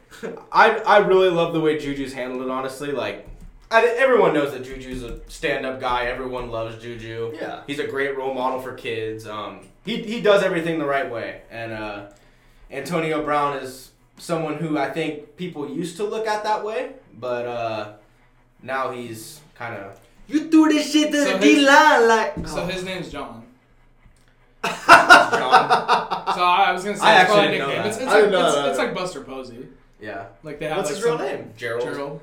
Speaker 5: I I really love the way Juju's handled it. Honestly, like. I, everyone knows that Juju's a stand-up guy. Everyone loves Juju.
Speaker 1: Yeah.
Speaker 5: he's a great role model for kids. Um, he he does everything the right way, and uh, Antonio Brown is someone who I think people used to look at that way, but uh, now he's kind of
Speaker 1: You do this shit to the
Speaker 2: So his-
Speaker 1: D line like. oh.
Speaker 2: So his name's John.
Speaker 1: <laughs>
Speaker 5: John.
Speaker 2: <laughs> So I was gonna say
Speaker 5: I
Speaker 2: it's
Speaker 5: actually
Speaker 2: probably a
Speaker 5: didn't know
Speaker 2: nickname.
Speaker 5: that.
Speaker 2: It's, it's,
Speaker 1: I
Speaker 2: like,
Speaker 1: didn't know
Speaker 2: it's,
Speaker 1: that
Speaker 2: it's
Speaker 1: either.
Speaker 2: like Buster Posey.
Speaker 5: yeah,
Speaker 2: Like they have
Speaker 1: What's
Speaker 2: like
Speaker 1: his real
Speaker 2: some-
Speaker 1: name?
Speaker 5: Gerald.
Speaker 1: <laughs>
Speaker 2: Gerald.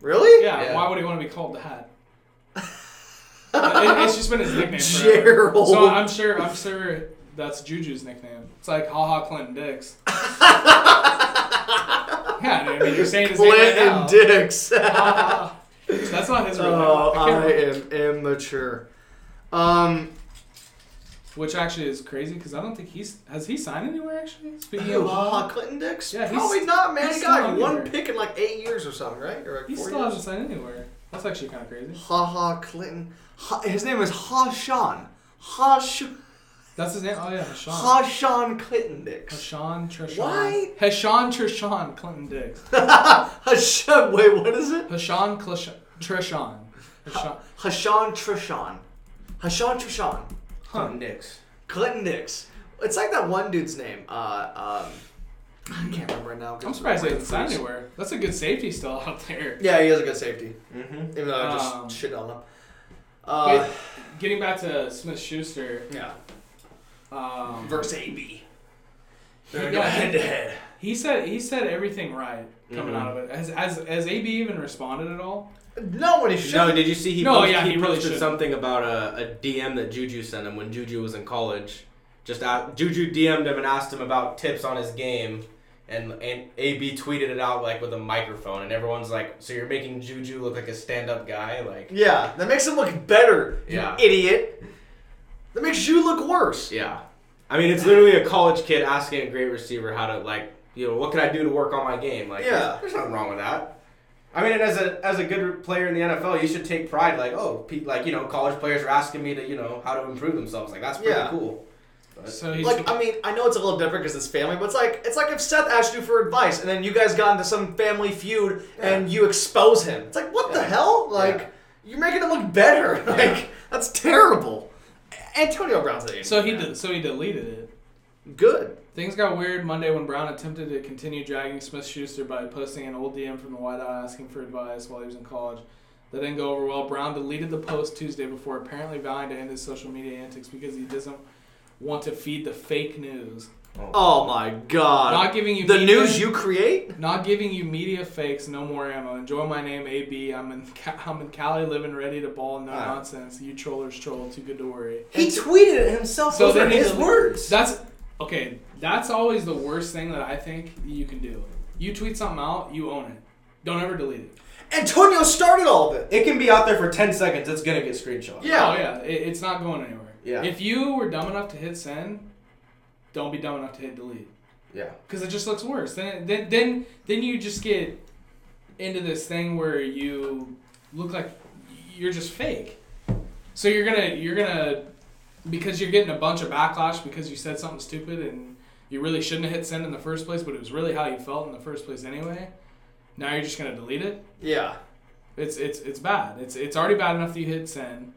Speaker 1: Really?
Speaker 2: Yeah,
Speaker 5: Yeah.
Speaker 2: Why would he want to be called that?
Speaker 1: <laughs>
Speaker 2: it, it's just been his nickname. Forever.
Speaker 1: Gerald.
Speaker 2: So I'm sure. I'm sure that's Juju's nickname. It's like haha
Speaker 1: <laughs>
Speaker 2: Clinton Dix. yeah, I mean you're saying his
Speaker 1: Clint
Speaker 2: name right now.
Speaker 1: and
Speaker 2: <laughs>
Speaker 1: Dix.
Speaker 2: Ha, ha. that's not his real name.
Speaker 1: <laughs> oh,
Speaker 2: I can't
Speaker 1: I
Speaker 2: remember.
Speaker 1: am immature. Um,
Speaker 2: Which actually is crazy because I don't think he's has he signed anywhere actually. Speaking of
Speaker 1: haha,
Speaker 2: haha,
Speaker 1: Clinton Dix?
Speaker 2: Yeah, he's-
Speaker 1: Probably not, man.
Speaker 2: he's
Speaker 1: He
Speaker 2: still
Speaker 1: got
Speaker 2: on
Speaker 1: one
Speaker 2: there.
Speaker 1: pick in like eight years or something, right? Or like
Speaker 2: he
Speaker 1: four
Speaker 2: still
Speaker 1: years.
Speaker 2: hasn't signed anywhere. That's actually kind of crazy.
Speaker 1: Haha, Clinton. Ha, his name is Ha Sean. Ha, Sh-
Speaker 2: That's his name. Oh yeah, Sean.
Speaker 1: ha Sean Clinton Dix.
Speaker 2: Hashan Trishan.
Speaker 1: Why?
Speaker 2: Hashan Trishan Clinton Dix.
Speaker 1: Ha Sean. Wait, what is it?
Speaker 2: Hashan Clish- Trishan. Hashan.
Speaker 1: Hashan Trishan. Hashan Trishan.
Speaker 5: Clinton Dix.
Speaker 1: Clinton Dix. It's like that one dude's name. Uh, um, I can't remember right now.
Speaker 2: I'm surprised they didn't sign anywhere. That's a good safety still out there.
Speaker 1: Yeah, he has a good safety.
Speaker 5: Mm-hmm.
Speaker 1: Even though I just
Speaker 2: Um,
Speaker 1: shit on him. Uh,
Speaker 2: Getting back to Smith Schuster,
Speaker 1: yeah.
Speaker 2: um,
Speaker 1: Verse AB.
Speaker 2: They're
Speaker 1: They're
Speaker 2: gonna
Speaker 1: going
Speaker 2: go
Speaker 1: head to
Speaker 2: head
Speaker 1: head.
Speaker 2: he said he said everything right
Speaker 1: Mm-hmm.
Speaker 2: coming out of it. Has, has has AB even responded at all?
Speaker 1: No one is
Speaker 5: No,
Speaker 1: shooting.
Speaker 5: did you see he,
Speaker 2: No,
Speaker 5: posted,
Speaker 2: yeah,
Speaker 5: he,
Speaker 2: he really
Speaker 5: posted
Speaker 2: should.
Speaker 5: something about a, a DM that Juju sent him when Juju was in college. Just out, Juju DM'd him and asked him about tips on his game, and and AB tweeted it out like with a microphone, and everyone's like, "So you're making Juju look like a stand-up guy?" Like,
Speaker 1: Yeah, that makes him look better,
Speaker 5: Yeah.
Speaker 1: you idiot. That makes you look worse.
Speaker 5: yeah, I mean, it's literally a college kid asking a great receiver how to like, you know, what can I do to work on my game? Like,
Speaker 1: Yeah.
Speaker 5: there's, there's nothing wrong with that. I mean, and as a as a good player in the NFL, you should take pride. Like, oh, pe- like you know, college players are asking me to you know how to improve themselves. Like, that's pretty
Speaker 1: Yeah.
Speaker 5: cool.
Speaker 2: So he's
Speaker 1: Uh, Like, I mean, I know it's a little different because it's family, but it's like it's like if Seth asked you for advice and then you guys got into some family feud and you expose him. It's like, what the
Speaker 5: Yeah.
Speaker 1: hell? Like,
Speaker 5: Yeah.
Speaker 1: you're making him look better. <laughs> Like, that's terrible. Antonio Brown's an idiot.
Speaker 2: so he de- so he deleted it.
Speaker 1: good.
Speaker 2: Things got weird Monday when Brown attempted to continue dragging Smith Schuster by posting an old DM from the wideout asking for advice while he was in college. That didn't go over well. Brown deleted the post Tuesday before apparently vowing to end his social media antics because he doesn't want to feed the fake news.
Speaker 1: Oh my god.
Speaker 2: Not giving you
Speaker 1: the
Speaker 2: media-
Speaker 1: news you create?
Speaker 2: Not giving you media fakes, no more ammo. Enjoy my name, AB. I'm in, Ca- I'm in Cali living ready to ball, no nonsense. You trollers troll, too good to worry.
Speaker 3: He tweeted it himself.
Speaker 2: So
Speaker 3: Those are
Speaker 2: then he
Speaker 3: his
Speaker 2: deleted-
Speaker 3: words.
Speaker 2: That's okay. That's always the worst thing that I think you can do. You tweet something out, you own it. Don't ever delete it.
Speaker 1: Antonio started all of it.
Speaker 5: It can be out there for 10 seconds. It's going to get screenshot.
Speaker 1: Yeah.
Speaker 2: Oh yeah, it, it's not going anywhere.
Speaker 5: Yeah.
Speaker 2: If you were dumb enough to hit send, don't be dumb enough to hit delete
Speaker 5: Yeah.
Speaker 2: because it just looks worse. Then then then then you just get into this thing where you look like you're just fake. So you're gonna you're gonna because you're getting a bunch of backlash because you said something stupid and you really shouldn't have hit send in the first place, but it was really how you felt in the first place anyway. Now you're just gonna delete it.
Speaker 1: Yeah.
Speaker 2: It's it's it's bad. It's it's already bad enough that you hit send.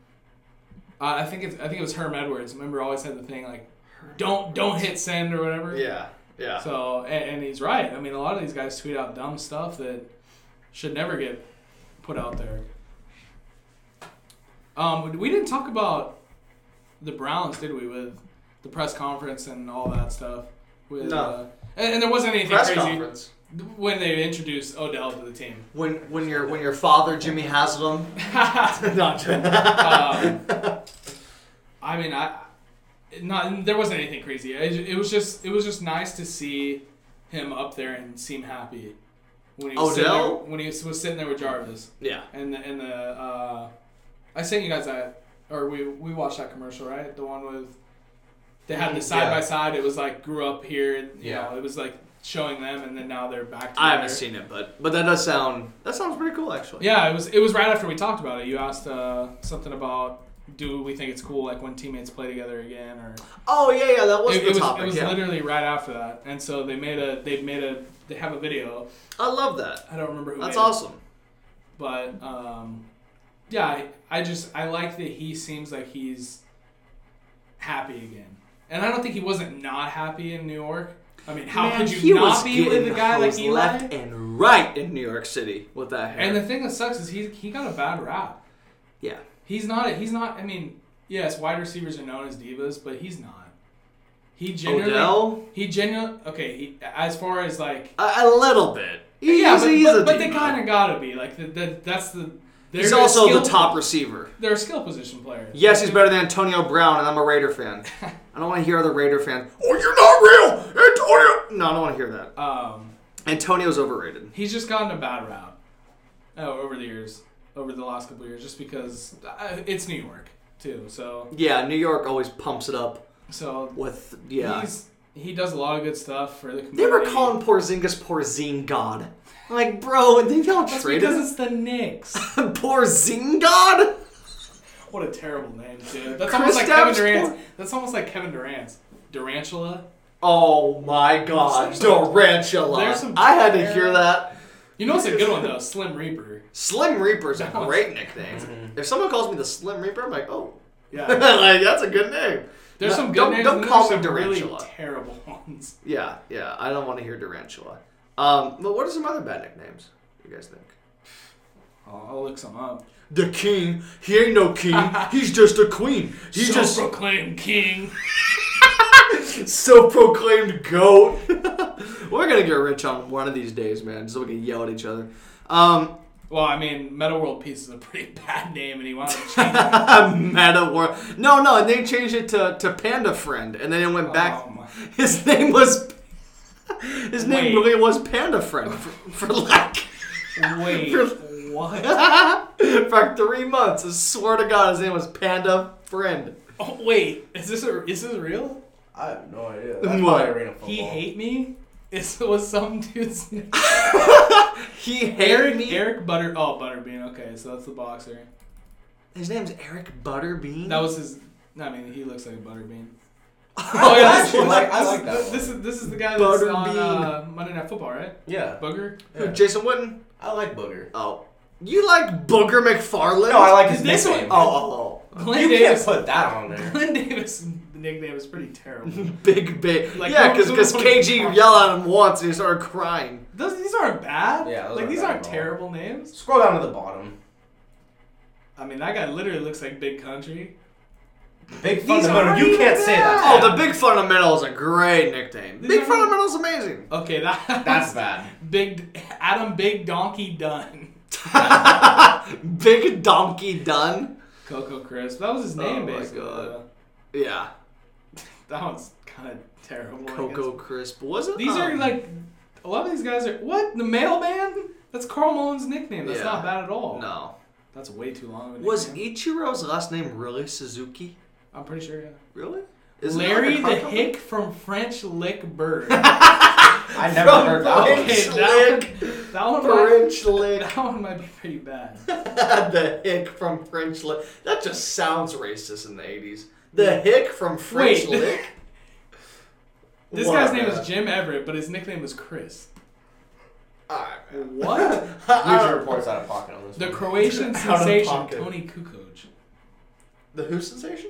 Speaker 2: Uh, I think it's I think it was Herm Edwards. Remember, always had the thing like, don't don't hit send or whatever.
Speaker 1: Yeah. Yeah.
Speaker 2: So and, and he's right. I mean, a lot of these guys tweet out dumb stuff that should never get put out there. Um, we didn't talk about the Browns, did we? With the press conference and all that stuff. With
Speaker 1: No.
Speaker 2: uh, and, and there wasn't anything
Speaker 1: Press
Speaker 2: crazy
Speaker 1: conference.
Speaker 2: when they introduced Odell to
Speaker 1: <laughs>
Speaker 2: the team.
Speaker 1: When when your when your father Jimmy Haslam <laughs> Uh, not
Speaker 2: um, I mean, I not there wasn't anything crazy. It, it was just it was just nice to see him up there and seem happy when he was sitting there,
Speaker 1: Odell?
Speaker 2: when he was, was sitting there with Jarvis
Speaker 1: Yeah.
Speaker 2: and the, and the uh, I sent you guys that or we we watched that commercial right the one with they had the
Speaker 1: Mm,
Speaker 2: side by side. It was like grew up here. You
Speaker 5: Yeah.
Speaker 2: know, it was like showing them and then now they're back. Together.
Speaker 1: I haven't seen it, but but that does sound that sounds pretty cool actually.
Speaker 2: Yeah, it was it was right after we talked about it. You asked uh, something about do we think it's cool like when teammates play together again or
Speaker 1: Oh yeah, yeah, that was
Speaker 2: it,
Speaker 1: the
Speaker 2: it was
Speaker 1: topic.
Speaker 2: it was
Speaker 1: yeah.
Speaker 2: literally right after that. And so they made a they made a they have a video.
Speaker 1: I love that.
Speaker 2: I don't remember who
Speaker 1: That's
Speaker 2: made it,
Speaker 1: awesome.
Speaker 2: but um, yeah, I, I just I like that he seems like he's happy again. And I don't think he wasn't not happy in New York. I mean, how
Speaker 1: Man,
Speaker 2: could
Speaker 1: he
Speaker 2: you
Speaker 1: was
Speaker 2: not be with
Speaker 1: getting
Speaker 2: a guy like
Speaker 1: hosed
Speaker 2: Eli?
Speaker 1: left and right in New York City with that hair.
Speaker 2: And the thing that sucks is he he got a bad rap.
Speaker 1: yeah.
Speaker 2: He's not. He's not. I mean, yes, wide receivers are known as divas, but he's not. He genuinely.
Speaker 1: Odell?
Speaker 2: He genuinely. Okay. He, as far as like.
Speaker 1: A, a little bit. He's,
Speaker 2: yeah, but,
Speaker 1: he's
Speaker 2: but,
Speaker 1: a
Speaker 2: but they
Speaker 1: diva.
Speaker 2: kind of gotta be like the, the, That's the. they're
Speaker 1: He's
Speaker 2: a
Speaker 1: also
Speaker 2: skill-
Speaker 1: the top receiver.
Speaker 2: They're a skill position player.
Speaker 1: Yes, he's better than Antonio Brown, and I'm a Raider
Speaker 2: <laughs>
Speaker 1: fan. I don't want to hear other Raider fans. Oh, you're not real, Antonio. No, I don't want to hear that.
Speaker 2: Um,
Speaker 1: Antonio's overrated.
Speaker 2: he's just gotten a bad rap. Oh, over the years, over the last couple of years, just because uh, it's New York too. So
Speaker 1: Yeah, New York always pumps it up
Speaker 2: so
Speaker 1: with yeah.
Speaker 2: he's he does a lot of good stuff for the community.
Speaker 1: They were calling Porzingis Porzingod. I'm like, bro, and they don't
Speaker 2: That's
Speaker 1: trade
Speaker 2: because
Speaker 1: him.
Speaker 2: it's the Knicks. <laughs>
Speaker 1: <laughs> Porzingod?
Speaker 2: What a terrible name, too. That's
Speaker 1: Chris
Speaker 2: almost like Kevin
Speaker 1: Stapps
Speaker 2: Durant's.
Speaker 1: Por-
Speaker 2: That's almost like Kevin Durant's Durantula.
Speaker 1: Oh my god,
Speaker 2: There's some-
Speaker 1: Durantula.
Speaker 2: there's some-
Speaker 1: I had to hear that.
Speaker 2: You know, it's a good one though. Slim Reaper.
Speaker 1: <laughs> Slim Reaper's a great nickname.
Speaker 2: <laughs>
Speaker 1: If someone calls me the Slim Reaper, I'm like, oh.
Speaker 2: Yeah.
Speaker 1: <laughs> like, that's a good name.
Speaker 2: There's
Speaker 1: No,
Speaker 2: some good
Speaker 1: don't-
Speaker 2: names.
Speaker 1: don't
Speaker 2: and then
Speaker 1: call
Speaker 2: there's
Speaker 1: me
Speaker 2: some
Speaker 1: Durantula.
Speaker 2: Really terrible <laughs> ones.
Speaker 1: Yeah, yeah, I don't want to hear Durantula. Um, but what are some other bad nicknames you guys think?
Speaker 2: I'll, I'll look some up.
Speaker 6: the king. He ain't no
Speaker 1: <laughs>
Speaker 6: king. He's just a queen. He's just <laughs>
Speaker 2: proclaimed king.
Speaker 6: <laughs>
Speaker 1: self-proclaimed goat. <laughs> We're gonna get rich on one of these days, man. So we can yell at each other. Um, <laughs>
Speaker 2: Well, I mean, Meta World Peace is a pretty <laughs> bad name, and he wanted to change it.
Speaker 1: meta world. No, no, and they changed it to, to Panda Friend, and then it went back.
Speaker 2: Oh, my-
Speaker 1: <laughs> His name was. His name
Speaker 2: Wait.
Speaker 1: really was Panda Friend for, for like
Speaker 2: Wait, what?
Speaker 1: for three months. I swear to God, his name was Panda Friend.
Speaker 2: Oh, wait, is this a, is this real?
Speaker 3: I have no idea.
Speaker 1: That's why I
Speaker 3: arena football.
Speaker 2: He hate me. This was some dude's name.
Speaker 1: He hated
Speaker 2: Eric
Speaker 1: me.
Speaker 2: Eric Butter. Oh, Butterbean. Okay, so that's the boxer.
Speaker 1: His name's Eric Butterbean. <laughs>
Speaker 2: That was his. I mean, he looks like a Butterbean. Oh yeah, this,
Speaker 3: Actually,
Speaker 2: one-
Speaker 3: like- I
Speaker 2: this-
Speaker 3: like that one.
Speaker 2: This is this is the guy that's on uh,
Speaker 1: Butterbean.
Speaker 2: Monday Night Football, right?
Speaker 3: Yeah,
Speaker 2: Booger.
Speaker 1: Who, Jason Wooden.
Speaker 3: I like Booger.
Speaker 1: Oh, you like Booger McFarland?
Speaker 3: No, I like his
Speaker 2: This
Speaker 3: nickname.
Speaker 1: Oh, oh,
Speaker 2: Glenn
Speaker 3: you can't
Speaker 2: Davis.
Speaker 3: put that
Speaker 1: <laughs>
Speaker 3: on there.
Speaker 2: Glenn Davis' nickname is pretty terrible.
Speaker 1: oh. big big.
Speaker 2: Like,
Speaker 1: yeah,
Speaker 2: who-
Speaker 1: because
Speaker 2: who-
Speaker 1: because
Speaker 2: who-
Speaker 1: KG yelled at him once and he started crying.
Speaker 2: Those these aren't bad.
Speaker 3: Yeah, those
Speaker 2: like
Speaker 3: aren't
Speaker 2: these
Speaker 3: bad
Speaker 2: aren't
Speaker 3: at all.
Speaker 2: terrible names.
Speaker 3: Scroll down to the bottom.
Speaker 2: I mean, that guy literally looks like Big Country.
Speaker 3: Big
Speaker 2: aren't
Speaker 3: fundamental. You
Speaker 2: even
Speaker 3: can't say
Speaker 2: bad.
Speaker 3: that.
Speaker 1: Oh, the Big Fundamental is a great nickname.
Speaker 2: These
Speaker 1: Big
Speaker 2: are-
Speaker 1: Fundamental's amazing.
Speaker 2: Okay, that <laughs>
Speaker 3: That's bad.
Speaker 2: Big Adam Big Donkey Dunn.
Speaker 1: <laughs> Big Donkey Dunn.
Speaker 2: Coco Crisp. That was his name,
Speaker 1: Oh my
Speaker 2: basically.
Speaker 1: God.
Speaker 2: though.
Speaker 1: Yeah,
Speaker 2: That one's kind of terrible. I
Speaker 1: Coco
Speaker 2: guess.
Speaker 1: Crisp was it?
Speaker 2: These are
Speaker 1: Um,
Speaker 2: like a lot of these guys are what the mailman. That's Carl Malone's nickname. That's
Speaker 1: Yeah.
Speaker 2: not bad at all.
Speaker 1: No.
Speaker 2: that's way too long. Of a
Speaker 1: Was
Speaker 2: nickname.
Speaker 1: Ichiro's last name really Suzuki?
Speaker 2: I'm pretty sure. Yeah.
Speaker 1: Really? Isn't that like
Speaker 2: Larry
Speaker 1: a car
Speaker 2: the
Speaker 1: company?
Speaker 2: Hick from French Lick
Speaker 1: <laughs>
Speaker 2: Bird.
Speaker 3: I never heard that. one.
Speaker 1: French
Speaker 2: Okay, that
Speaker 1: Lick.
Speaker 2: one, that one might,
Speaker 1: <laughs>
Speaker 2: <laughs>
Speaker 1: French Lick. <laughs>
Speaker 2: that one might be pretty bad.
Speaker 1: the hick from French Lick. That just sounds racist in the 80s. The hick from French
Speaker 2: Mm. Wait.
Speaker 1: Lick?
Speaker 2: <laughs> This
Speaker 1: What,
Speaker 2: guy's name
Speaker 1: man?
Speaker 2: is Jim Everett, but his nickname was Chris.
Speaker 1: Alright, man. Uh,
Speaker 2: What?
Speaker 3: User reports out of pocket on this.
Speaker 2: the
Speaker 3: one. <laughs>
Speaker 2: Croatian
Speaker 1: Out of
Speaker 2: sensation
Speaker 1: pocket.
Speaker 2: Tony Kukoc.
Speaker 1: The Who sensation?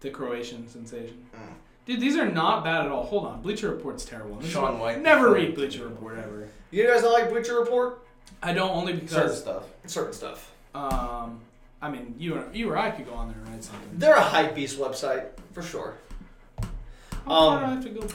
Speaker 2: The Croatian sensation.
Speaker 1: Hmm.
Speaker 2: Dude, these are not bad at all. Hold on, Bleacher Report's terrible. This is
Speaker 3: Sean
Speaker 2: why-
Speaker 3: White.
Speaker 2: Never read Bleacher Report ever.
Speaker 1: You guys don't like Bleacher Report?
Speaker 2: I don't only
Speaker 3: certain
Speaker 2: because
Speaker 3: stuff.
Speaker 1: Certain stuff.
Speaker 2: um, I mean you or, you or I could go on there and write something.
Speaker 1: They're a hype beast website, for sure.
Speaker 2: How far
Speaker 1: Um,
Speaker 2: do I have to go?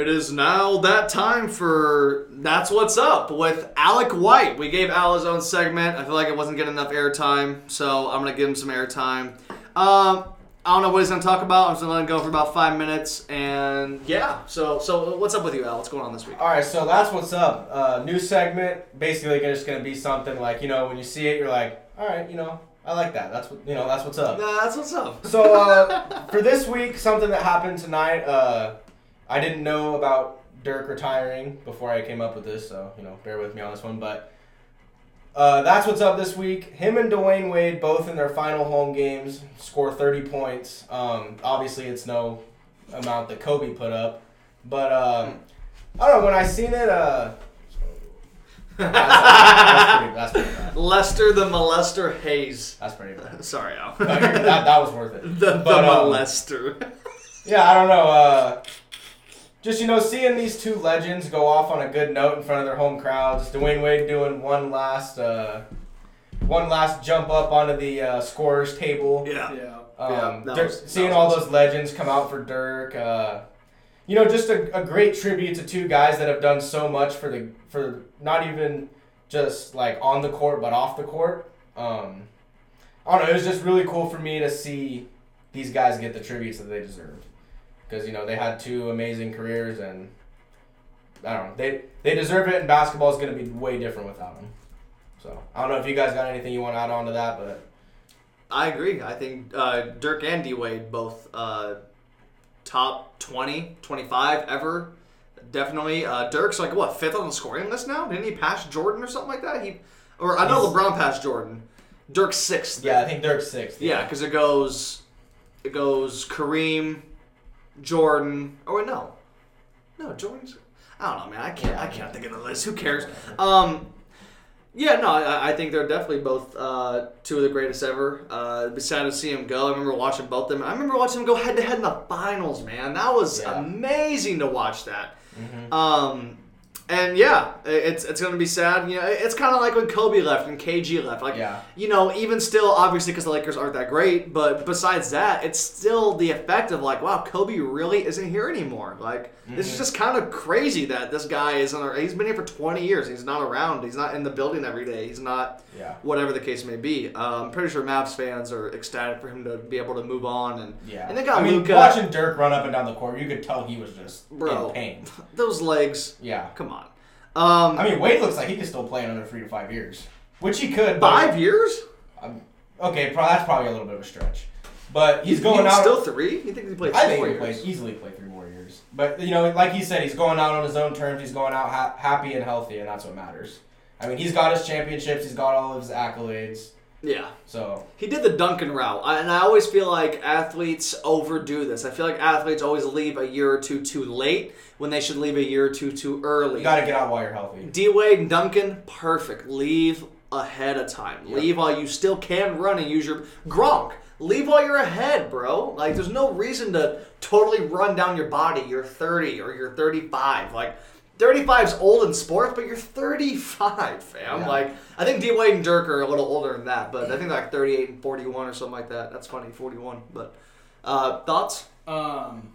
Speaker 1: It is now that time for That's What's Up with Alec White. We gave Al his own segment. I feel like it wasn't getting enough airtime, so I'm going to give him some airtime. Um, I don't know what he's going to talk about. I'm just going to let him go for about five minutes. And yeah, so so what's up with you, Al? What's going on this week?
Speaker 3: All right, so that's what's up. Uh, new segment, basically, it's gonna be something like you know when you see it, you're like, all right, you know, I like that. That's what you know. That's what's up.
Speaker 1: Nah, that's what's up.
Speaker 3: So uh, for this week, something that happened tonight, uh, I didn't know about Dirk retiring before I came up with this, so you know, bear with me on this one. But uh, that's what's up this week. Him and Dwayne Wade both in their final home games score 30 points. Um, obviously, it's no amount that Kobe put up, but um, I don't know when I seen it. Uh, that's, that's pretty, that's pretty bad.
Speaker 1: Lester the Molester Hayes.
Speaker 3: That's pretty bad.
Speaker 1: Sorry, Al.
Speaker 3: No, you're- that, that was worth
Speaker 1: <laughs>
Speaker 3: it.
Speaker 1: the the
Speaker 3: But, um,
Speaker 1: Molester. <laughs>
Speaker 3: Yeah, I don't know. Uh, just you know, seeing these two legends go off on a good note in front of their home crowds. Dwayne Wade doing one last, uh, one last jump up onto the uh, scorers table.
Speaker 1: yeah.
Speaker 2: Yeah.
Speaker 3: Um,
Speaker 1: Yeah, that
Speaker 3: Dirk-
Speaker 1: was- that
Speaker 3: seeing
Speaker 1: was
Speaker 3: all
Speaker 1: awesome.
Speaker 3: those legends come out for Dirk. Uh, you know, just a, a great tribute to two guys that have done so much for the for not even just like on the court, but off the court. Um, I don't know. It was just really cool for me to see these guys get the tributes that they deserved because you know they had two amazing careers and. I don't know. They they deserve it, and basketball is going to be way different without them. So I don't know if you guys got anything you want to add on to that, but
Speaker 1: I agree. I think uh, Dirk and D Wade both uh, top 20, 25 ever. Definitely. Uh, Dirk's like, what, fifth on the scoring list now? Didn't he pass Jordan or something like that? He, Or I know LeBron passed Jordan. Dirk's sixth.
Speaker 3: yeah, I think Dirk's sixth.
Speaker 1: Yeah, because it goes, it goes Kareem, Jordan. Oh wait, no, no Jordan's. I don't know, man. I can't. I can't think of the list. Who cares? Um, yeah, no. I, I think they're definitely both uh, two of the greatest ever. Uh, it'd be sad to see him go. I remember watching both of them. I remember watching them go head to head in the finals, man. That was
Speaker 3: Yeah.
Speaker 1: amazing to watch that.
Speaker 3: Mhm.
Speaker 1: Um, And yeah, i- it's it's gonna be sad. You know, it's kind of like when Kobe left and KG left. Like,
Speaker 5: Yeah.
Speaker 1: you know, even still, obviously, because the Lakers aren't that great. But besides that, it's still the effect of like, wow, Kobe really isn't here anymore. Like, this
Speaker 5: Mm-hmm.
Speaker 1: is just kind of crazy that this guy isn't. ar- He's been here for 20 years. He's not around. He's not in the building every day. He's not.
Speaker 5: Yeah.
Speaker 1: Whatever the case may be, uh, I'm pretty sure Mavs fans are ecstatic for him to be able to move on and
Speaker 5: Yeah.
Speaker 1: And they got
Speaker 5: I mean,
Speaker 1: Luka.
Speaker 5: watching Dirk run up and down the court, you could tell he was just
Speaker 1: Bro.
Speaker 5: in pain.
Speaker 1: those legs.
Speaker 5: Yeah.
Speaker 1: Come on. Um,
Speaker 5: I mean, Wade looks like he could still play another three to five years, which he could. but-
Speaker 1: five years.
Speaker 5: Um, okay, pro- that's probably a little bit of a stretch, but he's going
Speaker 1: He's
Speaker 5: out.
Speaker 1: still three. You think he played?
Speaker 5: I think
Speaker 1: four
Speaker 5: he
Speaker 1: years?
Speaker 5: plays easily play three more years. But you know, like he said, he's going out on his own terms. He's going out ha- happy and healthy, and that's what matters. I mean, he's got his championships. He's got all of his accolades.
Speaker 1: Yeah,
Speaker 5: So
Speaker 1: he did the Duncan route, I, and I always feel like athletes overdo this. I feel like athletes always leave a year or two too late when they should leave a year or two too early.
Speaker 5: you got to get out while you're healthy.
Speaker 1: D Wade and Duncan, perfect. Leave ahead of time. Leave while you still can run and use your Gronk. Leave while you're ahead, bro. Like there's no reason to totally run down your body. You're 30 or you're 35. Like 35's old in sports, but you're 35, fam.
Speaker 5: Yeah.
Speaker 1: Like I think D Wade and Dirk are a little older than that, but I think like 38 and 41 or something like that. That's funny, 41. But uh, thoughts?
Speaker 2: Um.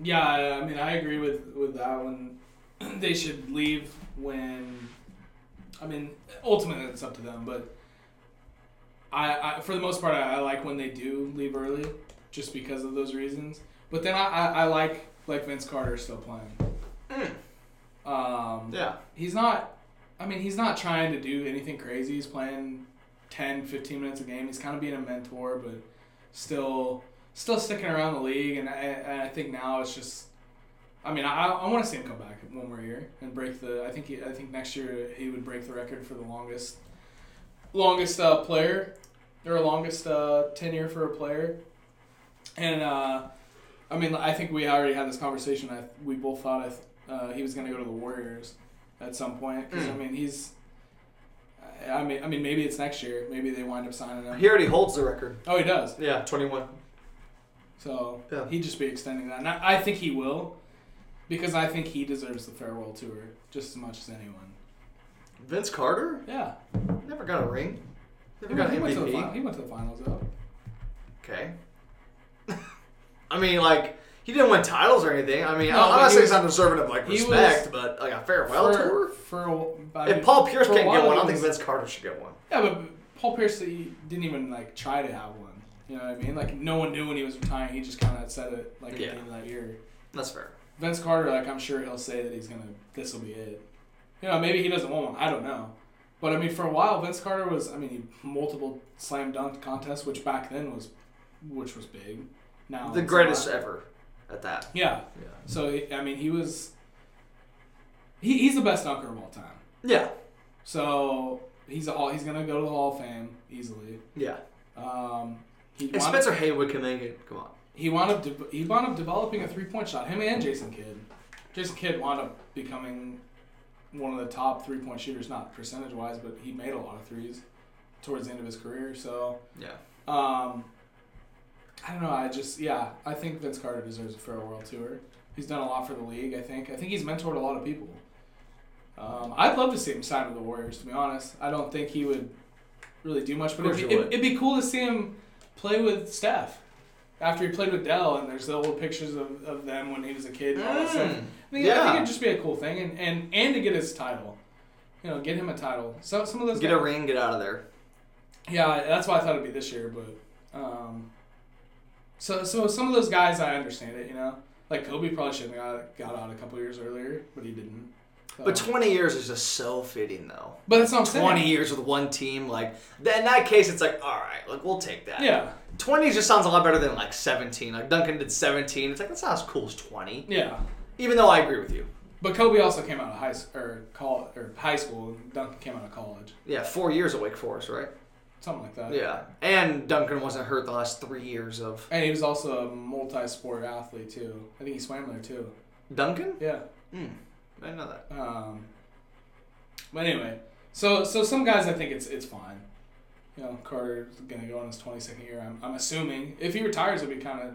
Speaker 2: Yeah, I- I mean, I agree with with that one. <clears throat> they should leave when. I mean, ultimately, it's up to them, but I, I for the most part, I, I like when they do leave early, just because of those reasons. But then I, I, I like like Vince Carter still playing. Um,
Speaker 1: Yeah.
Speaker 2: he's not i mean he's not trying to do anything crazy he's playing 10 15 minutes a game he's kind of being a mentor but still still sticking around the league and i, and I think now it's just i mean i, I want to see him come back one more year and break the i think he, i think next year he would break the record for the longest longest uh, player or longest uh, tenure for a player and uh, i mean i think we already had this conversation I, we both thought I th- uh, he was going to go to the warriors at some point. 'cause, I mean, he's. I- I mean, I mean, maybe it's next year. Maybe they wind up signing him.
Speaker 1: He already holds the record.
Speaker 2: Oh, he does.
Speaker 1: Yeah, 21.
Speaker 2: So
Speaker 1: Yeah.
Speaker 2: he'd just be extending that, and I, I think he will, because I think he deserves the farewell tour just as much as anyone.
Speaker 1: Vince Carter
Speaker 2: Yeah,
Speaker 1: never got a ring. Never
Speaker 2: he
Speaker 1: got
Speaker 2: went,
Speaker 1: an
Speaker 2: he went to the
Speaker 1: MVP.
Speaker 2: final, he went to the finals though.
Speaker 1: Okay. <laughs> I mean, like he didn't win titles or anything. I mean,
Speaker 2: No,
Speaker 1: I'm
Speaker 2: but
Speaker 1: not
Speaker 2: he
Speaker 1: saying he's
Speaker 2: was-
Speaker 1: not deserving of like
Speaker 2: he was-
Speaker 1: respect, but like a farewell
Speaker 2: for,
Speaker 1: tour.
Speaker 2: for a- I mean,
Speaker 1: If Paul Pierce
Speaker 2: for a
Speaker 1: can't get one,
Speaker 2: while
Speaker 1: I
Speaker 2: he
Speaker 1: don't think
Speaker 2: was-
Speaker 1: Vince Carter should get one.
Speaker 2: Yeah, but Paul Pierce he didn't even like try to have one. You know what I mean? Like no one knew when he was retiring. He just kind of said it like
Speaker 1: Yeah.
Speaker 2: at the end of that year.
Speaker 1: That's fair.
Speaker 2: Vince Carter, like I'm sure he'll say that he's gonna this will be it. You know, maybe he doesn't want one. I don't know. But I mean, for a while, Vince Carter was I mean he- multiple slam dunk contests, which back then was, which was big. Now
Speaker 1: The
Speaker 2: it's
Speaker 1: greatest
Speaker 2: not.
Speaker 1: ever at that.
Speaker 2: Yeah.
Speaker 1: Yeah.
Speaker 2: So he- I mean, he was. He, he's the best dunker of all time.
Speaker 1: Yeah.
Speaker 2: So he's all he's gonna go to the Hall of Fame easily.
Speaker 1: Yeah.
Speaker 2: Um, he
Speaker 1: And
Speaker 2: wound, up,
Speaker 1: Spencer Haywood can make it. Come on.
Speaker 2: he wound up de- he wound up developing a three point shot. Him and Jason Kidd. Jason Kidd wound up becoming one of the top three point shooters, not percentage wise, but he made a lot of threes towards the end of his career. So
Speaker 1: Yeah.
Speaker 2: um, I don't know. I just yeah, I think Vince Carter deserves a farewell tour. He's done a lot for the league. I think. I think he's mentored a lot of people. Um, I'd love to see him sign with the Warriors. To be honest, I don't think he would really do much, but
Speaker 1: Of course
Speaker 2: it'd be,
Speaker 1: he
Speaker 2: it'd,
Speaker 1: would.
Speaker 2: it'd be cool to see him play with Steph after he played with Dell. And there's the old pictures of, of them when he was a kid. And all that stuff. I think, I
Speaker 1: Mm. yeah.
Speaker 2: think it'd just be a cool thing, and, and and to get his title, you know, get him a title. So some of those
Speaker 1: Get
Speaker 2: guys,
Speaker 1: a ring. Get out of there.
Speaker 2: yeah, that's why I thought it'd be this year, but um, so so some of those guys I understand it, you know, like Kobe probably should have got, got out a couple years earlier, but he didn't. So-
Speaker 1: But 20 years is just so fitting, though.
Speaker 2: but that's not
Speaker 1: 20 years with one team, like th- in that case, it's like all right, like we'll take that.
Speaker 2: Yeah,
Speaker 1: 20 just sounds a lot better than like 17. Like Duncan did 17. It's like that's not as cool as 20.
Speaker 2: yeah.
Speaker 1: Even though I agree with you.
Speaker 2: But Kobe also came out of high school or call or high school. and Duncan came out of college,
Speaker 1: Yeah, four years at Wake Forest, right?
Speaker 2: something like that.
Speaker 1: Yeah. And Duncan wasn't hurt the last three years of
Speaker 2: And he was also a multi-sport athlete too. I think he swam there too.
Speaker 1: Duncan?
Speaker 2: Yeah.
Speaker 1: I didn't know that.
Speaker 2: Um, but anyway, so so some guys I think it's it's fine. You know, Carter's gonna go on his twenty second year. I'm, I'm assuming if he retires, it'll be kind of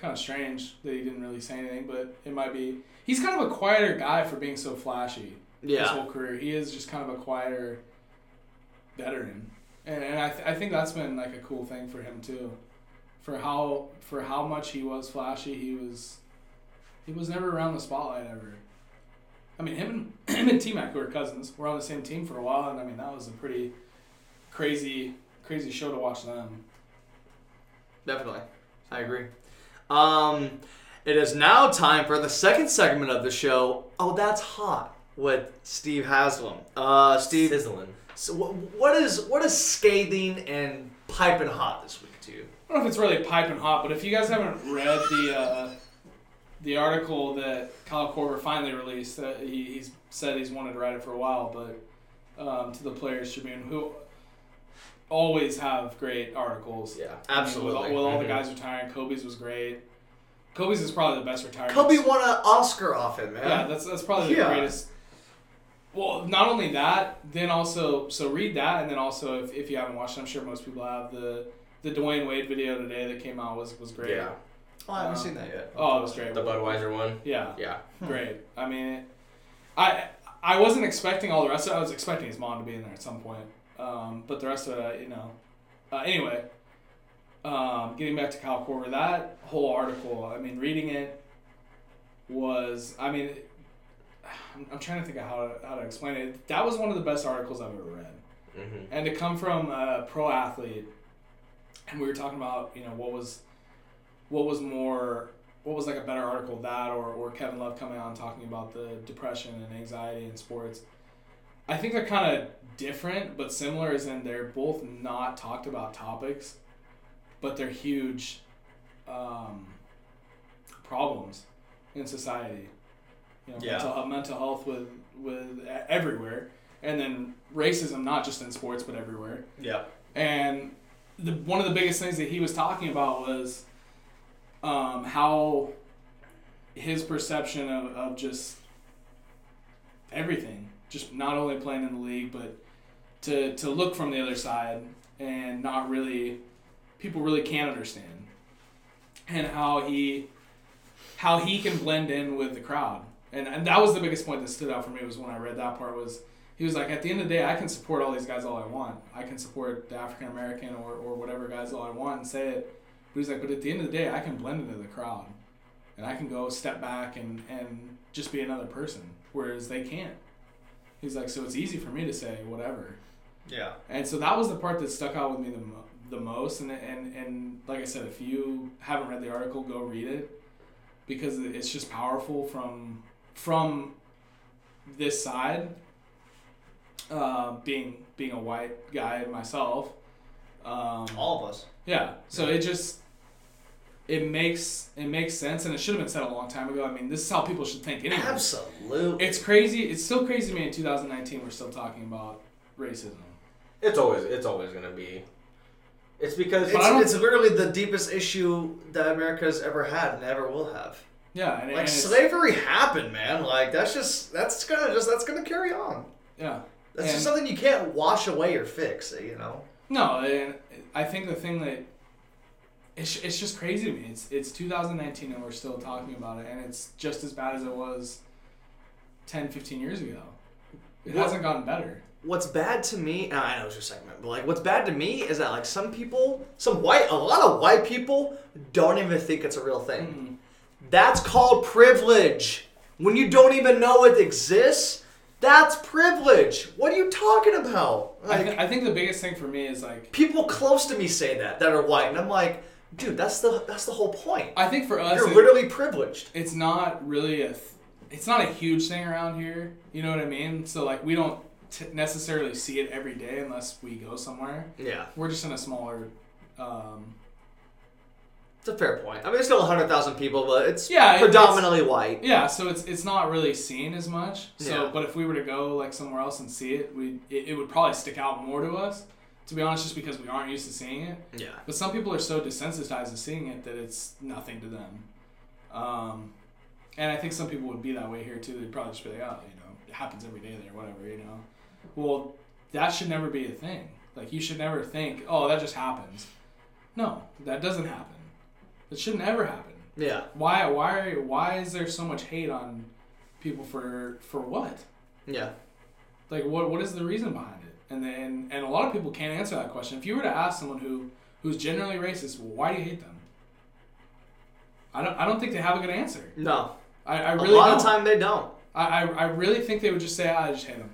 Speaker 2: kind of strange that he didn't really say anything, but it might be. He's kind of a quieter guy for being so flashy.
Speaker 1: Yeah.
Speaker 2: His whole career, he is just kind of a quieter veteran, and, and I, th- I think that's been like a cool thing for him too, for how for how much he was flashy. He was he was never around the spotlight ever. I mean, him and <clears throat> him and T Mac were cousins. We're on the same team for a while, and I mean that was a pretty crazy crazy show to watch them.
Speaker 1: Definitely. I agree. Um, it is now time for the second segment of the show. Oh, that's hot with Steve Haslam. Uh, Steve,
Speaker 3: Sizzling.
Speaker 1: so wh- what is what is scathing and piping hot this week to you?
Speaker 2: I don't know if it's really piping hot, but if you guys haven't read the uh, the article that Kyle Korver finally released, uh, he, he's said he's wanted to write it for a while, but um, to the Players Tribune, who always have great articles. I
Speaker 3: Yeah.
Speaker 2: mean, with,
Speaker 1: Absolutely. Mm-hmm.
Speaker 2: all- with all the guys retiring, Kobe's was great. Kobe's is probably the best retirement.
Speaker 1: Kobe won an Oscar off it, man.
Speaker 2: Yeah, that's that's probably
Speaker 1: Yeah.
Speaker 2: the greatest. Well, not only that, then also so read that, and then also if, if you haven't watched, it, I'm sure most people have the the Dwayne Wade video today that came out was was great.
Speaker 3: Yeah.
Speaker 1: Oh, I haven't
Speaker 2: Um,
Speaker 1: seen that yet.
Speaker 2: Oh, it was great.
Speaker 3: The Budweiser one.
Speaker 2: yeah,
Speaker 3: Yeah.
Speaker 2: great. I mean, it, I I wasn't expecting all the rest of it. I was expecting his mom to be in there at some point, um, but the rest of it, you know. Uh, anyway, um, getting back to Kyle Korver, that whole article. I mean, reading it was. I mean, I'm, I'm trying to think of how to, how to explain it. That was one of the best articles I've ever read
Speaker 3: Mm-hmm.
Speaker 2: and to come from a pro athlete and we were talking about you know what was what was more what was like a better article that or, or kevin love coming out and talking about the depression and anxiety in sports i think they're kind of different but similar is in they're both not talked about topics but they're huge um, problems in society you know
Speaker 3: Yeah.
Speaker 2: mental, mental health with with e- everywhere and then racism not just in sports but everywhere.
Speaker 3: Yeah.
Speaker 2: And the, one of the biggest things that he was talking about was um, how his perception of, of just everything, just not only playing in the league, but to, to look from the other side and not really, people really can't understand. And how he, how he can blend in with the crowd. And, and that was the biggest point that stood out for me was when I read that part was he was like, at the end of the day, I can support all these guys all I want. I can support the African American or, or whatever guys all I want and say it. But he's like, but at the end of the day, I can blend into the crowd and I can go step back and, and just be another person, whereas they can't. He's like, so it's easy for me to say whatever.
Speaker 3: Yeah.
Speaker 2: And so that was the part that stuck out with me the, mo- the most. And, and, and like I said, if you haven't read the article, go read it because it's just powerful from from this side, uh, being being a white guy myself. Um,
Speaker 1: All of us.
Speaker 2: yeah. So it just it makes it makes sense, and it should have been said a long time ago. I mean, this is how people should think. Anyway.
Speaker 1: Absolutely.
Speaker 2: It's crazy. It's still crazy to me in 2019. We're still talking about racism.
Speaker 3: It's always it's always gonna be. It's because
Speaker 2: But I don't-
Speaker 1: It's, it's literally the deepest issue that America's ever had and ever will have.
Speaker 2: Yeah, and, and
Speaker 1: Like
Speaker 2: it's-
Speaker 1: slavery happened, man. Like that's just that's gonna just that's gonna carry on.
Speaker 2: Yeah.
Speaker 1: That's
Speaker 2: And-
Speaker 1: just something you can't wash away or fix, you know?
Speaker 2: No, and I think the thing that it's, it's just crazy to me. It's it's 2019 and we're still talking about it, and it's just as bad as it was 10, 15 years ago. It
Speaker 1: Well-
Speaker 2: hasn't gotten better.
Speaker 1: What's bad to me, and I know it's your segment, but like what's bad to me is that like some people, some white, a lot of white people don't even think it's a real thing.
Speaker 2: Mm.
Speaker 1: That's called privilege. When you don't even know it exists, that's privilege. What are you talking about?
Speaker 2: I,
Speaker 1: Like
Speaker 2: th- I think the biggest thing for me is like
Speaker 1: people close to me say that that are white, and I'm like, dude, that's the that's the whole point.
Speaker 2: I think for us
Speaker 1: You're
Speaker 2: it-
Speaker 1: literally privileged.
Speaker 2: it's not really a th- it's not a huge thing around here. You know what I mean? So like we don't t- necessarily see it every day unless we go somewhere.
Speaker 1: Yeah,
Speaker 2: We're just in a smaller. Um,
Speaker 1: it's a fair point. I mean, it's still 100,000 people, but it's
Speaker 2: Yeah, it-
Speaker 1: predominantly white.
Speaker 2: Yeah, so it's it's not really seen as much. So,
Speaker 1: Yeah.
Speaker 2: but if we were to go like somewhere else and see it, we it, it would probably stick out more to us. To be honest, just because we aren't used to seeing it.
Speaker 1: Yeah.
Speaker 2: But some people are so desensitized to seeing it that it's nothing to them. Um, and I think some people would be that way here too. They'd probably just be like, oh, you know, it happens every day there, whatever, you know. Well, that should never be a thing. Like you should never think, oh, that just happens. No, that doesn't happen. It shouldn't ever happen.
Speaker 1: Yeah.
Speaker 2: Why why why is there so much hate on people for for what?
Speaker 1: Yeah.
Speaker 2: Like what what is the reason behind it? And then and a lot of people can't answer that question. If you were to ask someone who who's generally racist, well, why do you hate them? I don't I don't think they have a good answer.
Speaker 1: No.
Speaker 2: I, I
Speaker 1: A
Speaker 2: really
Speaker 1: lot
Speaker 2: don't.
Speaker 1: of time they don't.
Speaker 2: I, I I really think they would just say "Ah, I just hate them.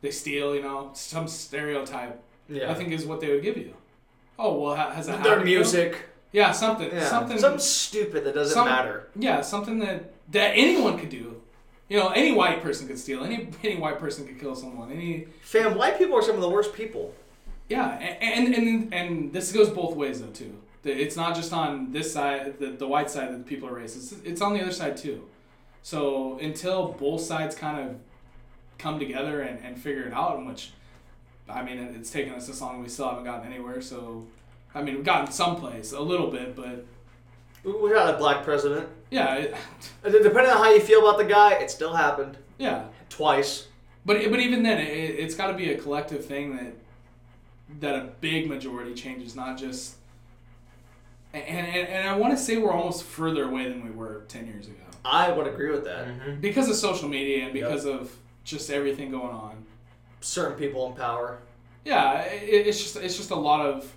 Speaker 2: They steal, you know, some stereotype.
Speaker 1: Yeah.
Speaker 2: I think is what they would give you. Oh well, ha- has that happened?
Speaker 1: Their
Speaker 2: to you?
Speaker 1: music.
Speaker 2: Yeah, something,
Speaker 1: Yeah.
Speaker 2: something,
Speaker 1: Something stupid that doesn't
Speaker 2: some-
Speaker 1: matter.
Speaker 2: Yeah, something that that anyone could do. You know, any white person could steal. Any any white person could kill someone. Any
Speaker 1: Fam, white people are some of the worst people.
Speaker 2: yeah, a- and and and this goes both ways though too. That It's not just on this side, the, the white side that the people are racist. It's on the other side too. So until both sides kind of come together and, and figure it out, and which I mean, it- it's taken us this long. We still haven't gotten anywhere. So I mean, we've gotten someplace a little bit, but
Speaker 1: We had a black president.
Speaker 2: yeah, it, <laughs>
Speaker 1: And Depending on how you feel about the guy, it still happened
Speaker 2: yeah.
Speaker 1: twice.
Speaker 2: But but even then, it, it's got to be a collective thing that that a big majority changes, not just. And and, and I want to say we're almost further away than we were ten years ago
Speaker 1: I would agree with that.
Speaker 2: because of social media and because of just everything going on.
Speaker 1: Certain people in power.
Speaker 2: Yeah, it, it's just it's just a lot of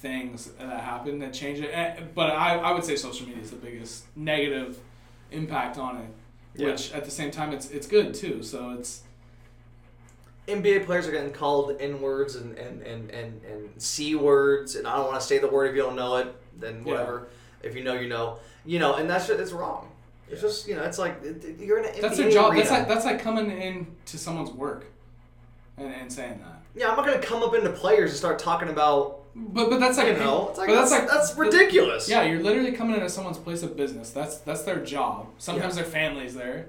Speaker 2: things that happen that change it. And- But I I would say social media is the biggest negative impact on it.
Speaker 1: Yeah.
Speaker 2: Which at the same time it's it's good too. So it's
Speaker 1: NBA players are getting called N words and, and, and, and, and C words, and I don't want to say the word if you don't know it, then
Speaker 2: Yeah.
Speaker 1: whatever. If you know, you know. You know, and that's just, it's wrong. It's just, you know, it's like it- it- you're in an NBA
Speaker 2: That's their job.
Speaker 1: arena.
Speaker 2: That's like that's like coming in to someone's work, and, and saying that.
Speaker 1: yeah, I'm not going to come up into players and start talking about,
Speaker 2: But but that's like
Speaker 1: you know, it's like,
Speaker 2: but
Speaker 1: that's,
Speaker 2: that's,
Speaker 1: that's,
Speaker 2: like
Speaker 1: ridiculous.
Speaker 2: Yeah, you're literally coming into someone's place of business. That's that's their job. Sometimes their family's there.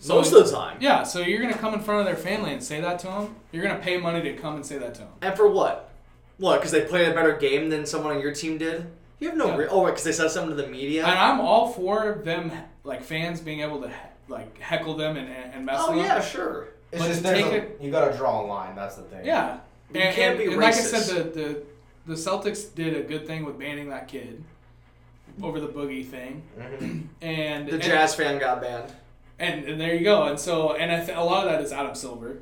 Speaker 2: So
Speaker 1: Most of the time.
Speaker 2: yeah, so you're gonna come in front of their family and say that to them. You're gonna pay money to come and say that to them.
Speaker 1: And for what? What? Because they played a better game than someone on your team did? You have no
Speaker 2: Yeah.
Speaker 1: real. Oh, right, because they said something to the media?
Speaker 2: And I'm all for them, like fans being able to he- like heckle them and and and mess
Speaker 1: oh,
Speaker 2: with them.
Speaker 1: yeah, sure.
Speaker 5: It's
Speaker 2: But
Speaker 5: just
Speaker 2: to
Speaker 5: there's
Speaker 2: take
Speaker 5: a,
Speaker 2: it-
Speaker 5: you gotta draw a line. That's the thing.
Speaker 2: Yeah.
Speaker 1: You
Speaker 2: and,
Speaker 1: can't
Speaker 2: and-
Speaker 1: be
Speaker 2: and like I
Speaker 1: racist.
Speaker 2: said, the, the the Celtics did a good thing with banning that kid over the boogie thing, and
Speaker 1: Mm-hmm. The
Speaker 2: and,
Speaker 1: Jazz fan got banned.
Speaker 2: and and there you go. And so and I th- a lot of that is Adam Silver.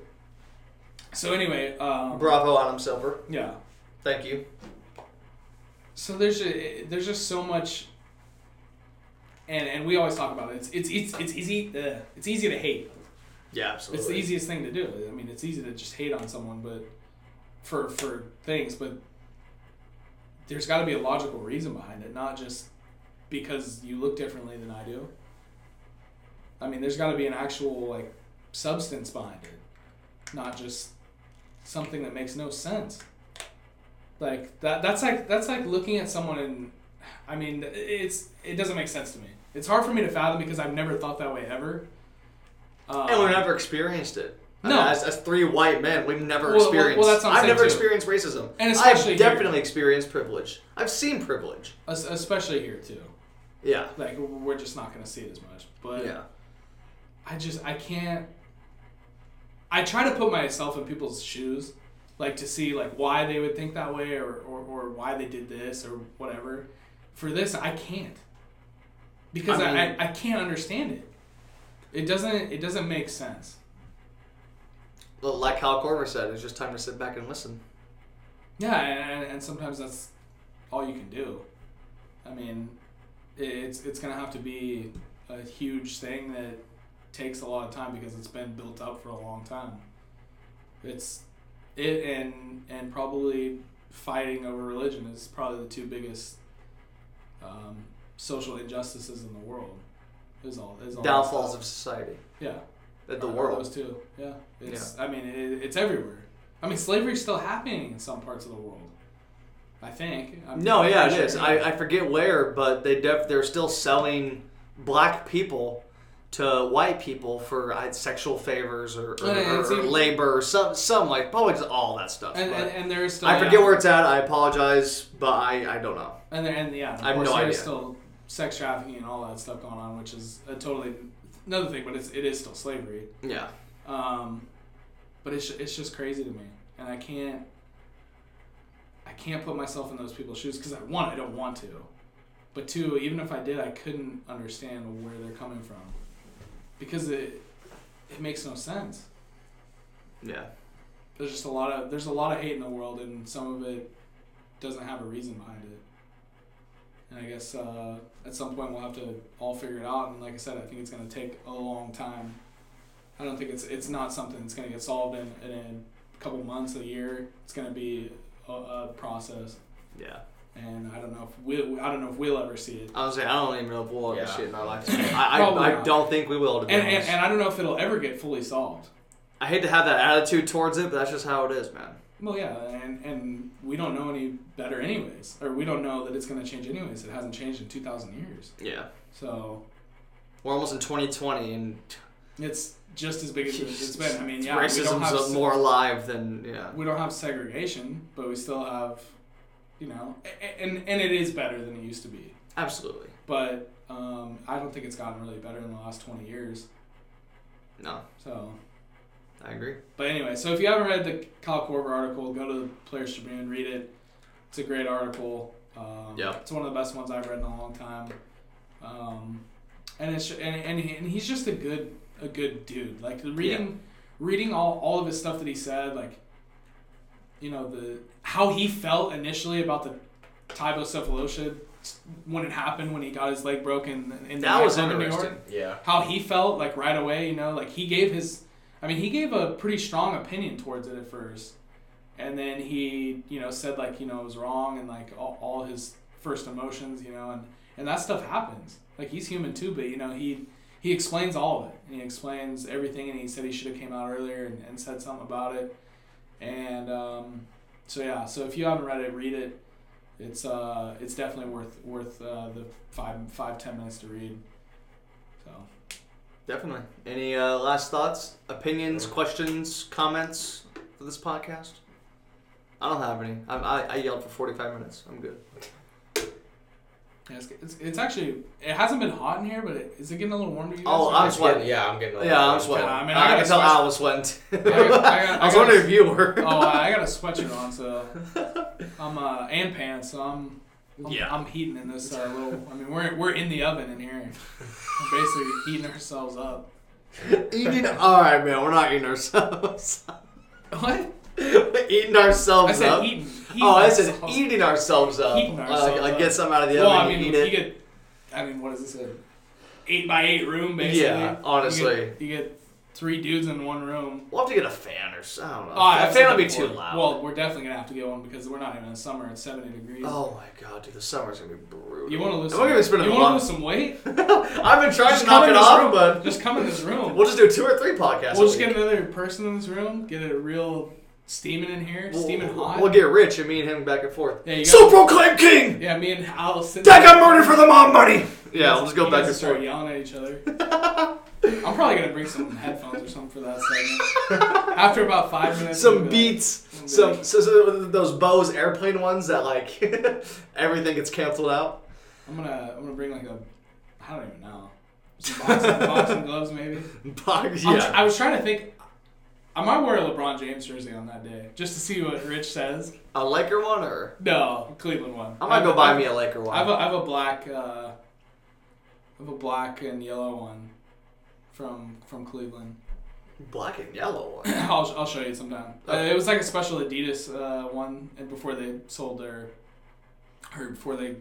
Speaker 2: So anyway, um,
Speaker 1: Bravo, Adam Silver.
Speaker 2: yeah.
Speaker 1: Thank you.
Speaker 2: So there's a, there's just so much. And, and we always talk about it. It's it's it's, it's easy uh, it's easy to hate.
Speaker 1: Yeah,
Speaker 2: It's the
Speaker 1: absolutely.
Speaker 2: easiest thing to do. I mean, it's easy to just hate on someone, but for for things, but there's got to be a logical reason behind it, not just because you look differently than I do. I mean, there's got to be an actual like substance behind it, not just something that makes no sense. Like that. That's like that's like looking at someone and, I mean, it's it doesn't make sense to me. It's hard for me to fathom because I've never thought that way ever. Um,
Speaker 1: And we've never experienced it. I
Speaker 2: No.
Speaker 1: mean, as, as three white men, we've never
Speaker 2: Well, well,
Speaker 1: experienced.
Speaker 2: well, that's what I'm
Speaker 1: I've
Speaker 2: saying,
Speaker 1: never
Speaker 2: too.
Speaker 1: experienced racism.
Speaker 2: And especially
Speaker 1: I've
Speaker 2: here.
Speaker 1: definitely experienced privilege. I've seen privilege.
Speaker 2: Es- especially here too.
Speaker 1: Yeah.
Speaker 2: Like we're just not gonna see it as much. But
Speaker 1: Yeah.
Speaker 2: I just I can't. I try to put myself in people's shoes, like to see like why they would think that way or or, or why they did this or whatever. For this, I can't because I,
Speaker 1: I
Speaker 2: I,
Speaker 1: mean-
Speaker 2: I can't understand it. It doesn't it doesn't make sense.
Speaker 1: Well, like Kyle Corver said, it's just time to sit back and listen.
Speaker 2: Yeah, and, and, and sometimes that's all you can do. I mean, i- it's it's gonna have to be a huge thing that takes a lot of time because it's been built up for a long time. It's it and and probably fighting over religion is probably the two biggest um, social injustices in the world. Is all is all
Speaker 1: Downfalls of society.
Speaker 2: yeah
Speaker 1: That the
Speaker 2: uh,
Speaker 1: world.
Speaker 2: those two yeah it's I mean it, it's everywhere I mean slavery's still happening in some parts of the world I think I'm
Speaker 1: No, yeah, it
Speaker 2: pretty
Speaker 1: is.
Speaker 2: sure.
Speaker 1: I, I forget where, but they def- they're still selling black people to white people for uh, sexual favors or, or,
Speaker 2: And- and
Speaker 1: or-
Speaker 2: it's
Speaker 1: or
Speaker 2: even-
Speaker 1: labor or some some like probably just all that stuff.
Speaker 2: and,
Speaker 1: but
Speaker 2: and, and there is still
Speaker 1: I
Speaker 2: yeah.
Speaker 1: forget where it's at. I apologize, but I, I don't know.
Speaker 2: and there, and yeah of
Speaker 1: I have
Speaker 2: course
Speaker 1: no
Speaker 2: there's
Speaker 1: idea.
Speaker 2: still sex trafficking and all that stuff going on which is a totally another thing but it's it is still slavery
Speaker 1: Yeah,
Speaker 2: Um, but it's it's just crazy to me, and I can't I can't put myself in those people's shoes because I want I don't want to, But two, even if I did, I couldn't understand where they're coming from because it it makes no sense.
Speaker 1: Yeah.
Speaker 2: There's just a lot of there's a lot of hate in the world, and some of it doesn't have a reason behind it. And I guess uh, at some point we'll have to all figure it out. And like I said, I think it's going to take a long time. I don't think it's it's not something that's going to get solved in, in a couple months, a year. It's going to be a, a process,
Speaker 1: Yeah.
Speaker 2: and I don't know if we I don't know if we'll ever see it.
Speaker 1: I was saying, I don't even know if we'll have
Speaker 3: Yeah.
Speaker 1: this shit in our lifetime. <laughs> I,
Speaker 2: Probably
Speaker 1: I, I
Speaker 2: not.
Speaker 1: don't think we will. To be
Speaker 2: And,
Speaker 1: honest.
Speaker 2: and, and I don't know if it'll ever get fully solved.
Speaker 1: I hate to have that attitude towards it, but that's just how it is, man.
Speaker 2: Well, yeah, and, and we don't know any better, anyways. Or we don't know that it's going to change, anyways. It hasn't changed in 2,000 years.
Speaker 1: Yeah.
Speaker 2: So
Speaker 1: We're almost in 2020, and
Speaker 2: it's just as big as it's been. I mean, yeah, we don't,
Speaker 1: racism's
Speaker 2: have, se-
Speaker 1: more alive than yeah.
Speaker 2: we don't have segregation, but we still have, you know, a- a- and, and it is better than it used to be.
Speaker 1: Absolutely.
Speaker 2: But um, I don't think it's gotten really better in the last 20 years.
Speaker 1: No,
Speaker 2: So,
Speaker 1: I agree.
Speaker 2: but anyway, so if you haven't read the Kyle Korver article, go to the Players Tribune, read it. It's a great article. Um,
Speaker 1: Yeah.
Speaker 2: It's one of the best ones I've read in a long time. Um, and it's and, and, he, and he's just a good a good dude. Like the reading reading all, all of his stuff that he said, like you know the how he felt initially about the Tybocephalosha when it happened when he got his leg broken in the
Speaker 1: That was
Speaker 2: nightclub in New
Speaker 1: interesting.
Speaker 2: York
Speaker 3: Yeah.
Speaker 2: how he felt like right away you know like he gave his i mean he gave a pretty strong opinion towards it at first and then he you know said like you know it was wrong and like all, all his first emotions you know and and that stuff happens like he's human too but you know he he explains all of it and he explains everything and he said he should have came out earlier and, and said something about it and um, so yeah so if you haven't read it read it it's uh it's definitely worth worth uh, the five five ten minutes to read so
Speaker 1: Definitely. Any uh, last thoughts, opinions, questions, comments for this podcast? I don't have any. I, I, I yelled for 45 minutes. I'm good.
Speaker 2: Yeah, it's, it's, it's actually it hasn't been hot in here, but it, is it getting a little warm to you? Guys
Speaker 1: Oh, I'm
Speaker 3: It's
Speaker 1: sweating.
Speaker 3: getting- yeah, I'm getting. a
Speaker 1: Yeah,
Speaker 3: lot
Speaker 1: I'm
Speaker 3: of-
Speaker 1: sweating.
Speaker 2: Oh, I
Speaker 1: I,
Speaker 2: mean,
Speaker 1: mean,
Speaker 2: I
Speaker 1: I,
Speaker 2: got
Speaker 1: can tell
Speaker 2: sweats-
Speaker 1: Al was sweating. too.
Speaker 2: <laughs> I, got- I,
Speaker 1: <laughs>
Speaker 2: got-
Speaker 1: I was
Speaker 2: got-
Speaker 1: wondering if you were.
Speaker 2: <laughs> <laughs> Oh, I got a sweatshirt on,
Speaker 1: <laughs>
Speaker 2: so I'm uh, and pants, so I'm. I'm,
Speaker 1: Yeah.
Speaker 2: I'm heating in this uh, little. I mean, we're we're in the oven in here. We're basically heating ourselves up.
Speaker 1: <laughs> Eating. All right, man. We're not eating ourselves. <laughs>
Speaker 2: What?
Speaker 1: eating ourselves
Speaker 2: I said
Speaker 1: up.
Speaker 2: heating. heating
Speaker 1: oh, I said
Speaker 2: ourselves-
Speaker 1: eating ourselves up.
Speaker 2: Heating ourselves
Speaker 1: I, I
Speaker 2: up.
Speaker 1: guess I'm out of the
Speaker 2: Well, I
Speaker 1: oven.
Speaker 2: mean,
Speaker 1: you
Speaker 2: you
Speaker 1: eat it.
Speaker 2: get. I mean, what is this? A eight by eight room, basically.
Speaker 1: Yeah,
Speaker 2: You get-
Speaker 1: honestly.
Speaker 2: you get three dudes in one room.
Speaker 1: We'll have to get a fan or something. I don't know.
Speaker 2: Oh,
Speaker 1: a
Speaker 2: I've
Speaker 1: fan
Speaker 2: said
Speaker 1: would be
Speaker 2: that before.
Speaker 1: too loud.
Speaker 2: Well, we're definitely gonna have to get one because we're not even in summer. It's seventy degrees.
Speaker 1: oh my god, dude, the summer's gonna be brutal.
Speaker 2: You want to lose?
Speaker 1: I'm
Speaker 2: some,
Speaker 1: gonna spend a
Speaker 2: you wanna
Speaker 1: month.
Speaker 2: lose some weight?
Speaker 1: I've been trying to
Speaker 2: Just
Speaker 1: knock
Speaker 2: come in
Speaker 1: it
Speaker 2: this
Speaker 1: off,
Speaker 2: room.
Speaker 1: but
Speaker 2: Just come
Speaker 1: <laughs>
Speaker 2: in this room.
Speaker 1: we'll just do two or three podcasts.
Speaker 2: We'll
Speaker 1: a
Speaker 2: just
Speaker 1: week.
Speaker 2: get another person in this room. Get it real steaming in here,
Speaker 1: We'll-
Speaker 2: steaming
Speaker 1: we'll-
Speaker 2: hot.
Speaker 1: We'll get rich and me and him back and forth.
Speaker 2: yeah, you
Speaker 4: So
Speaker 2: got,
Speaker 4: proclaim king!
Speaker 2: yeah, me and Al sit.
Speaker 4: That
Speaker 2: there.
Speaker 4: got murdered for the mob money!
Speaker 1: Yeah, we'll just go
Speaker 2: You
Speaker 1: back
Speaker 2: guys
Speaker 1: and
Speaker 2: start
Speaker 1: forth.
Speaker 2: yelling at each other.
Speaker 1: <laughs>
Speaker 2: I'm probably gonna bring some headphones or something for that segment. After about five minutes, we'll
Speaker 1: Some
Speaker 2: be like-
Speaker 1: beats, some so, so those Bose airplane ones that like everything gets canceled out.
Speaker 2: I'm gonna, I'm gonna bring like a, I don't even know,
Speaker 1: <laughs>
Speaker 2: some boxing, boxing gloves maybe.
Speaker 1: Box-
Speaker 2: I'm
Speaker 1: yeah.
Speaker 2: tr- I was trying to think. I might wear a LeBron James jersey on that day just to see what Rich says.
Speaker 1: a Laker one or
Speaker 2: No, Cleveland one.
Speaker 1: I might
Speaker 2: I've-
Speaker 1: go buy
Speaker 2: I've-
Speaker 1: me a Laker one.
Speaker 2: I have a, I have a black, uh, I have a black and yellow one from from Cleveland. <clears throat>
Speaker 1: Black and yellow
Speaker 2: <laughs>
Speaker 1: one.
Speaker 2: I'll, I'll show you sometime. Uh, it was like a special Adidas uh, one, and before they sold their, or before they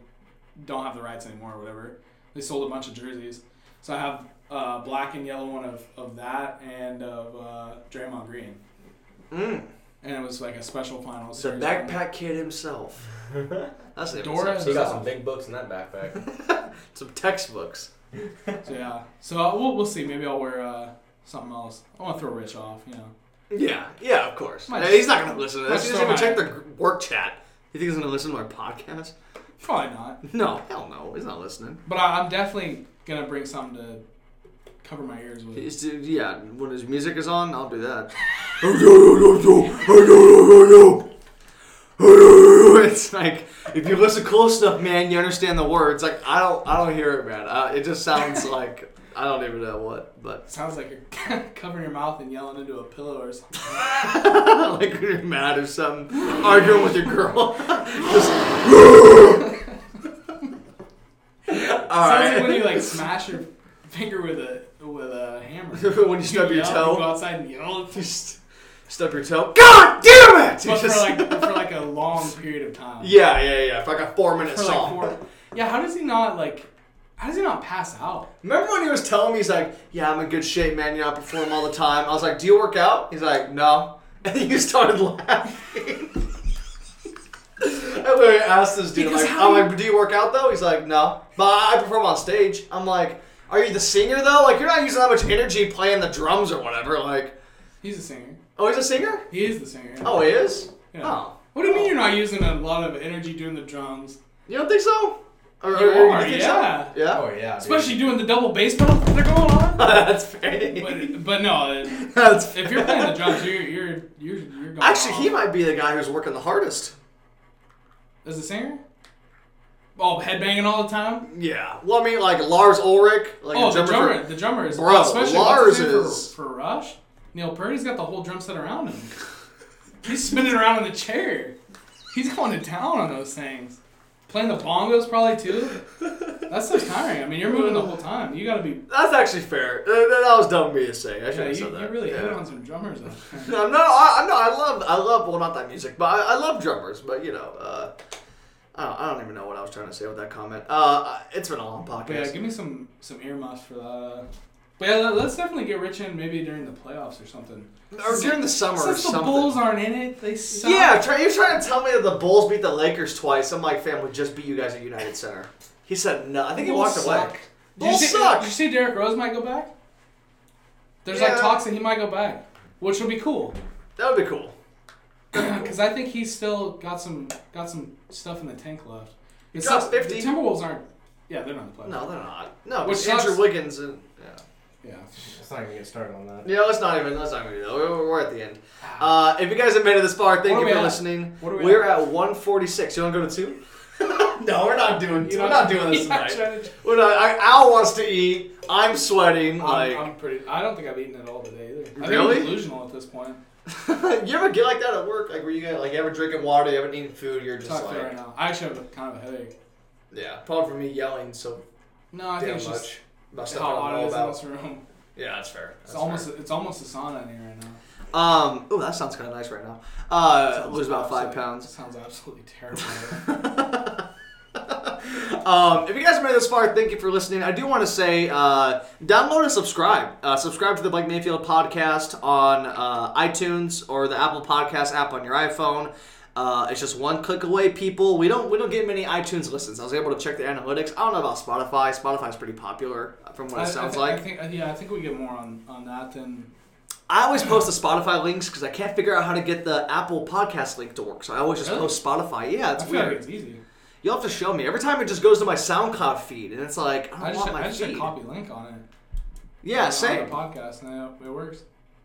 Speaker 2: don't have the rights anymore or whatever, they sold a bunch of jerseys. So I have uh, black and yellow one of, of that and of uh, Draymond Green.
Speaker 1: Mm.
Speaker 2: and it was like a special final
Speaker 1: The
Speaker 2: series.
Speaker 1: backpack kid
Speaker 2: <laughs>
Speaker 1: himself. That's the
Speaker 2: Dora-
Speaker 1: Dora.
Speaker 3: He got some big books in that backpack.
Speaker 1: Some textbooks.
Speaker 2: So yeah, so uh, we'll, we'll see. Maybe I'll wear uh, something else. I want to throw Rich off, you know.
Speaker 1: Yeah, yeah, of course.
Speaker 2: Might
Speaker 1: Yeah,
Speaker 2: just-
Speaker 1: he's not gonna listen to
Speaker 2: might
Speaker 1: this. He
Speaker 2: just
Speaker 1: doesn't even
Speaker 2: throw
Speaker 1: check the gr- work chat. You think he's gonna listen to our podcast?
Speaker 2: Probably not,
Speaker 1: No, hell no, he's not listening.
Speaker 2: but I, I'm definitely gonna bring something to cover my ears with.
Speaker 1: He's, yeah, when his music is on, I'll do that. it's like if you listen close enough, man, you understand the words. Like I don't, I don't hear it, man. Uh, it just sounds like I don't even know what, but <laughs>
Speaker 2: Sounds like you're <laughs> covering your mouth and yelling into a pillow or something.
Speaker 1: <laughs> like when you're mad or something, <laughs> arguing with your girl. just All
Speaker 2: Sounds
Speaker 1: right.
Speaker 2: like when you like smash your finger with a with a hammer.
Speaker 1: <laughs> When you stub your
Speaker 2: yell,
Speaker 1: toe.
Speaker 2: you go outside and
Speaker 1: <laughs>
Speaker 2: yell. Just,
Speaker 1: Stub your toe. God damn it! You
Speaker 2: but for
Speaker 1: just-
Speaker 2: like for like a long period of time.
Speaker 1: <laughs> yeah, yeah, yeah. For like a four minute
Speaker 2: For like
Speaker 1: song.
Speaker 2: four. Yeah. How does he not like? How does he not pass out?
Speaker 1: Remember when he was telling me, he's like, "Yeah, I'm in good shape, man. You know, I perform all the time." I was like, "Do you work out?" He's like, "No," <laughs> and you started laughing. <laughs> I literally asked this dude,
Speaker 2: Because
Speaker 1: like,
Speaker 2: how
Speaker 1: I'm
Speaker 2: you-
Speaker 1: like, "Do you work out though?" He's like, "No," but I perform on stage. I'm like, "Are you the singer though? Like, you're not using that much energy playing the drums or whatever." Like,
Speaker 2: He's a singer.
Speaker 1: oh, he's a singer?
Speaker 2: He is the singer.
Speaker 1: Oh, he is.
Speaker 2: Yeah.
Speaker 1: Oh,
Speaker 2: What do you mean you're not using a lot of energy doing the drums,
Speaker 1: you don't think so? Or,
Speaker 2: You
Speaker 1: or-
Speaker 2: are,
Speaker 1: think
Speaker 2: yeah.
Speaker 1: So? Yeah.
Speaker 5: Oh yeah. dude.
Speaker 2: especially doing the double bass pedal that are going
Speaker 1: <laughs>
Speaker 2: on?
Speaker 1: That's fair.
Speaker 2: But, but no, it-
Speaker 1: <laughs> That's fair.
Speaker 2: if you're playing the drums, you're you're you're, you're going
Speaker 1: <laughs> Actually,
Speaker 2: on.
Speaker 1: he might be the guy who's working the hardest.
Speaker 2: as a singer. Oh, headbanging all the time.
Speaker 1: Yeah. Well, I mean, like Lars Ulrich, like
Speaker 2: oh,
Speaker 1: a
Speaker 2: the
Speaker 1: drummer.
Speaker 2: drummer,
Speaker 1: for-
Speaker 2: the drummer is
Speaker 1: Bro,
Speaker 2: especially
Speaker 1: Lars
Speaker 2: what's his name
Speaker 1: is-
Speaker 2: for, for Rush. Neil Purdy's got the whole drum set around him. He's spinning around in the chair. He's going to town on those things. Playing the bongos probably too. That's so tiring. I mean, you're moving the whole time. You got to be.
Speaker 1: That's actually fair. Uh, that that was dumb of me to say. I should
Speaker 2: Yeah,
Speaker 1: have
Speaker 2: you,
Speaker 1: said that.
Speaker 2: you really
Speaker 1: yeah.
Speaker 2: hit on some drummers. out
Speaker 1: <laughs>
Speaker 2: there.
Speaker 1: No, no, I, I- no, I love, I love, well, not that music, but I, I love drummers. But you know, uh, I, don't, I don't even know what I was trying to say with that comment. Uh, it's been a long
Speaker 2: But yeah,
Speaker 1: podcast.
Speaker 2: give me some some earmuffs for that. But yeah, let- let's definitely get rich in maybe during the playoffs or something.
Speaker 1: or during the summer or
Speaker 2: Since the
Speaker 1: something.
Speaker 2: Bulls aren't in it, they suck.
Speaker 1: yeah, try, you're trying to tell me that the Bulls beat the Lakers twice. I'm like, fam, we just beat you guys at United Center. He said no. I think he walked
Speaker 2: Bulls
Speaker 1: away.
Speaker 2: suck. Did you
Speaker 1: Bulls
Speaker 2: see,
Speaker 1: suck.
Speaker 2: Did you see Derrick Rose might go back? There's like
Speaker 1: Yeah.
Speaker 2: talks that he might go back, which would be cool <clears throat>
Speaker 1: That would be cool.
Speaker 2: because I think he's still got some got some stuff in the tank left. It's
Speaker 1: got
Speaker 2: not-
Speaker 1: 50.
Speaker 2: The Timberwolves aren't. Yeah, they're not in the playoffs.
Speaker 1: No, they're not. No,
Speaker 2: Which
Speaker 1: it's Andrew
Speaker 2: sucks.
Speaker 1: Wiggins and yeah.
Speaker 2: Yeah.
Speaker 5: Let's not even get started on that.
Speaker 1: Yeah, let's not even let's not even do that. We're, we're at the end. Uh, if you guys have made it this far, thank
Speaker 2: Ah.
Speaker 1: you
Speaker 2: What are
Speaker 1: for
Speaker 2: we at?
Speaker 1: listening.
Speaker 2: What are we
Speaker 1: are at 146. You want to go to
Speaker 2: <laughs>
Speaker 1: two? no, we're not doing.
Speaker 2: You
Speaker 1: We're
Speaker 2: know,
Speaker 1: not doing this <laughs>
Speaker 2: <laughs> you're not
Speaker 1: tonight.
Speaker 2: trying to-
Speaker 1: We're not. I, Al wants to eat. I'm sweating.
Speaker 2: I'm,
Speaker 1: Like,
Speaker 2: I'm pretty. I don't think I've eaten at all today either. I
Speaker 1: Really?
Speaker 2: think I'm delusional at this point.
Speaker 1: <laughs> you ever get like that at work? Like, where you guys like you ever drinking water, you haven't eaten food, you're just
Speaker 2: Talk to
Speaker 1: like,
Speaker 2: her right now. I actually have a, kind of a headache.
Speaker 1: yeah. Probably for me yelling so
Speaker 2: No, I think
Speaker 1: damn
Speaker 2: it's just
Speaker 1: much about stuff
Speaker 2: how
Speaker 1: I
Speaker 2: hot
Speaker 1: don't
Speaker 2: it
Speaker 1: know
Speaker 2: is in
Speaker 1: about.
Speaker 2: this room.
Speaker 1: Yeah, that's fair.
Speaker 2: It's
Speaker 1: That's
Speaker 2: almost it's almost a sauna in here right now.
Speaker 1: fair. Um. Oh, that sounds kind of nice right now. Uh,
Speaker 2: Sounds
Speaker 1: lose about five
Speaker 2: absolutely-
Speaker 1: pounds.
Speaker 2: Sounds absolutely
Speaker 1: <laughs>
Speaker 2: terrible.
Speaker 1: um, if you guys made it this far, thank you for listening. I do want to say, uh, download and subscribe. Uh, subscribe to the Blake Mayfield podcast on uh, iTunes or the Apple Podcast app on your iPhone. Uh, it's just one click away, people. We don't we don't get many iTunes listens. I was able to check the analytics. I don't know about Spotify. Spotify's pretty popular, uh, from what
Speaker 2: I-
Speaker 1: it
Speaker 2: I
Speaker 1: sounds
Speaker 2: thi-
Speaker 1: like.
Speaker 2: I think, uh, yeah, I think we get more on, on that than.
Speaker 1: I always post the Spotify links because I can't figure out how to get the Apple Podcast link to work. So I always just
Speaker 2: Really?
Speaker 1: post Spotify. Yeah, it's
Speaker 2: I feel
Speaker 1: weird.
Speaker 2: like it's easy.
Speaker 1: You'll have to show me. Every time it just goes to my SoundCloud feed, and it's like, I don't
Speaker 2: I just
Speaker 1: want
Speaker 2: hit-
Speaker 1: my
Speaker 2: I just hit
Speaker 1: feed.
Speaker 2: copy link on it.
Speaker 1: yeah,
Speaker 2: On
Speaker 1: same.
Speaker 2: the podcast and it, it works.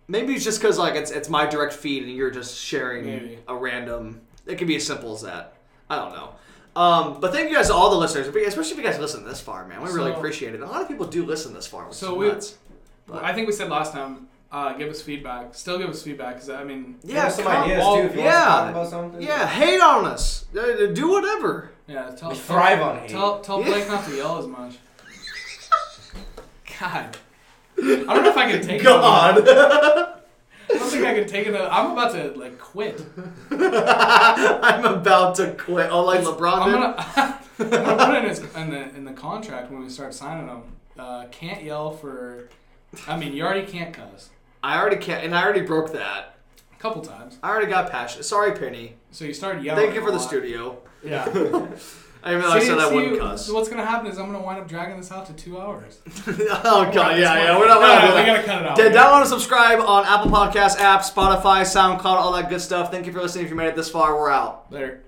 Speaker 1: Maybe it's just because like it's it's my direct feed, and you're just sharing
Speaker 2: Maybe.
Speaker 1: a random. It could be as simple as that. I don't know. Um, but thank you guys to all the listeners, especially if you guys listen this far, man. We really
Speaker 2: So-
Speaker 1: appreciate it. A lot of people do listen this far, which
Speaker 2: So
Speaker 1: is
Speaker 2: we-
Speaker 1: nuts. But-
Speaker 2: I think we said last time. Uh, give us feedback. Still give us feedback because I mean.
Speaker 1: Yeah,
Speaker 5: Give us some
Speaker 1: come-
Speaker 5: ideas
Speaker 2: all-
Speaker 5: too. If you
Speaker 1: yeah.
Speaker 5: want us to talk about something.
Speaker 1: Yeah, hate on us. Uh, Do whatever. <laughs>
Speaker 2: Yeah. Tell,
Speaker 5: We
Speaker 2: tell-
Speaker 5: thrive on hate.
Speaker 2: Tell tell
Speaker 1: Yeah.
Speaker 2: Blake not
Speaker 1: <laughs>
Speaker 2: to yell as much. God. I don't know if I can take it.
Speaker 1: God.
Speaker 2: I don't think I can take it. I'm about to like quit.
Speaker 1: I'm about to quit. Oh, like LeBron
Speaker 2: I'm
Speaker 1: did?
Speaker 2: gonna, <laughs> I'm gonna put in, his, in the in the contract when we start signing them. Uh, can't yell for. I mean, you already can't cuss
Speaker 1: I already can't, and I already broke that.
Speaker 2: a couple times,
Speaker 1: I already got passionate. Sorry, Penny.
Speaker 2: so you start yelling.
Speaker 1: Thank you for
Speaker 2: a
Speaker 1: the
Speaker 2: lot.
Speaker 1: studio. <laughs>
Speaker 2: Yeah.
Speaker 1: I didn't realize
Speaker 2: See-
Speaker 1: I said I
Speaker 2: see,
Speaker 1: wouldn't cuss.
Speaker 2: What's gonna happen is I'm gonna wind up dragging this out to two hours.
Speaker 1: <laughs> oh god, yeah, yeah, we're
Speaker 2: No,
Speaker 1: not. We're
Speaker 2: no,
Speaker 1: not
Speaker 2: we
Speaker 1: doing that.
Speaker 2: gotta cut it out.
Speaker 1: D- Download and subscribe on Apple Podcast app, Spotify, SoundCloud, all that good stuff. Thank you for listening. If you made it this far, we're out.
Speaker 2: Later.